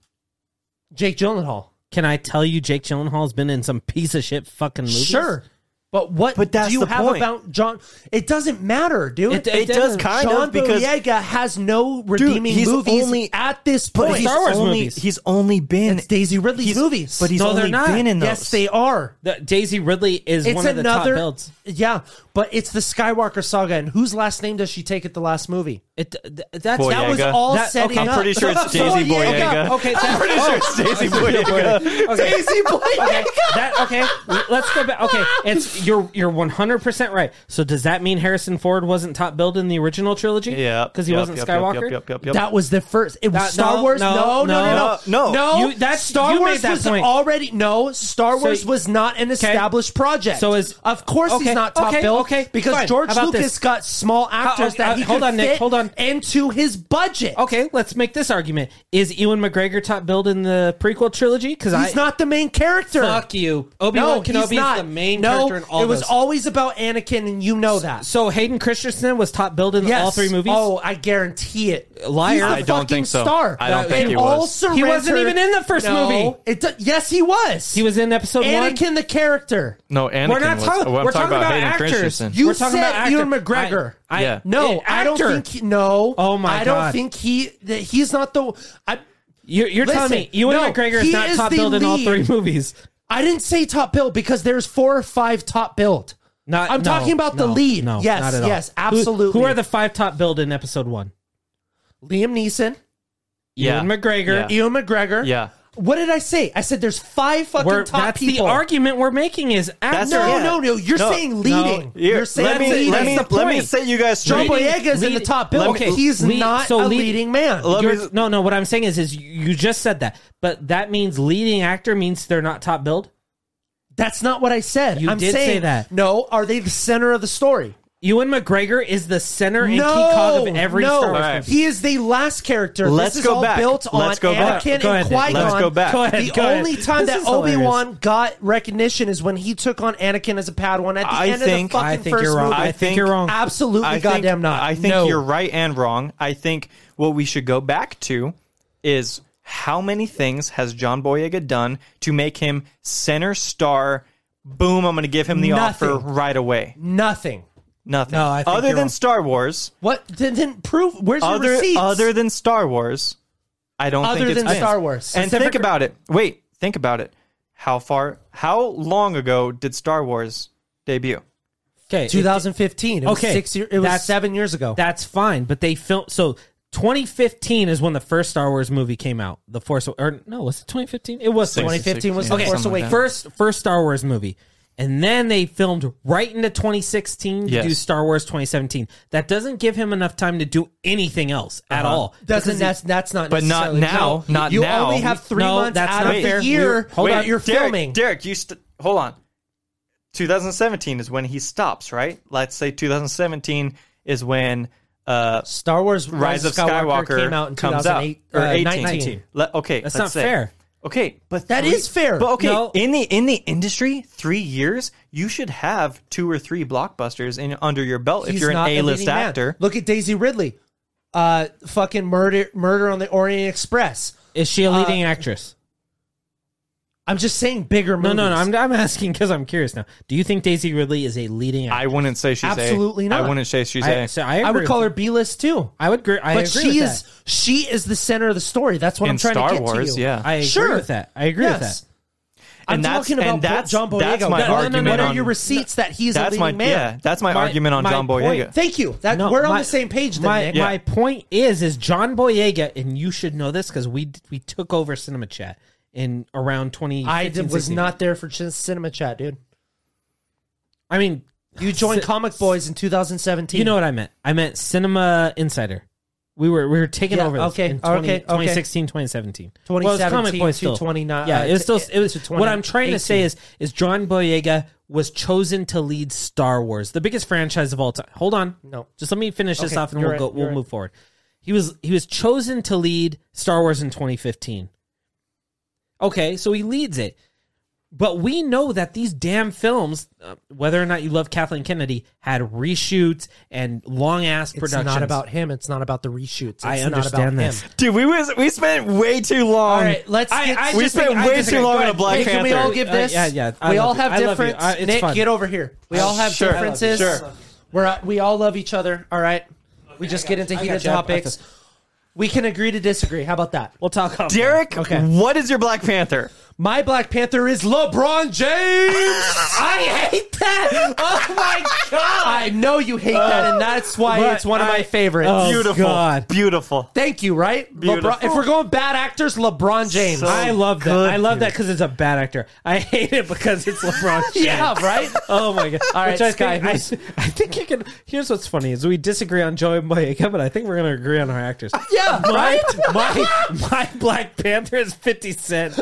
Jake Gyllenhaal. Can I tell you Jake Gyllenhaal's been in some piece of shit fucking movies? Sure. But what But that's do you the have point. about John? It doesn't matter, dude. It- it It does doesn't. kind John of, because- Boyega has no redeeming he's movies only- at this But point. he's Star Wars only movies. he's only been It's Daisy Ridley's he's- movies. but he's No, they're only not. been in those. yes, they are. The- Daisy Ridley is It's one of the another. top builds. Yeah, but it's the Skywalker saga, and whose last name does she take at the last movie? It th- that's Boy, That Boyega. was all That- setting okay. up. I'm pretty sure it's Boyega. Daisy Boyega. Okay, that- pretty sure it's Oh, Daisy Boyega. Daisy okay, Boyega. that okay. l- Let's go back. Okay, it's you're you're one hundred percent right. So does that mean Harrison Ford wasn't top billed in the original trilogy? Yeah, because he yep, wasn't yep, yep, Skywalker. Yep, yep, yep, yep. That was the first. It was That- Star no, Wars. no, No, no, no, no, no, no. You- that's- Star you made Wars that was point. already no. Star Wars was not an established project. So is- of course okay, he's not top okay, bill. okay, because fine. George How about Lucas this? got small actors okay, uh, that he hold could on, Nick, fit hold on. into his budget. Okay, let's make this argument. Is Ewan McGregor top billed in the prequel trilogy? Because I He's not the main character. fuck you. Obi Wan No, Kenobi he's not. is the main no, character in all. it was those. always about Anakin, and you know that. So Hayden Christensen was top billed in Yes. all three movies. Oh, I guarantee it. Liar. He's the I don't fucking think so. Star. I don't think They he all was. He wasn't surrendered- even in the first No. movie. It do- yes, he was. he was in episode one. Anakin the character. no, Anakin We're not was- talking. oh, I'm we're talking, about, Hayden actors. Christensen. You we're talking said about actor. Ewan McGregor. I, I, Yeah. No, I don't actor. think. He, no. Oh my I don't God. think he. That he's not the. I. You're, you're telling Listen, me Ewan no, McGregor is he not is top the billed in all lead. three movies. I didn't say top billed because there's four or five top billed. Not. I'm no, talking about the no, lead. No, yes, not at all. yes, Who- Who, absolutely. are the five top billed in episode one? Liam Neeson, Yeah. Ewan McGregor. Ewan McGregor? Yeah. What did I say? I said there's five fucking We're, top that's people. the argument we're making. Is act- That's No, Yeah. no, no. You're No, saying leading. you're Here, saying let me leading. let me That's the let me point. set you guys John straight. Leading- Boyega's in the leading- top bill. okay, He's lead- not so a lead- leading man. Let me- You're- no, no. What I'm saying is, is you just said that, but that means leading actor means they're not top billed. That's not what I said. You I'm did say saying that. No, are they the center of the story? Ewan McGregor is the center and no, key cog of every no. Star Wars All right. movie. He is the last character. Let's this is go all back. built on Let's go back. Anakin Go and ahead, Qui Gon. Nick. Let's go back. Go ahead, the go ahead. only time This that is Obi hilarious. Wan got recognition is when he took on Anakin as a Padawan at the I end think- of the fucking I think first you're wrong. movie. I think you're wrong. Absolutely, I think, goddamn not. I think No. you're right and wrong. I think what we should go back to is how many things has John Boyega done to make him center star? Boom! I'm going to give him the Nothing. offer right away. nothing. Nothing. No, I think other you're than wrong. Star Wars. What didn't prove? Where's your Other receipts? other than Star Wars, I don't Other think it's than been. Star Wars. And Pacific- think about it. Wait, think about it. How far? How long ago did Star Wars debut? Okay, 2015. It was Okay, six year, It was that's- seven years ago. That's fine, but they filmed so 2015 is when the first Star Wars movie came out. The Force or no, was it 2015? It was 2015. 2015 was Yeah, the Force something Awakens. like First first Star Wars movie. And then they filmed right into 2016 to Yes. do Star Wars 2017. That doesn't give him enough time to do anything else at Uh-huh. all. Doesn't that's that's not But not necessarily- now, No, not you now. only have three No, months that's out not of fair. the year We're- hold that on. you're Derek, filming. Derek, you st- hold on. 2017 is when he stops, right? Let's say 2017 is when uh, Star Wars: Rise of Skywalker, came out in comes out 2008 or uh, 18. 19. Le- okay, That's let's not say. fair. Okay, That but that is is fair. But okay, No. in the in the industry, three years you should have two or three blockbusters in under your belt if He's you're an not a A-list leading man. actor. Look at Daisy Ridley, uh, fucking murder, murder on the Orient Express. Is she a leading Uh, actress? I'm just saying bigger No, movies. no, no. I'm, I'm asking because I'm curious now. Do you think Daisy Ridley is a leading actress? I wouldn't say she's Absolutely a, not. I wouldn't say she's I, a. so I, I agree would call with- her B-list too. I would agree. I but agree she with is that. she is the center of the story. That's what In I'm trying Star to get Wars, to you. yeah. I agree Sure. with that. I agree with that. Yes. I'm And that's- talking about and that's- John Boyega. that's my What- argument What are on- your receipts that he's a that's leading my man? yeah. That's my, My- argument on my John point- Boyega. Thank you. That No, we're on my- the same page. Then, my Nick. my point is is John Boyega, and you should know this because we we took over Cinema Chat in around twenty. I did, was not there for Chin- Cinema Chat, dude. I mean, You joined Ci- Comic Boys in 2017. you know what I meant. I meant Cinema Insider. We were we were taking Yeah, over this okay, in 20, okay, okay. 2016, 2017. Well, it was 2017 Boy to 29, Yeah, it was uh, still it was to what I'm trying to say 2018. is is John Boyega was chosen to lead Star Wars, the biggest franchise of all time. Hold on. No. Just let me finish this Okay, off and you're we'll go right, you're we'll right. move forward. He was he was chosen to lead Star Wars in 2015. Okay, so he leads it. But we know that these damn films, uh, whether or not you love Kathleen Kennedy, had reshoots and long ass It's productions. not about him. It's not about the reshoots. It's I not understand about this. him. Dude, we was we spent way too long. All right, let's. I- get, I we just spent think- I way just too think- long go on a ahead. Black Hey, Panther. can we all give Uh, this? yeah, yeah, I we all love you. have I love you. difference. I- it's Nick, fun. Uh, get over here. We all have Sure. differences. Sure. We're at, we all love each other. All right. We just get into heated you. I got topics. this. We can agree to disagree. How about that? We'll talk about Derek, Okay. what is your Black Panther? My Black Panther is LeBron James. I hate that. Oh my god. Oh, I know you hate that, and that's why but it's one of my I- favorites. Oh, Beautiful. God. Beautiful. Thank you, right? Beautiful. LeBron, if we're going bad actors, LeBron James. So- I love that. Good I love dude. that because it's a bad actor. I hate it because it's LeBron. James. yeah, right? Oh my god! All right, Which I Sky, think, I, who's- I think you can. Here's what's funny is we disagree on Joey Boyega, but I think we're going to agree on our actors. Yeah, My, right? my my Black Panther is Fifty Cent.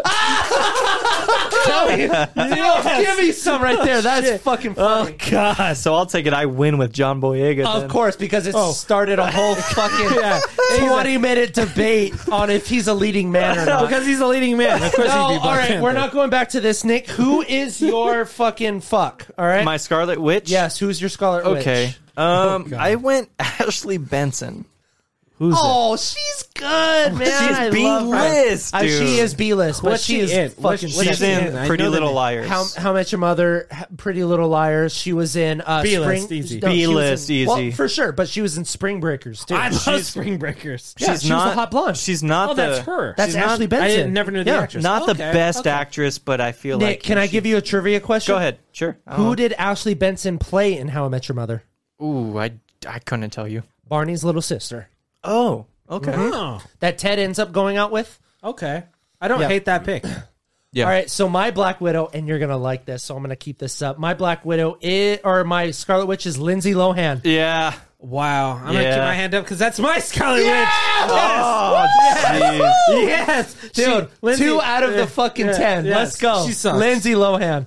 Tell me. Yes. Give me some right there. That's fucking funny. Oh God! So I'll take it. I win with John Boyega. Of then. course, because it started a whole fucking Oh. Yeah. 20 minute debate on if he's a leading man or No, not. because he's a leading man. Of course, No, he'd be Black all right, we're Panther. not going back to this, Nick. Who is your fucking fuck? All right. My Scarlet Witch. yes, Oh, who's your Scarlet Witch? Okay. Um, I went Ashley Benson. Who's it? Oh, she's good, man. She's I love B-list, her. I- she dude. is B list, but What's she, she is in? What's fucking. she- sexy. She's in I Pretty know Little the- Liars. How How Much Your Mother, H- Pretty Little Liars. She was in uh, B-list, Spring. easy. she was B-list, in- well, easy. for sure. But she was in Spring Breakers too. I love She's- Spring Breakers. yeah, she was a hot blonde. She's not Oh, the. that's her. That's she's not- Ashley Benson. I didn't- never knew the Yeah. actress. Not the Okay, best okay. actress, but I feel Nick, like. can I she- give you a trivia question? Go ahead. Uh-huh. Sure. Oh. I Who don't did Ashley Benson play in How I Met Your Mother? know. Ooh, I I couldn't tell you. Barney's little sister Oh, okay. Oh, that Ted ends up going out with. okay. I don't Yeah. hate that pick. Yeah. All right, so my Black Widow, and you're gonna like this, so I'm gonna keep this up. My Black Widow is, or my Scarlet Witch is Lindsay Lohan. Yeah. Wow, I'm gonna Yeah. keep my hand up because that's my Scarlet Witch. Oh, jeez. Yes, Dude, She- Lindsay- two out of Yeah, the fucking yeah, ten. yes. Let's go. She sucks. Lindsay Lohan.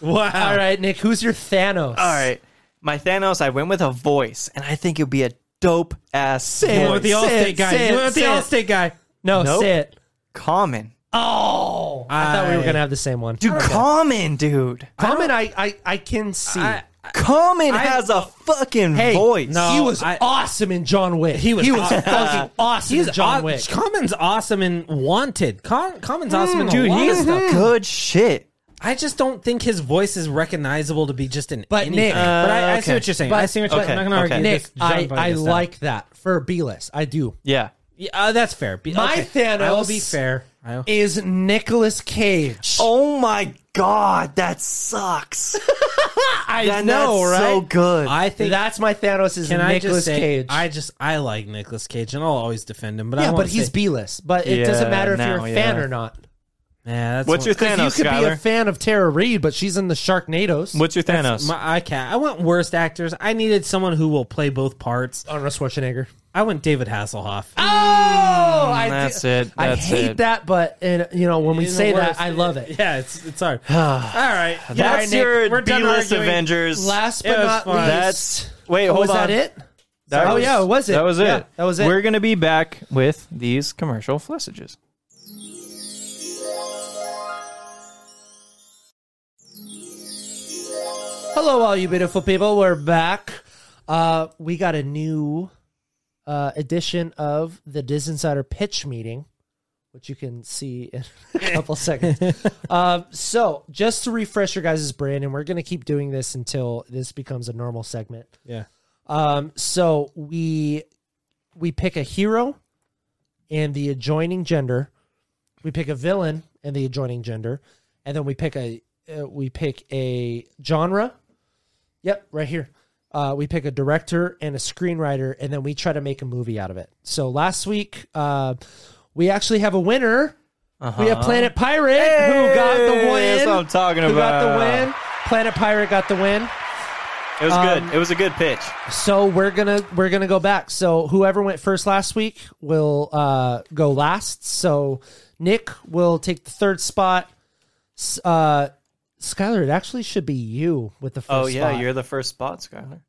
Wow. All right, Nick, who's your Thanos? All right. My Thanos, I went with a voice, and I think it'd be a dope ass You it. went with the Say Allstate it, guy. say You it, went with the say it. Allstate guy. No, Nope. say it. common. Oh, I, thought we were I- gonna have the same one. Dude, common, dude. Common, I, I, I can see. I- Common has a fucking hey, voice. no. he was I- awesome in John Wick. He was he was aw- fucking awesome in John aw- Wick. Mm, Common's awesome and wanted. Com- Common's awesome and Dude, a lot of he's stuff. good shit. I just don't think his voice is recognizable to be just in But anything. Nick- but I, I see okay. what you're saying. Uh, But- I see what you're Okay, saying. I'm not going to okay. argue Nick, this. John I, Boyega I style. like that for B list. I do. Yeah. Yeah, uh, that's fair. Be- My okay. Thanos I will be fair. I- is Nicolas Cage. Oh my god, that sucks. I That- know, that's right? so good. I think That's my Thanos is Can I Nicolas just say, Cage. I just I like Nicolas Cage, and I'll always defend him. But I yeah, won't but he's say, B list. But it Yeah, doesn't matter if now, you're a fan yeah. or not. Yeah, that's one- What's your Thanos, You could be a Skylar? fan of Tara Reid, but she's in the Sharknados. What's your Thanos? My, I can't. I went worst actors. I needed someone who will play both parts. Arnold Schwarzenegger. I went David Hasselhoff. Oh, I that's it. I That's hate it. that, but and, you know when we He's the say that, worst. I love it. Yeah, it's it's hard. All right, all right, That's Nick, your we're done B-list arguing. Avengers. Last It but was not fun. least, That's wait, oh, hold was on. that it? That Oh, yeah, was it? That was Yeah, it. that was it. We're gonna be back with these commercial flusages. Hello, all you beautiful people. We're back. Uh, we got a new uh, edition of the Diz Insider pitch meeting, which you can see in a couple seconds. Um, so, just to refresh your guys' brain, and we're going to keep doing this until this becomes a normal segment. Yeah. Um, so we we pick a hero and the adjoining gender. We pick a villain and the adjoining gender, and then we pick a uh, we pick a genre. Yep, right here. Uh, we pick a director and a screenwriter, and then we try to make a movie out of it. So last week, uh, we actually have a winner. We have Planet Pirate who got the win. Uh-huh. That's what I'm talking who got the about. win? Planet Pirate got the win. It was Um, good. It was a good pitch. So we're gonna we're gonna go back. So whoever went first last week will uh, go last. So Nick will take the third spot. S- Uh, Skylar, it actually should be you with the first. Oh yeah, spot. you're the first spot, Skylar.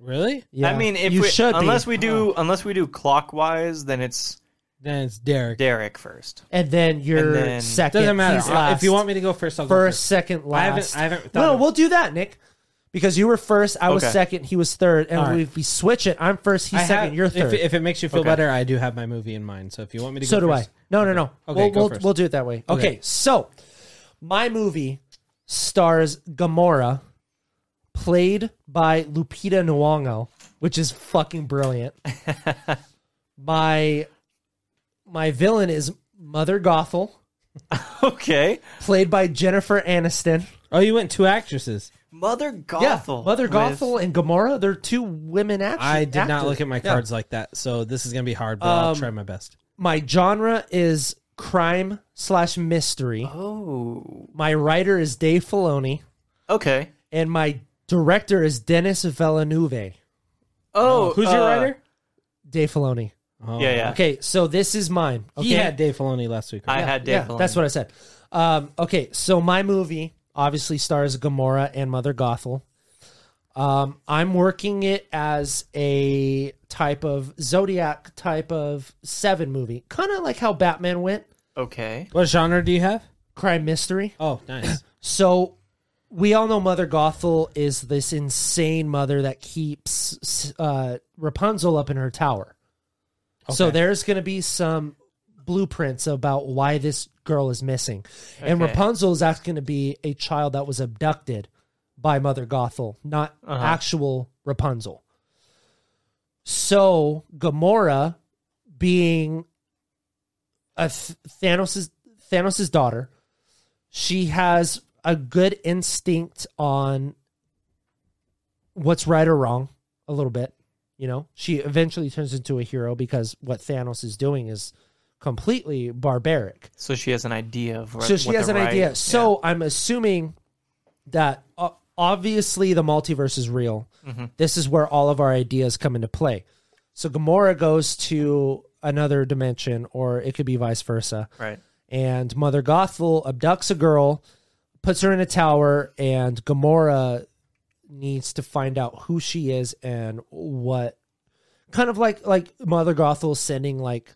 Really? Yeah. I mean, if you we, should be. unless we do unless we do clockwise, then it's Then it's Derek. Uh, Derek first. and then you're And then- second. Doesn't matter. He's I- If you last. want me to go first, I'll go first, first. second, I haven't- last. I haven't thought No, of- we'll do that, Nick. Because you were first, I was Okay. second, he was third, and All right. if we switch it, I'm first, he's I second, have- you're third. If, if it makes you feel better, I do have my movie in mind. So if you want me to, so go do first, I. No, no, no. Okay, we'll, go we'll, first. we'll do it that way. Okay. Okay. so my movie stars Gamora, played by Lupita Nyong'o, which is fucking brilliant. my my villain is Mother Gothel, Okay, played by Jennifer Aniston. Oh, you went two actresses. Mother Yeah, Gothel. Mother with- Gothel and Gamora, they're two women act- actors. Um, I did not look at my cards like that, so this is gonna be hard, but I'll try my best. My genre is crime slash mystery. Oh, My writer is Dave Filoni. okay. and my director is Dennis Villeneuve, Oh, Who's your uh, writer? Dave Filoni. Oh, Yeah, yeah. Okay, so this is mine. Okay, He had Dave Filoni last week. I right? had Dave. yeah, Filoni. that's what I said. Um, okay, so my movie obviously stars Gamora and Mother Gothel. Um, I'm working it as a type of Zodiac type of seven movie, kind of like how Batman went, Okay. What genre do you have? crime mystery. Oh, nice. So we all know Mother Gothel is this insane mother that keeps uh, Rapunzel up in her tower. So Okay. there's going to be some blueprints about why this girl is missing. And Okay. Rapunzel is actually going to be a child that was abducted by Mother Gothel, not actual Rapunzel. So Gamora being a Th- Thanos's Thanos's daughter, she has a good instinct on what's right or wrong a little bit. You know, she eventually turns into a hero because what Thanos is doing is completely barbaric. So she has an idea of. What, So she what has the an right- idea. So I'm assuming that uh, obviously the multiverse is real. Mm-hmm. This is where all of our ideas come into play. So Gamora goes to another dimension, or it could be vice versa. yeah, right. And Mother Gothel abducts a girl, puts her in a tower, and Gamora needs to find out who she is and what kind of like like Mother Gothel sending like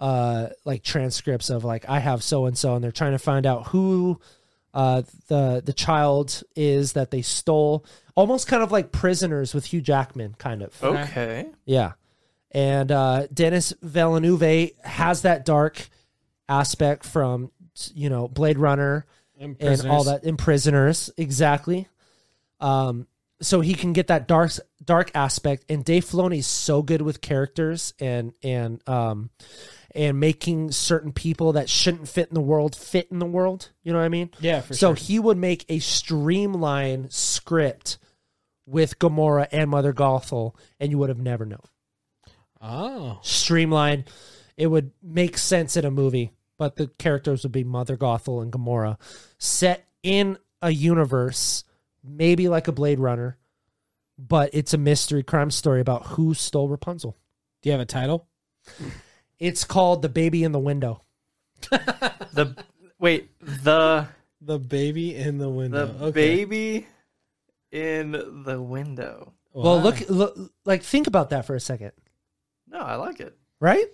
uh like transcripts of like I have so and so and they're trying to find out who uh the the child is that they stole almost kind of like prisoners with Hugh Jackman kind of Okay. yeah. And uh, Dennis Villeneuve has that dark aspect from, you know, Blade Runner And and all Prisoners. that in Prisoners. Exactly. Um, so he can get that dark dark aspect. And Dave Filoni is so good with characters and and um, and making certain people that shouldn't fit in the world fit in the world. You know what I mean? Yeah, for sure. so he would make a streamlined script with Gamora and Mother Gothel, and you would have never known Oh, streamline. It would make sense in a movie, but the characters would be Mother Gothel and Gamora, set in a universe, maybe like a Blade Runner, but it's a mystery crime story about who stole Rapunzel. do you have a title? It's called The Baby in the Window. The wait the The baby in the the window. baby in the window. Well, look, look, like think about that for a second, No, I like it. right?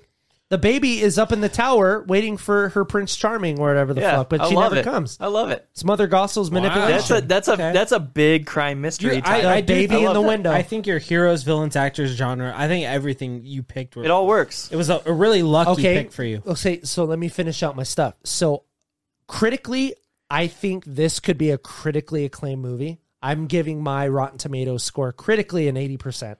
The baby is up in the tower waiting for her Prince Charming or whatever the yeah, fuck, but I she love never it. comes. I love it. It's Mother Gothel's manipulation. That's a that's a that's a big crime mystery You're- type. The I- I do- baby I in love the that. window. I think your heroes, villains, actors, genre. I think everything you picked were. it all works. It was a, a really lucky pick for you. Okay, so let me finish out my stuff. So critically, I think this could be a critically acclaimed movie. I'm giving my Rotten Tomatoes score critically an 80%.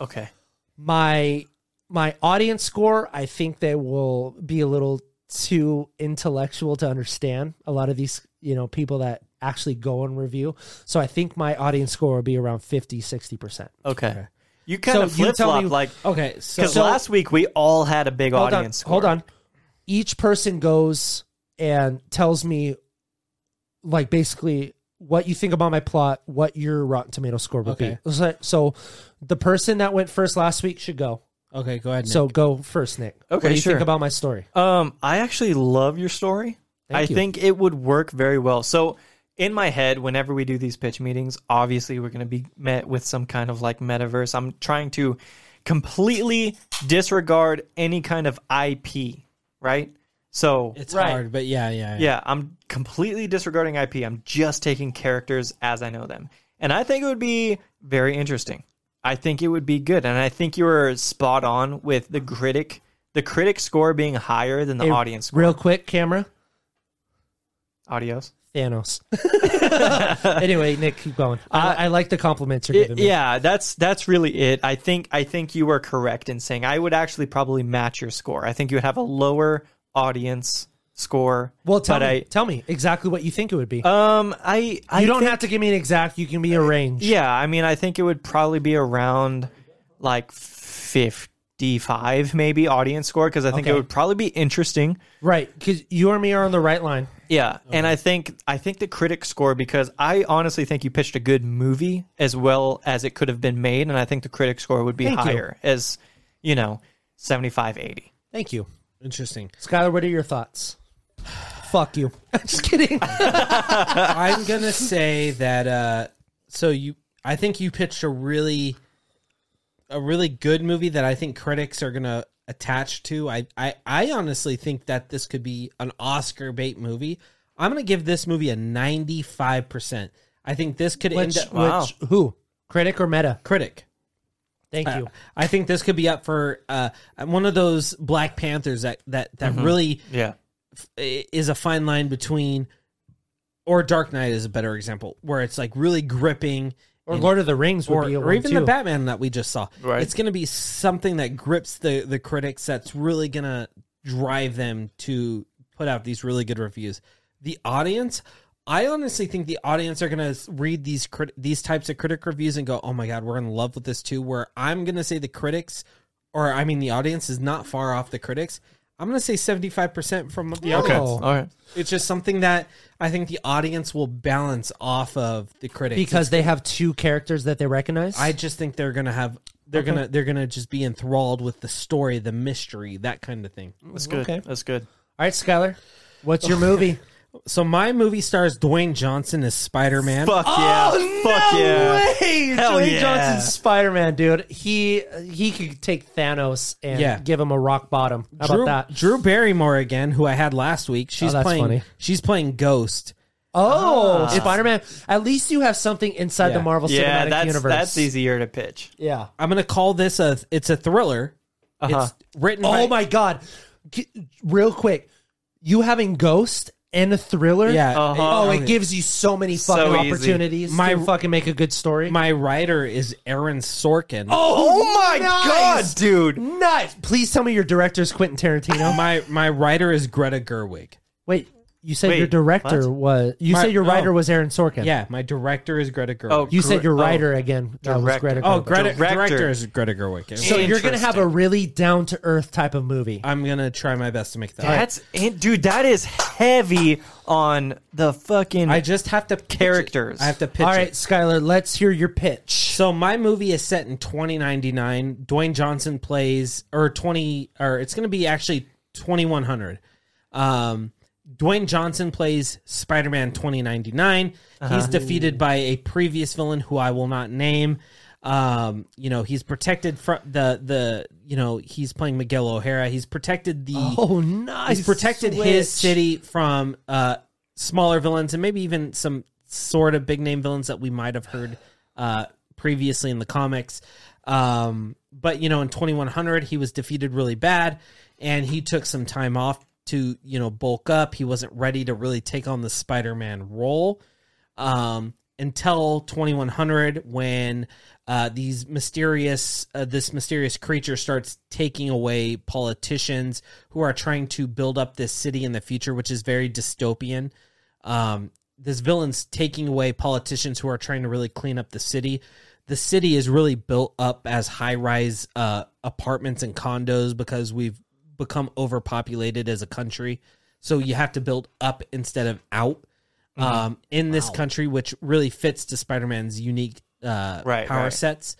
Okay. My my audience score, I think they will be a little too intellectual to understand a lot of these, you know, people that actually go and review. So I think my audience score will be around 50, 60%. Okay. You kind of So you flip tell flop me- like Okay, so because last week we all had a big audience. on, score. Hold on. Each person goes and tells me, like, basically what you think about my plot, what your Rotten Tomato score would Okay. be. So, so the person that went first last week should go. okay, go ahead. Nick. So go first, Nick. What Okay, do you sure. think about my story? Um, I actually love your story. Thank I you. think it would work very well. So in my head, whenever we do these pitch meetings, obviously we're going to be met with some kind of like metaverse. I'm trying to completely disregard any kind of IP, right? So It's Right. hard, but yeah, yeah, Yeah, I'm completely disregarding IP. I'm just taking characters as I know them. And I think it would be very interesting. I think it would be good. And I think you were spot on with the critic the critic score being higher than the Hey, audience score. Real quick, camera. Audios. Thanos. anyway, Nick, keep going. I, I like the compliments you're Uh, It- giving me. yeah, that's that's really it. I think I think you were correct in saying I would actually probably match your score. I think you would have a lower audience score. Well, tell but me, tell me exactly what you think it would be. I um I I you don't think- have to give me an exact. You can be a range. Yeah, I mean, I think it would probably be around like 55 maybe audience score because I think it Okay. would probably be interesting. Right, because you or me are on the right line. Yeah, and I think I think the critic score because I honestly think you pitched a good movie as well as it could have been made and I think the critic score would be Thank you. higher as, you know, 75 80. Thank you, Interesting. Skylar. What are your thoughts? Fuck you. Just kidding. I'm gonna say that. Uh, so you, I think you pitched a really, a really good movie that I think critics are gonna attach to. I, I, I honestly think that this could be an Oscar bait movie. I'm gonna give this movie a 95. percent I think this could Which, end up Wow. which who? Critic or meta? critic. Uh, Thank you. I think this could be up for uh, one of those Black Panthers that that that Mm-hmm. really Yeah. is a fine line between, or Dark Knight is a better example, where it's like really gripping, Or and- Lord of the Rings would or, be a or one, even too. the Batman that we just saw. Right. It's going to be something that grips the the critics. That's really going to drive them to put out these really good reviews. The audience, I honestly think the audience are going to read these crit- these types of critic reviews and go, "Oh my god, we're in love with this too." Where I'm going to say the critics, or I mean the audience, is not far off the critics. I'm going to say 75% from the audience. Oh, All right. It's just something that I think the audience will balance off of the critics because they have two characters that they recognize. I just think they're gonna have they're gonna they're gonna just be enthralled with the story, the mystery, that kind of thing. That's good. Mm, Okay. That's good. All right, Skylar. What's your movie? So my movie stars Dwayne Johnson as Spider Man. Fuck yeah. Fuck yeah. Oh, way! Hell Dwayne yeah. Johnson's Spider Man, dude. He he could take Thanos and Yeah. give him a rock bottom. How Drew, about that? Drew Barrymore again, who I had last week. She's that's playing funny. she's playing Ghost. Oh, Spider Man. At least you have something inside Yeah. the Marvel Yeah, Cinematic that's Universe. that's easier to pitch. Yeah. I'm gonna call this a it's a thriller. It's written by, Oh my god! G- real quick, you having Ghost and a thriller. yeah. Uh-huh. Oh, it gives you so many fucking So easy. opportunities. My- to fucking make a good story. my writer is Aaron Sorkin. Oh, Oh my god, dude. Nice. Please tell me your director is Quentin Tarantino. my my writer is Greta Gerwig. Wait, you said Wait, your director was. You My- said your writer oh. was Aaron Sorkin. Yeah, my director is Greta Gerwig. Oh, You said your Gre- oh. writer again. That was Director. Greta. oh Gerwig. Greta director. director is Greta Gerwig. So you're gonna have a Interesting. really down to earth type of movie. I'm gonna try my best to make that. That's it, dude. That is heavy on the fucking. I just have to pitch it. Characters. I have to pitch All right, it. Skylar, let's hear your pitch. So my movie is set in 2099. Dwayne Johnson plays or 20 or it's going to be actually 2100. Um Dwayne Johnson plays Spider-Man 2099. Uh-huh. He's defeated by a previous villain who I will not name. Um, you know, he's protected from the the you know, he's playing Miguel O'Hara. He's protected the Oh, nice. he's protected his city from uh, smaller villains and maybe even some sort of big name villains that we might have heard uh, previously in the comics. Um, but you know, in 2100, he was defeated really bad, and he took some time off to you know bulk up. He wasn't ready to really take on the Spider-Man role um, until 2100 when uh, these mysterious uh, this mysterious creature starts taking away politicians who are trying to build up this city in the future which is very dystopian um, this villain's taking away politicians who are trying to really clean up the city the city is really built up as high rise uh, apartments and condos because we've become overpopulated as a country so you have to build up instead of out Mm-hmm. um, in this country, which really fits to Spider Man's unique uh, Right, power right. sets.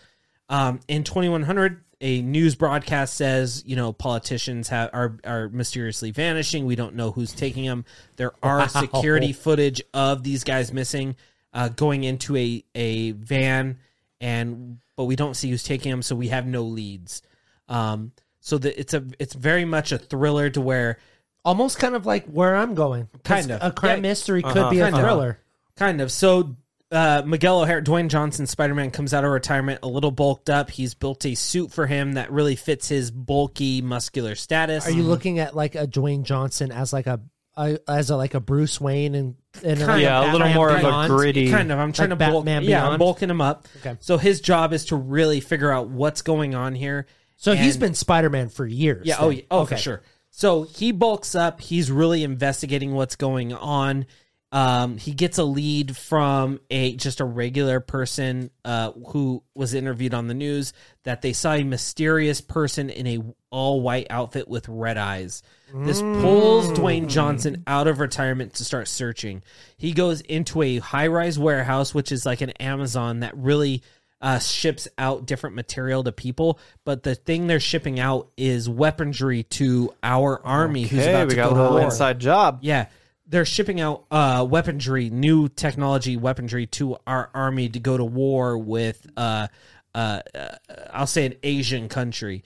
Um, in 2100, a news broadcast says, you know, politicians have, are are mysteriously vanishing. We don't know who's taking them. There are security footage of these guys missing, uh, going into a a van, and but we don't see who's taking them, so we have no leads. Um, so the, it's a it's very much a thriller to where Almost kind of like where I'm going. 'Cause Kind of. A crime Yeah. mystery could Uh-huh. be a Kind of. thriller. Kind of. So uh, Miguel O'Hara, Dwayne Johnson, Spider Man comes out of retirement a little bulked up. He's built a suit for him that really fits his bulky, muscular status. Are you looking at like a Dwayne Johnson as like a, a as a, like a Bruce Wayne and, and Kind yeah, of a little Batman more of a Beyond. gritty. Kind of. I'm trying Like to bulk. Batman yeah, I'm Beyond? bulking him up. Okay. So his job is to really figure out what's going on here. So he's And- been Spider Man for years. Yeah. then. Oh, yeah. Oh, for sure. So he bulks up. He's really investigating what's going on. Um, he gets a lead from a just a regular person uh, who was interviewed on the news that they saw a mysterious person in a all white outfit with red eyes. This pulls Mm. Dwayne Johnson out of retirement to start searching. He goes into a high rise warehouse, which is like an Amazon that really uh, ships out different material to people, but the thing they're shipping out is weaponry to our army who's Hey, about we to got a go to little war. inside job. Yeah, they're shipping out uh, weaponry, new technology weaponry to our army to go to war with. Uh, uh, uh, I'll say an Asian country.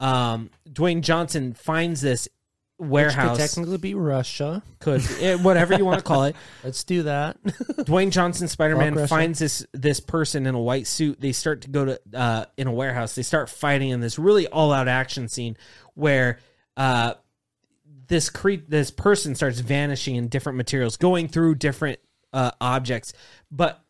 Um, Dwayne Johnson finds this Which could warehouse. technically be Russia. could eh, whatever you want to call it. Let's do that. Dwayne Johnson Spider Rock Man wrestling. finds this this person in a white suit. They start to go to uh, in a warehouse. They start fighting in this really all out action scene where uh, this cre- this person starts vanishing in different materials, going through different uh, objects. But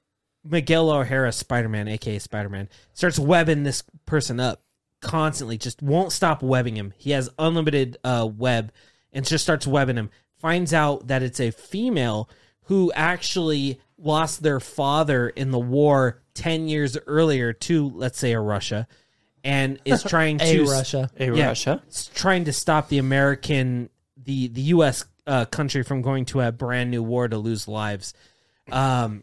Miguel O'Hara Spider Man, aka Spider Man, starts webbing this person up constantly. Just won't stop webbing him. He has unlimited uh, web and just starts webbing him. Finds out that it's a female who actually lost their father in the war 10 years earlier to let's say a russia and is trying Hey, to Russia. Hey, Yeah. Russia. s- trying to stop the american the the us uh, country from going to a brand new war to lose lives um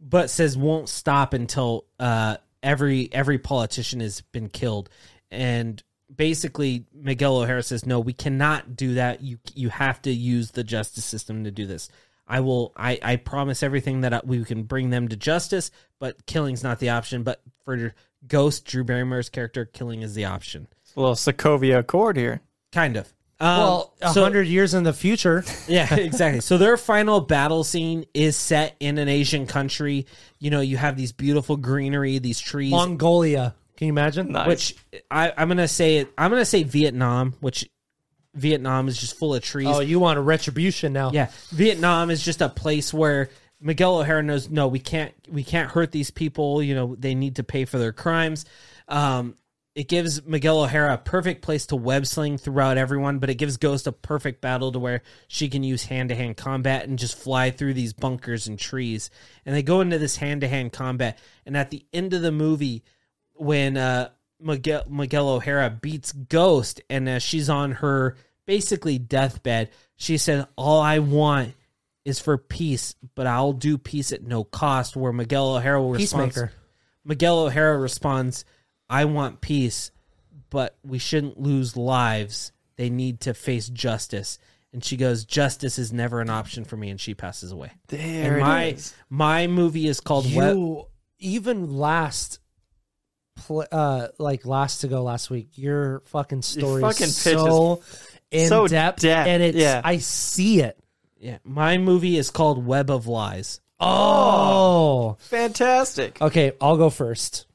but says won't stop until uh every every politician has been killed and basically Miguel O'Hara says no we cannot do that you you have to use the justice system to do this I will I I promise everything that I, we can bring them to justice but killing's not the option but for Ghost Drew Barrymore's character killing is the option It's a little Sokovia Accord here. kind of well, a Um, so- hundred years in the future. yeah, exactly. So their final battle scene is set in an Asian country. You know, you have these beautiful greenery, these trees, Mongolia. Can you imagine? Nice. which I, I'm gonna say it. I'm gonna say Vietnam, which Vietnam is just full of trees. Oh, you want a retribution now? Yeah, Vietnam is just a place where Miguel O'Hara knows no, we can't we can't hurt these people. You know, they need to pay for their crimes. Um, it gives Miguel O'Hara a perfect place to web sling throughout everyone, but it gives Ghost a perfect battle to where she can use hand to hand combat and just fly through these bunkers and trees. And they go into this hand to hand combat. And at the end of the movie, when uh, Miguel, Miguel O'Hara beats Ghost and uh, she's on her basically deathbed, she said, All I want is for peace, but I'll do peace at no cost. Where Miguel O'Hara will respond, Peacemaker. Miguel O'Hara responds, I want peace, but we shouldn't lose lives. They need to face justice. And she goes, Justice is never an option for me. And she passes away. There And it my, is. my movie is called Web. You even last, pl- uh, like last to go last week. Your fucking story fucking is pitch is so in so depth, depth, and it's yeah. I see it. Yeah, my movie is called Web of Lies. Oh, Fantastic. okay. I'll go first.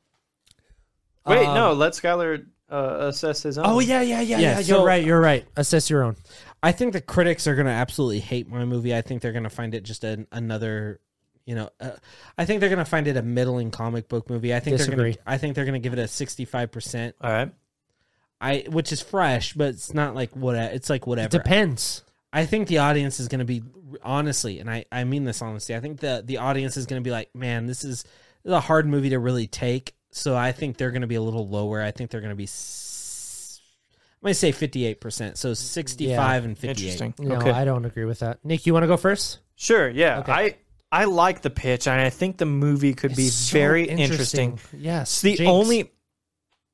Wait, Um, no, let Skylar uh, assess his own. Oh yeah, yeah, yeah, yeah. Yeah, you're so- right. You're right. Assess your own. I think the critics are going to absolutely hate my movie. I think they're going to find it just an, another, you know, uh, I think they're going to find it a middling comic book movie. I think they're going to, Disagree. I think they're going to give it a sixty-five percent. All right. I, which is fresh, but it's not like what it's like whatever. Depends. I think the audience is going to be honestly, and I, I mean this honestly. I think the the audience is going to be like, man, this is, this is a hard movie to really take. So I think they're going to be a little lower. I think they're going to be, s- I'm going to say fifty eight percent. So sixty five and fifty eight. Interesting. No, okay. I don't agree with that. Nick, you want to go first? Sure. Yeah. I I like the pitch, and I think the movie could be So very interesting. Yes. It's the Jinx. only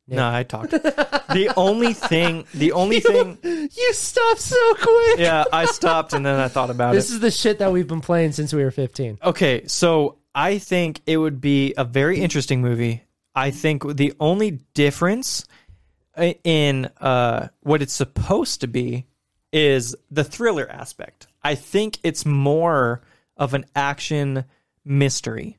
No, I talked. the only thing, the only thing, You stop so quick. yeah, I stopped and then I thought about This it. is the shit that we've been playing since we were 15. Okay, so I think it would be a very interesting movie. I think the only difference i- in uh, what it's supposed to be is the thriller aspect. I think it's more of an action mystery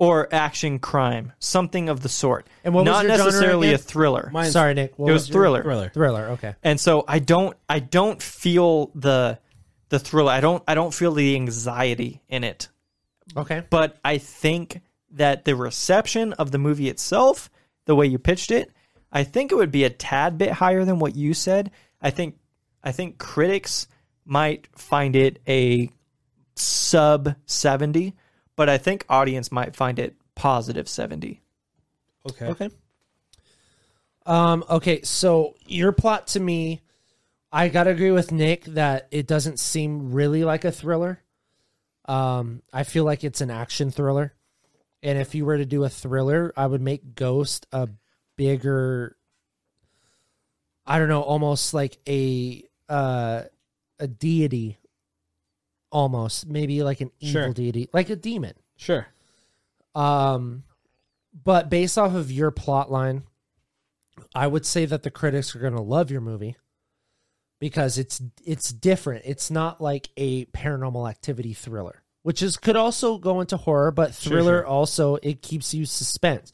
or action crime, something of the sort. And what was Not your genre necessarily a again? thriller. Sorry, Nick. What it was your- thriller. Thriller. Thriller. Okay. and so I don't I don't feel the the thrill. I don't I don't feel the anxiety in it. Okay. But I think that the reception of the movie itself, the way you pitched it, I think it would be a tad bit higher than what you said. I think I think critics might find it a sub 70, but I think audience might find it positive 70. Okay. Um, okay, so your plot to me, I gotta agree with Nick that it doesn't seem really like a thriller. Um, I feel like it's an action thriller. And if you were to do a thriller, I would make Ghost a bigger I don't know, almost like a uh a deity almost, maybe like an evil Sure. deity, like a demon. Sure. Um, but based off of your plot line, I would say that the critics are going to love your movie because it's it's different. It's not like a paranormal activity thriller, which is could also go into horror, but thriller also it keeps you suspense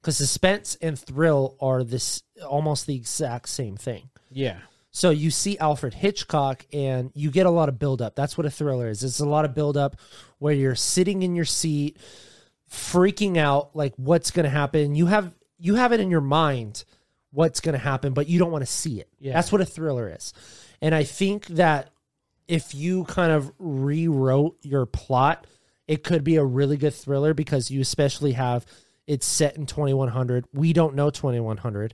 because suspense and thrill are this almost the exact same thing. Yeah. So you see Alfred Hitchcock and you get a lot of buildup. That's what a thriller is. It's a lot of buildup where you're sitting in your seat, freaking out like what's gonna happen. You have you have it in your mind what's gonna happen, but you don't want to see it. Yeah. That's what a thriller is. And I think that if you kind of rewrote your plot, it could be a really good thriller because you especially have it's set in 2100. We don't know 2100.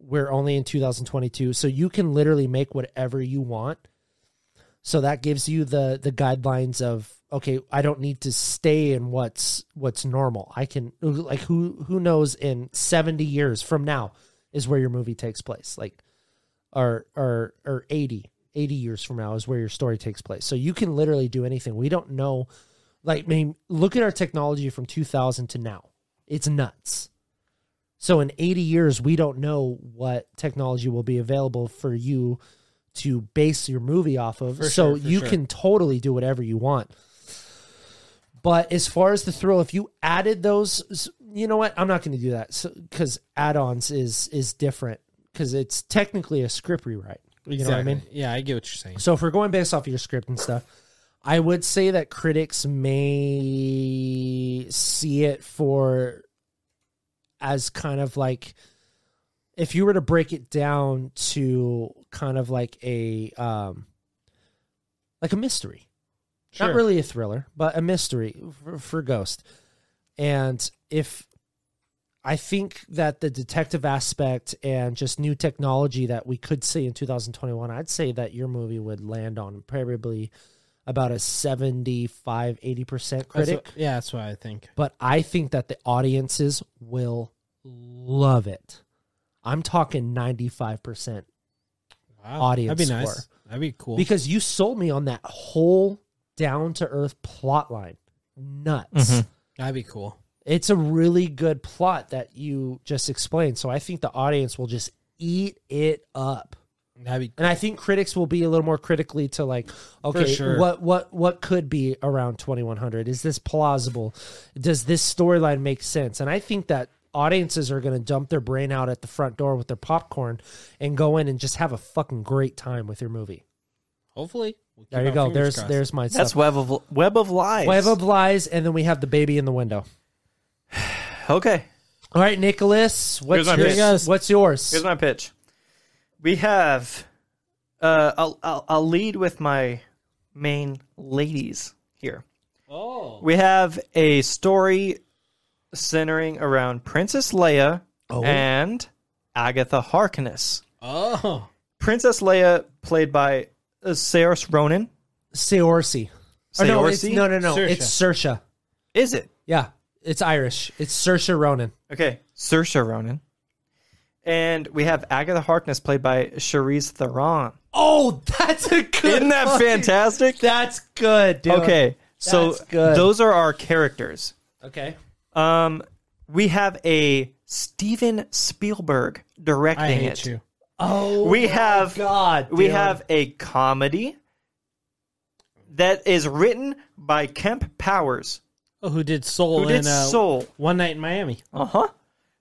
We're only in 2022, so you can literally make whatever you want. So that gives you the the guidelines of okay, I don't need to stay in what's what's normal. I can like who who knows in 70 years from now is where your movie takes place. Like or or or 80 80 years from now is where your story takes place so you can literally do anything we don't know like I mean, look at our technology from 2000 to now it's nuts so in 80 years we don't know what technology will be available for you to base your movie off of so you can totally do whatever you want but as far as the thrill, if you added those, s- you know what? I'm not going to do that because add-ons is is different because it's technically a script rewrite. You know what I mean? Yeah, I get what you're saying. So if we're going based off of your script and stuff, I would say that critics may see it for as kind of like if you were to break it down to kind of like a um like a mystery. Not really a thriller, but a mystery for, for Ghost. And if I think that the detective aspect and just new technology that we could see in 2021, I'd say that your movie would land on probably about a 75, 80% That's critic. what- yeah, that's what I think. but I think that the audiences will love it. I'm talking 95%. Wow. Audience That'd be nice. score. That'd be cool. Because you sold me on that whole down to earth plot line. Nuts. Mm-hmm. Mhm. That'd be cool. It's a really good plot that you just explained. So I think the audience will just eat it up. That'd be And I think critics will be a little more critically to like, okay, sure. what what what could be around 2100? Is this plausible? Does this storyline make sense? And I think that audiences are going to dump their brain out at the front door with their popcorn and go in and just have a fucking great time with your movie. hopefully. We'll keep There you our go. fingers There's crossed. there's my That's stuff. Web of Web of Lies. Web of lies, and then we have the baby in the window. Okay. All right, Nicholas, what's Here's my yours? pitch. What's yours? Here's my pitch. We have. Uh, I'll, I'll I'll lead with my main ladies here. Oh. We have a story centering around Princess Leia and Agatha Harkness. Oh, Princess Leia, played by uh, Saoirse Ronan. Seorsi. Or no, it's, Saoirse? no, no, no. It's Sersha. Is it? Yeah, it's Irish. It's Sersha Ronan. Okay, Saoirse Ronan. And we have Agatha Harkness played by Charlize Theron. Oh, that's a good. Isn't that fucking- fantastic? That's good, dude. Okay, so That's good. those are our characters. Okay. Um, we have a Steven Spielberg directing I hate it. you. Oh, We my have- God. We dude. have a comedy that is written by Kemp Powers, Oh, who did Soul who did and uh, Soul. One Night in Miami Uh huh.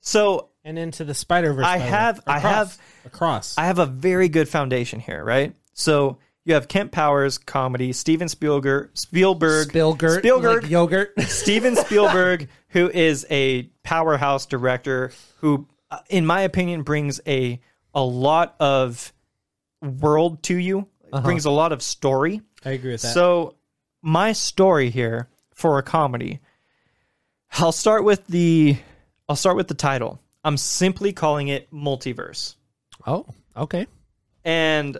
So and into the Spider Verse. I have- I have- across. I have a very good foundation here, right? So you have Kemp Powers comedy, Steven Spielberg, Spielberg, Spilgert, Spielberg, like yogurt. Steven Spielberg, who is a powerhouse director, who, uh, in my opinion, brings a a lot of world to you, brings a lot of story. I agree with that. So, my story here for a comedy, I'll start with the I'll start with the title. I'm simply calling it multiverse. oh, okay. And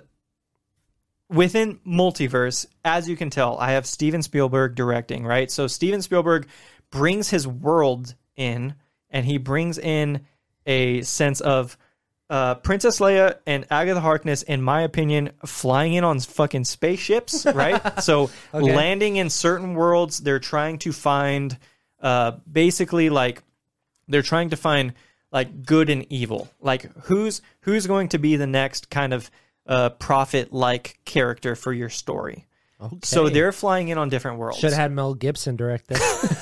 within multiverse, as you can tell, I have Steven Spielberg directing, right? So Steven Spielberg brings his world in and he brings in a sense of uh, Princess Leia and Agatha Harkness, in my opinion, flying in on fucking spaceships, right? so landing in certain worlds, they're trying to find uh, basically like they're trying to find like good and evil like who's who's going to be the next kind of uh prophet like character for your story so they're flying in on different worlds Should have had Mel Gibson direct this.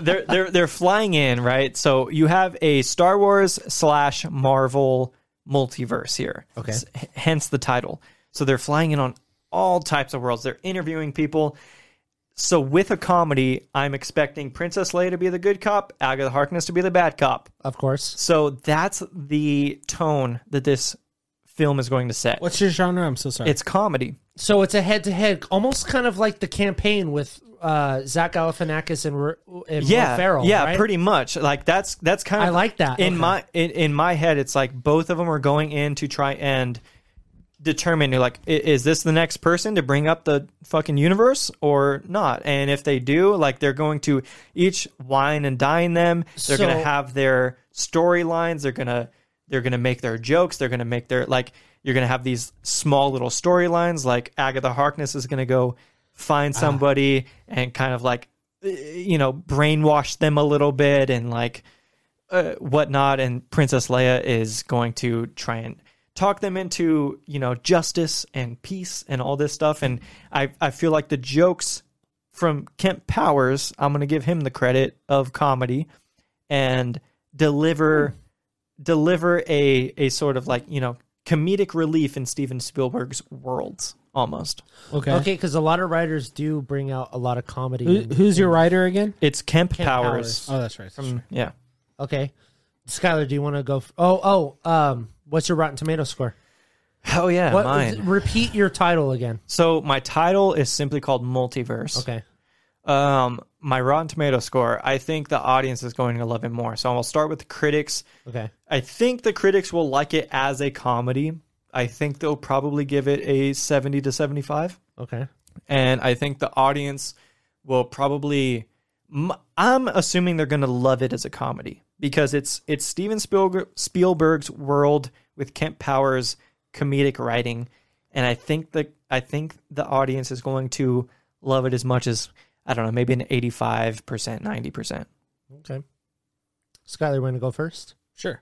they're they're they're flying in right so you have a star wars slash marvel multiverse here okay hence the title so they're flying in on all types of worlds they're interviewing people so with a comedy i'm expecting princess leia to be the good cop agatha harkness to be the bad cop of course. So that's the tone that this film is going to set. What's your genre? I'm so sorry. It's comedy. So it's a head to head, almost kind of like the campaign with uh, Zach Galifianakis and, Ru- and Will Yeah, Ferrell. yeah, right? pretty much. Like that's that's kind of I like that. in Okay. my in, in my head. It's like both of them are going in to try and determine you're like i- is this the next person to bring up the fucking universe or not and if they do like they're going to each wine and dine them they're So- gonna have their storylines they're gonna they're gonna make their jokes they're gonna make their like you're gonna have these small little storylines like agatha harkness is gonna go find somebody and kind of like eh, you know brainwash them a little bit and like uh, whatnot, and Princess Leia is going to try and talk them into you know justice and peace and all this stuff. And I I feel like the jokes from Kemp Powers, I'm going to give him the credit of comedy and deliver deliver a a sort of like you know comedic relief in Steven Spielberg's worlds almost. okay. Okay, because a lot of writers do bring out a lot of comedy. Who, and- who's your writer again? It's Kemp, Powers. Oh, that's right. that's right. Yeah. okay, Skylar, do you want to go? F- oh, oh, um, what's your Rotten Tomato score? Oh yeah, What, mine. Repeat your title again. So my title is simply called Multiverse. Okay. Um, my Rotten Tomato score. I think the audience is going to love it more. So I'll start with the critics. Okay. I think the critics will like it as a comedy. I think they'll probably give it a seventy to seventy-five, Okay. and I think the audience will probably. m- I'm assuming they're going to love it as a comedy because it's it's Steven Spielberg, Spielberg's world with Kent Powers comedic writing, and I think the I think the audience is going to love it as much as I don't know, maybe an eighty-five percent, ninety percent. Okay. Skylar, want to go first? Sure.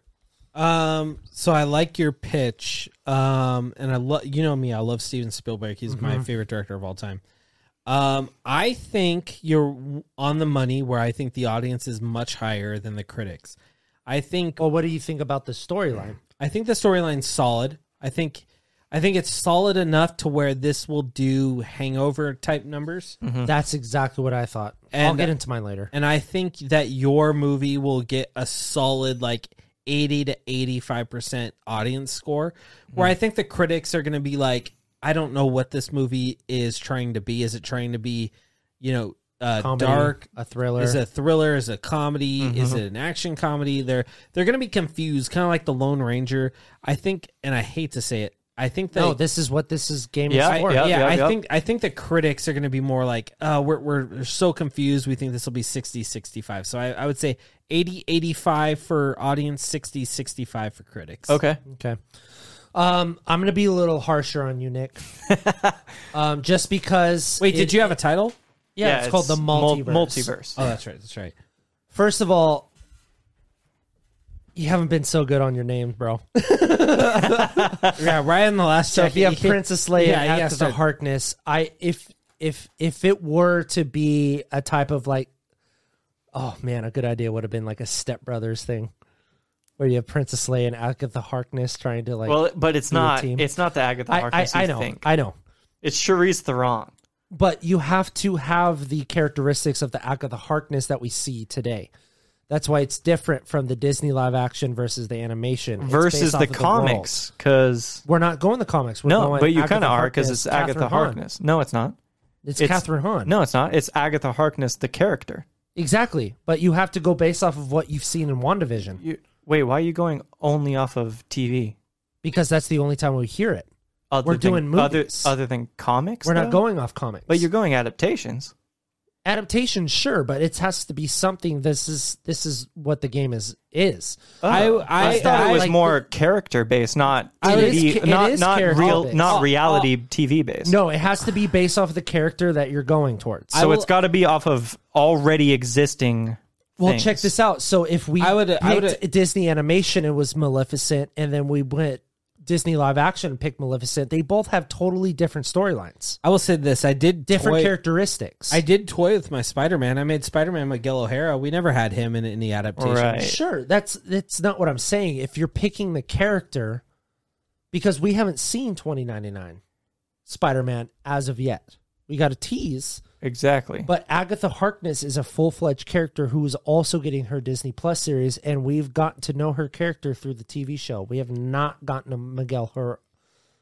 Um, so I like your pitch. Um, and I love you know me, I love Steven Spielberg. He's Mm-hmm. my favorite director of all time. Um, I think you're w- on the money where I think the audience is much higher than the critics. I think Well, what do you think about the storyline? Mm-hmm. I think the storyline's solid. I think I think it's solid enough to where this will do hangover type numbers. Mm-hmm. That's exactly what I thought. I'll And- get into mine later. And I think that your movie will get a solid like 80 to 85% audience score, where I think the critics are going to be like, I don't know what this movie is trying to be. Is it trying to be, you know, uh, Comedy, dark? a thriller. Mm-hmm. Is it a thriller? Is it a comedy? Is it an action comedy? They're they're going to be confused, kind of like the Lone Ranger. I think, and I hate to say it, I think that No, this is what this is game Yeah, is for. yeah, yeah, I yeah. think I think the critics are going to be more like, oh, we're, we're we're so confused. We think this will be 60 65. So I, I would say 80 85 for audience, 60 65 for critics. Okay. Okay. Um, I'm gonna be a little harsher on you, Nick. um, just because. Wait, it- did you have a title? Yeah, it's, called the mul- multiverse. Uh, multiverse. Oh, that's right. That's right. First of all, you haven't been so good on your names, bro. Yeah, right in the last So if second, you have can't- Princess Yeah, Leia you yeah, gotta after the start- Harkness, I if if if it were to be a type of like, oh man, a good idea would have been like a Step Brothers thing, where you have Princess Leia and Agatha Harkness trying to like. Well, but it's Do a not. team. It's not the Agatha I, I Harkness. I you know think. I know, It's Charlize Theron. but you have to have the characteristics of the Agatha Harkness that we see today. That's why it's different from the Disney live action versus the animation It's versus based off the of world. comics because We're not going the comics. We're no, going but you Agatha kind of are because Harkness, it's Catherine Agatha Hahn. Harkness. No, it's not. It's, It's- Catherine Hahn. No, it's not. It's Agatha Harkness, the character. exactly. But you have to go based off of what you've seen in Wandavision You, wait, why are you going only off of TV? because that's the only time we hear it. Other We're than, doing other, movies. other than comics. We're not though? going off comics. But you're going adaptations. adaptation, sure, but it has to be something. This is this is what the game is is. Oh, I- I thought I- it was like more character based, not It is TV, ca- it not is not real, character-based. not Oh, reality TV based. No, it has to be based off of the character that you're going towards. so will- it's got to be off of already existing. Well, things. check this out. So if we I would- I picked would- Disney animation, it was Maleficent, and then we went Disney live action and picked Maleficent. They both have totally different storylines, I will say this: I did different toy- characteristics. I did toy with my Spider Man. I made Spider Man Miguel O'Hara. We never had him in any adaptation. Right. sure that's that's not what I'm saying. If you're picking the character, because we haven't seen 2099 Spider Man as of yet, we got a tease. Exactly. But Agatha Harkness is a full fledged character who is also getting her Disney Plus series, and we've gotten to know her character through the TV show. We have not gotten to Miguel her.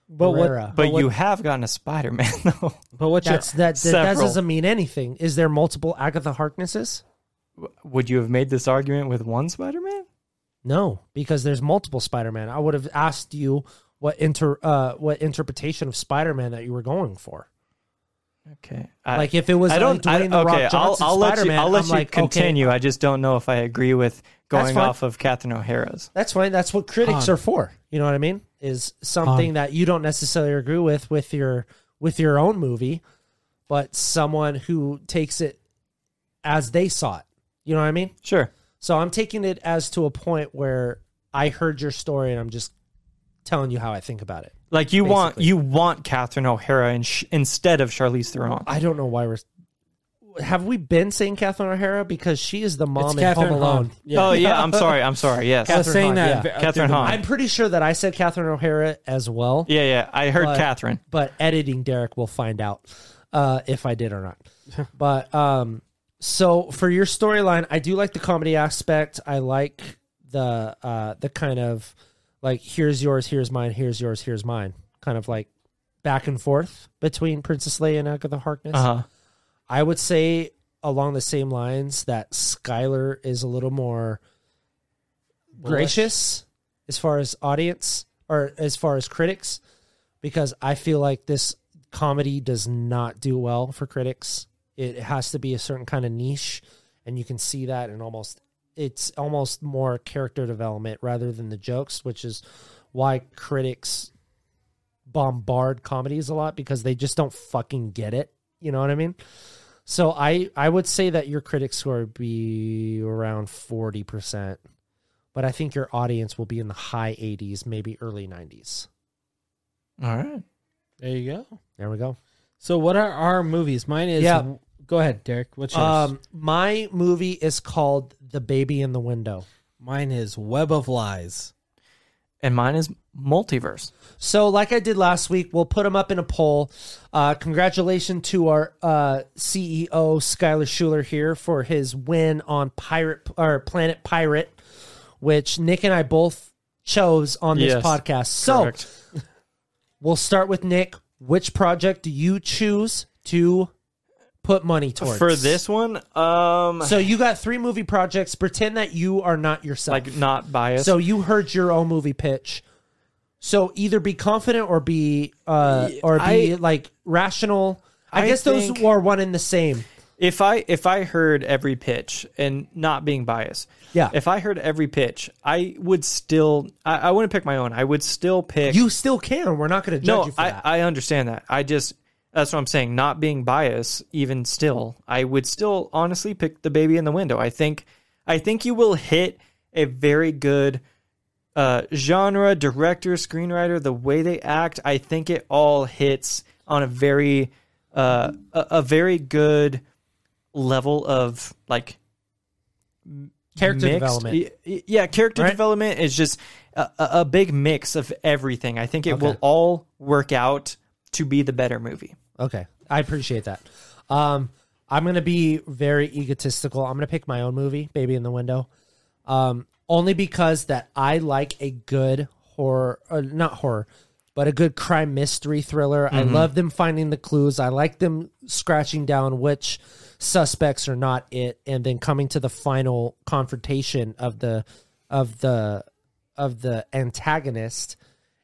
But what- Herrera. but you have gotten a Spider Man though. But what's your That's that. That, that Several. doesn't mean anything. Is there multiple Agatha Harknesses? Would you have made this argument with one Spider Man? No, because there's multiple Spider-Man. I would have asked you what inter uh, what interpretation of Spider-Man that you were going for. Okay. I, like if it was I don't. like I, Dwayne the Rock okay. I'll, Johnson I'll let you. Spider-Man, I'll let I'm you like, okay, continue. I just don't know if I agree with going fine. off of Catherine O'Hara's. That's fine. That's what critics Um, are for. You know what I mean? Is something that you don't necessarily agree with with your with your own movie, but someone who takes it as they saw it. You know what I mean? Sure. So I'm taking it as to a point where I heard your story and I'm just telling you how I think about it. Like you want Basically. you want Catherine O'Hara in sh- instead of Charlize Theron. I don't know why we're have we been saying Catherine O'Hara because she is the mom in Home Alone. Hahn. Yeah. Oh yeah. I'm sorry. I'm sorry. Yes. I was Catherine saying Hahn, that. yeah. uh, Catherine through the- Hahn. I'm pretty sure that I said Catherine O'Hara as well. yeah. Yeah. I heard But- Catherine. but editing Derek will find out uh, if I did or not. but um, so for your storyline, I do like the comedy aspect. I like the uh, the kind of like here's yours, here's mine, here's yours, here's mine, kind of like back and forth between Princess Leia and Agatha Harkness. Uh huh. I would say along the same lines that Skylar is a little more gracious as far as audience or as far as critics because I feel like this comedy does not do well for critics. It has to be a certain kind of niche and you can see that in almost it's almost more character development rather than the jokes, which is why critics bombard comedies a lot because they just don't fucking get it. You know what I mean? So I I would say that your critic score would be around forty percent, but I think your audience will be in the high eighties, maybe early nineties. All right. There you go. There we go. So what are our movies? Mine is. Yeah. Go ahead, Derek. What's yours? Um, my movie is called The Baby in the Window. Mine is Web of Lies. And mine is multiverse. So, like I did last week, we'll put them up in a poll. Uh, congratulations to our uh, CEO Skylar Schuler here for his win on Pirate or Planet Pirate, which Nick and I both chose on this Yes, podcast. So, correct. we'll start with Nick. Which project do you choose to put money towards For this one, um, So you got three movie projects. Pretend that you are not yourself. like not biased. So you heard your own movie pitch. So either be confident or be uh or be I- like rational. I, I guess think- those are one and the same. If I if I heard every pitch and not being biased, Yeah. If I heard every pitch, I would still I, I wouldn't pick my own. I would still pick You still can. We're not going to judge No, you for I, that. I understand that. I just that's what I'm saying. Not being biased, even still, I would still honestly pick the baby in the window. I think I think you will hit a very good uh, genre, director, screenwriter, the way they act. I think it all hits on a very uh, a, a very good level of like Character mixed- development. y- y- Yeah, character Right? development is just a, a a big mix of everything. I think it Okay. will all work out to be the better movie. Okay. I appreciate that. Um I'm going to be very egotistical. I'm going to pick my own movie, Baby in the Window. Um only because that I like a good horror or not horror, but a good crime mystery thriller. I love them finding the clues. I like them scratching down which suspects are not it and then coming to the final confrontation of the of the of the antagonist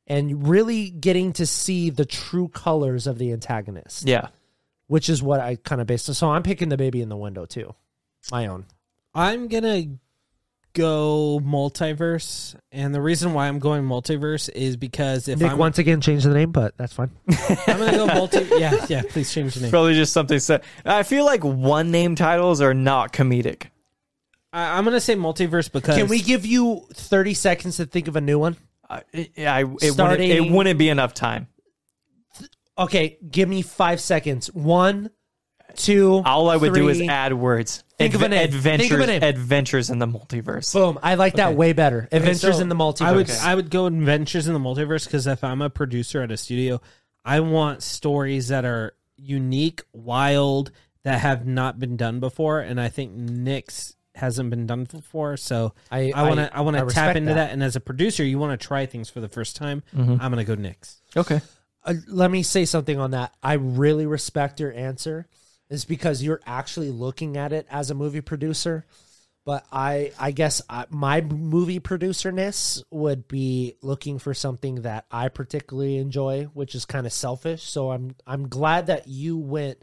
and really getting to see the true colors of the antagonist, Yeah. which is what I kind of based. on. So I'm picking the baby in the window too, my own. I'm gonna go multiverse, and the reason why I'm going multiverse is because if Nick I'm, once again changed the name, but that's fine. I'm gonna go multi, yeah, yeah, please change the name. Probably just something said. I feel like one name titles are not comedic. I, I'm gonna say multiverse because Can we give you 30 seconds to think of a new one? I, I- it, wouldn't, Starting- it wouldn't be enough time. Okay, give me five seconds. One, two. All I would do is three. add words. Think of a name. Adventures, Think of a name. adventures in the multiverse. Boom! I like that way better. Adventures so in the multiverse. I would I would go adventures in the multiverse because if I'm a producer at a studio, I want stories that are unique, wild, that have not been done before, and I think Nick's hasn't been done before. So I- I want to I- I want I to respect tap into that. Mm-hmm. that. And as a producer, you want to try things for the first time. I'm gonna go Nick's. Okay. uh, let me say something on that. I really respect your answer. It's because you're actually looking at it as a movie producer. But I, I guess I, my movie producerness would be looking for something that I particularly enjoy, which is kind of selfish. So I'm, I'm glad that you went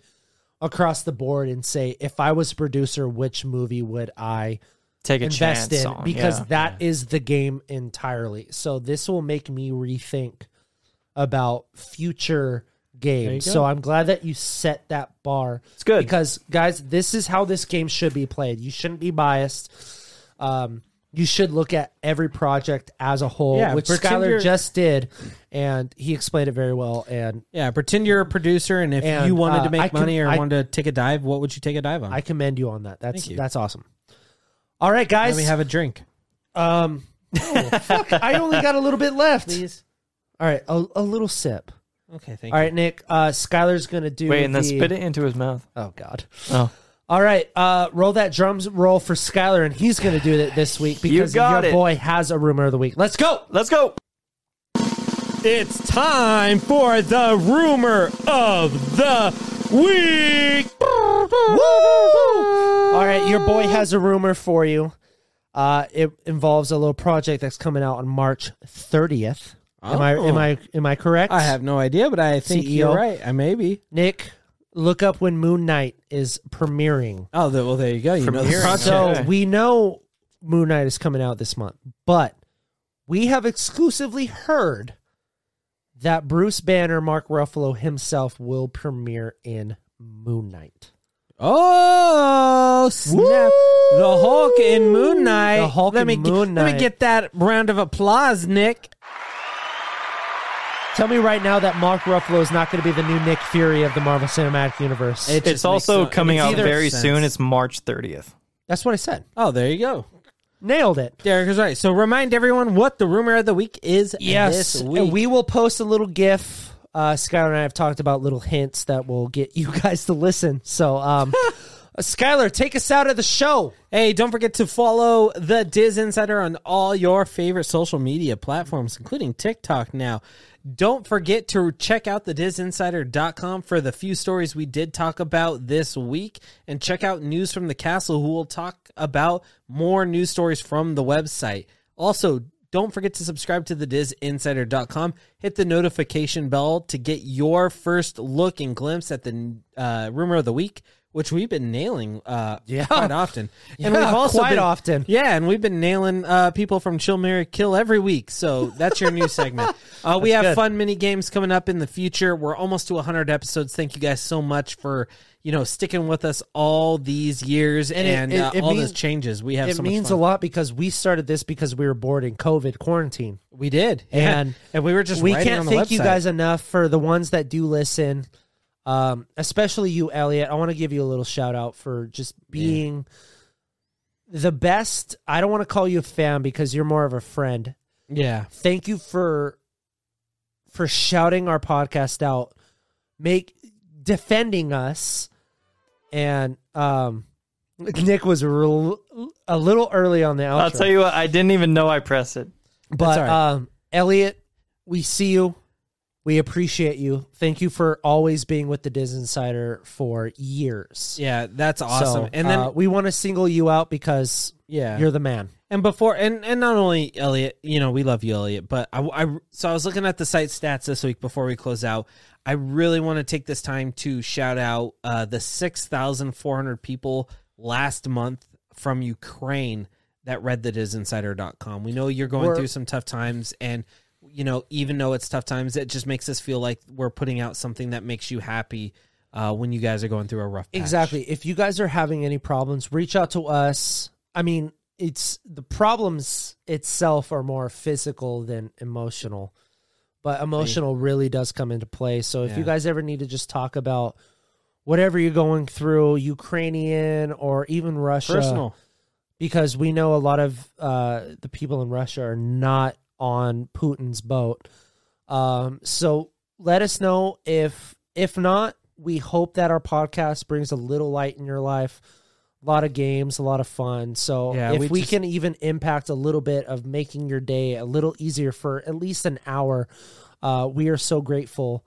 across the board and say, if I was a producer, which movie would I Take a invest chance in on, because yeah. that is the game entirely. So this will make me rethink about future games. So I'm glad that you set that bar. It's good. because guys, this is how this game should be played. You shouldn't be biased. Um, you should look at every project as a whole, Yeah, which pretend Skylar you're- just did, and he explained it very well. And Yeah, pretend you're a producer, and if And, you wanted to uh, I make can- money or I- wanted to take a dive, what would you take a dive on? I commend you on that. That's Thank you. that's awesome. All right, Let guys. me have a drink. um, oh, fuck, I only got a little bit left. All right, a, a little sip. Okay, thank All right, Nick. Uh, Skylar's gonna do. Wait, and then the- spit it into his mouth. Oh God. Oh. All right. Uh, roll that drums roll for Skylar, and he's gonna do it this week because got your it. boy has a rumor of the week. Let's go. Let's go. It's time for the rumor of the week. All right, your boy has a rumor for you. Uh, it involves a little project that's coming out on March 30th. Am I am I am Oh. I correct? I have no idea, but I think CEO. you're right. I may be. Nick. Look up when Moon Knight is premiering. Oh, the, well, there you go. You know the Premiering. project. So Okay. we know Moon Knight is coming out this month, but we have exclusively heard that Bruce Banner, Mark Ruffalo himself will premiere in Moon Knight. Oh, snap. The Hulk in Moon Knight. The Hulk let in me, get- Moon Let Knight. me get that round of applause, Nick. Tell me right now that Mark Ruffalo is not going to be the new Nick Fury of the Marvel Cinematic Universe. It- It's just also makes no- coming it out either very sense. soon. It's March 30th. That's what I said. Oh, there you go. Nailed it. Derek is right. So remind everyone what the rumor of the week is Yes, this and week. we will post a little GIF. Uh, Skylar and I have talked about little hints that will get you guys to listen. So, um, Skylar, take us out of the show. Hey, don't forget to follow the Diz Insider on all your favorite social media platforms, including TikTok now. Don't forget to check out thedizinsider.com for the few stories we did talk about this week and check out News from the Castle, who will talk about more news stories from the website. Also, Don't forget to subscribe to the dizinsider.com. Hit the notification bell to get your first look and glimpse at the uh, rumor of the week, which we've been nailing uh, Yeah. quite often. Yeah, quite often. Yeah, and we've been nailing uh, people from Chill Mary Kill every week. So that's your new segment. Uh, we have good. fun mini games coming up in the future. We're almost to 100 episodes. Thank you guys so much for you know sticking with us all these years and, it- it- uh, it all means- those changes. We have it so much means fun. a lot because we started this because we were bored in COVID quarantine. We did, And- and and we were just we writing can't on the thank you website. guys enough for the ones that do listen um, especially you elliot i want to give you a little shout out for just being the best i don't want to call you a fan because you're more of a friend Yeah, thank you for for shouting our podcast out make defending us and um nick was a, real, a little early on the outro I'll tell you what, I didn't even know I pressed it. but all right. um, Elliot, we see you. We appreciate you. Thank you for always being with the Diz Insider for years. yeah, that's So, awesome. and then uh, we want to single you out because yeah, you're the man. and before and and not only Elliot, you know, we love you, Elliot. But I, I so I was looking at the site stats this week before we close out. I really want to take this time to shout out uh, the six thousand four hundred people last month from Ukraine that read the disinsider.com. We know you're going We're- through some tough times and you know, even though it's tough times, it just makes us feel like we're putting out something that makes you happy uh, when you guys are going through a rough patch. Exactly. If you guys are having any problems, reach out to us. I mean, it's the problems itself are more physical than emotional, but emotional really does come into play. So if you Yeah. guys ever need to just talk about whatever you're going through, Ukrainian or even Russia, Personal. because we know a lot of uh, the people in Russia are not on Putin's boat. Um, so let us know if if not, we hope that our podcast brings a little light in your life. A lot of games, a lot of fun. So Yeah, if we, we just- can even impact a little bit of making your day a little easier for at least an hour, uh, we are so grateful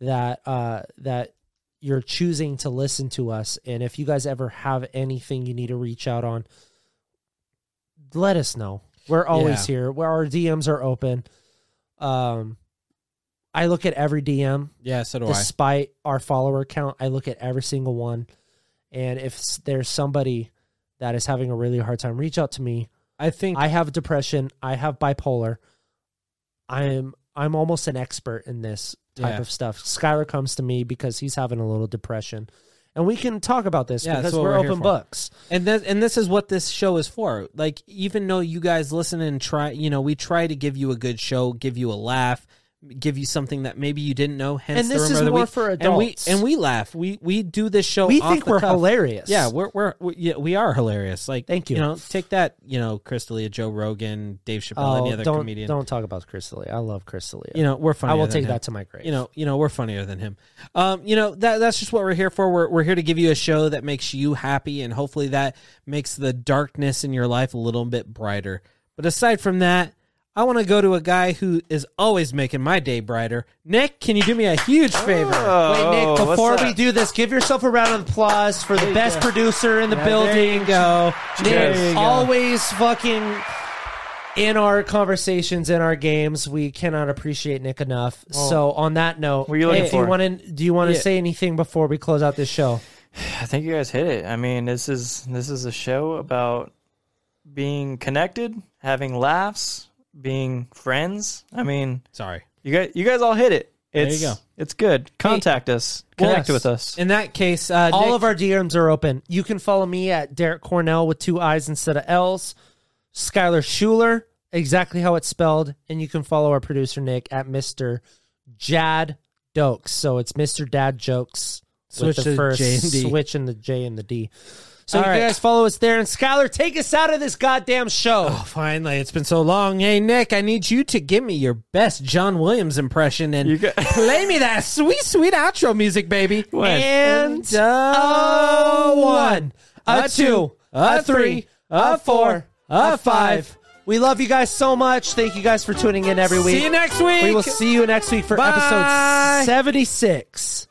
that uh, that you're choosing to listen to us. And if you guys ever have anything you need to reach out on, let us know. We're always here. Where our DMs are open. Um, I look at every DM, yeah, so do I. despite our follower count. I look at every single one, and if s- there's somebody that is having a really hard time, reach out to me. I think I have depression. I have bipolar. I'm I'm almost an expert in this type Yeah. of stuff. Skylar comes to me because he's having a little depression, and we can talk about this Yeah, that's because what we're, we're here open for. books. And this, and this is what this show is for. Like, even though you guys listen and try, you know, we try to give you a good show, give you a laugh, give you something that maybe you didn't know. Hence, And the this rumor is of the more week. for adults. And we and we laugh. We we do this show. We off think the we're cuff. hilarious. Yeah, we're we're we, yeah, we are hilarious. Like, Thank you. You know, take that. You know, Chris D'Elia, Joe Rogan, Dave Chappelle, any other Oh, don't, comedian. Don't talk about Crystalia. I love Crystalia. You know, we're funny. I will than take him that to my grave. you know, you know, we're funnier than him. Um, you know, that that's just what we're here for. We're we're here to give you a show that makes you happy and hopefully that makes the darkness in your life a little bit brighter. But aside from that, I want to go to a guy who is always making my day brighter. Nick, can you do me a huge favor? Oh, Wait, Nick, what's before that? we do this, give yourself a round of applause for the best producer in the building. There you go. Nick, There you go. always fucking in our conversations, in our games. We cannot appreciate Nick enough. so on that note, Oh. What are you looking if you for? want to, do you want to Yeah. say anything before we close out this show? I think you guys hit it. I mean, this is this is a show about being connected, having laughs, being friends. I mean, Sorry. you guys you guys all hit it. you It's go. it's good. Contact us. Connect yes. with us. In that case, uh, All Nick- of our DMs are open. You can follow me at Derek Cornell with two I's instead of L's. Skylar Schuler, exactly how it's spelled. And you can follow our producer, Nick, at Mr. Jad Dokes. So it's Mr. Dad Jokes. Switch with the to first J and D. switch in the J and the D. So All you right. guys follow us there. And Skylar, take us out of this goddamn show. Oh, finally, it's been so long. Hey, Nick, I need you to give me your best John Williams impression and You got- play me that sweet, sweet outro music, baby. When? And a one, a two, a three, a four, a five. We love you guys so much. Thank you guys for tuning in every week. See you next week. We will see you next week for Bye. episode 76.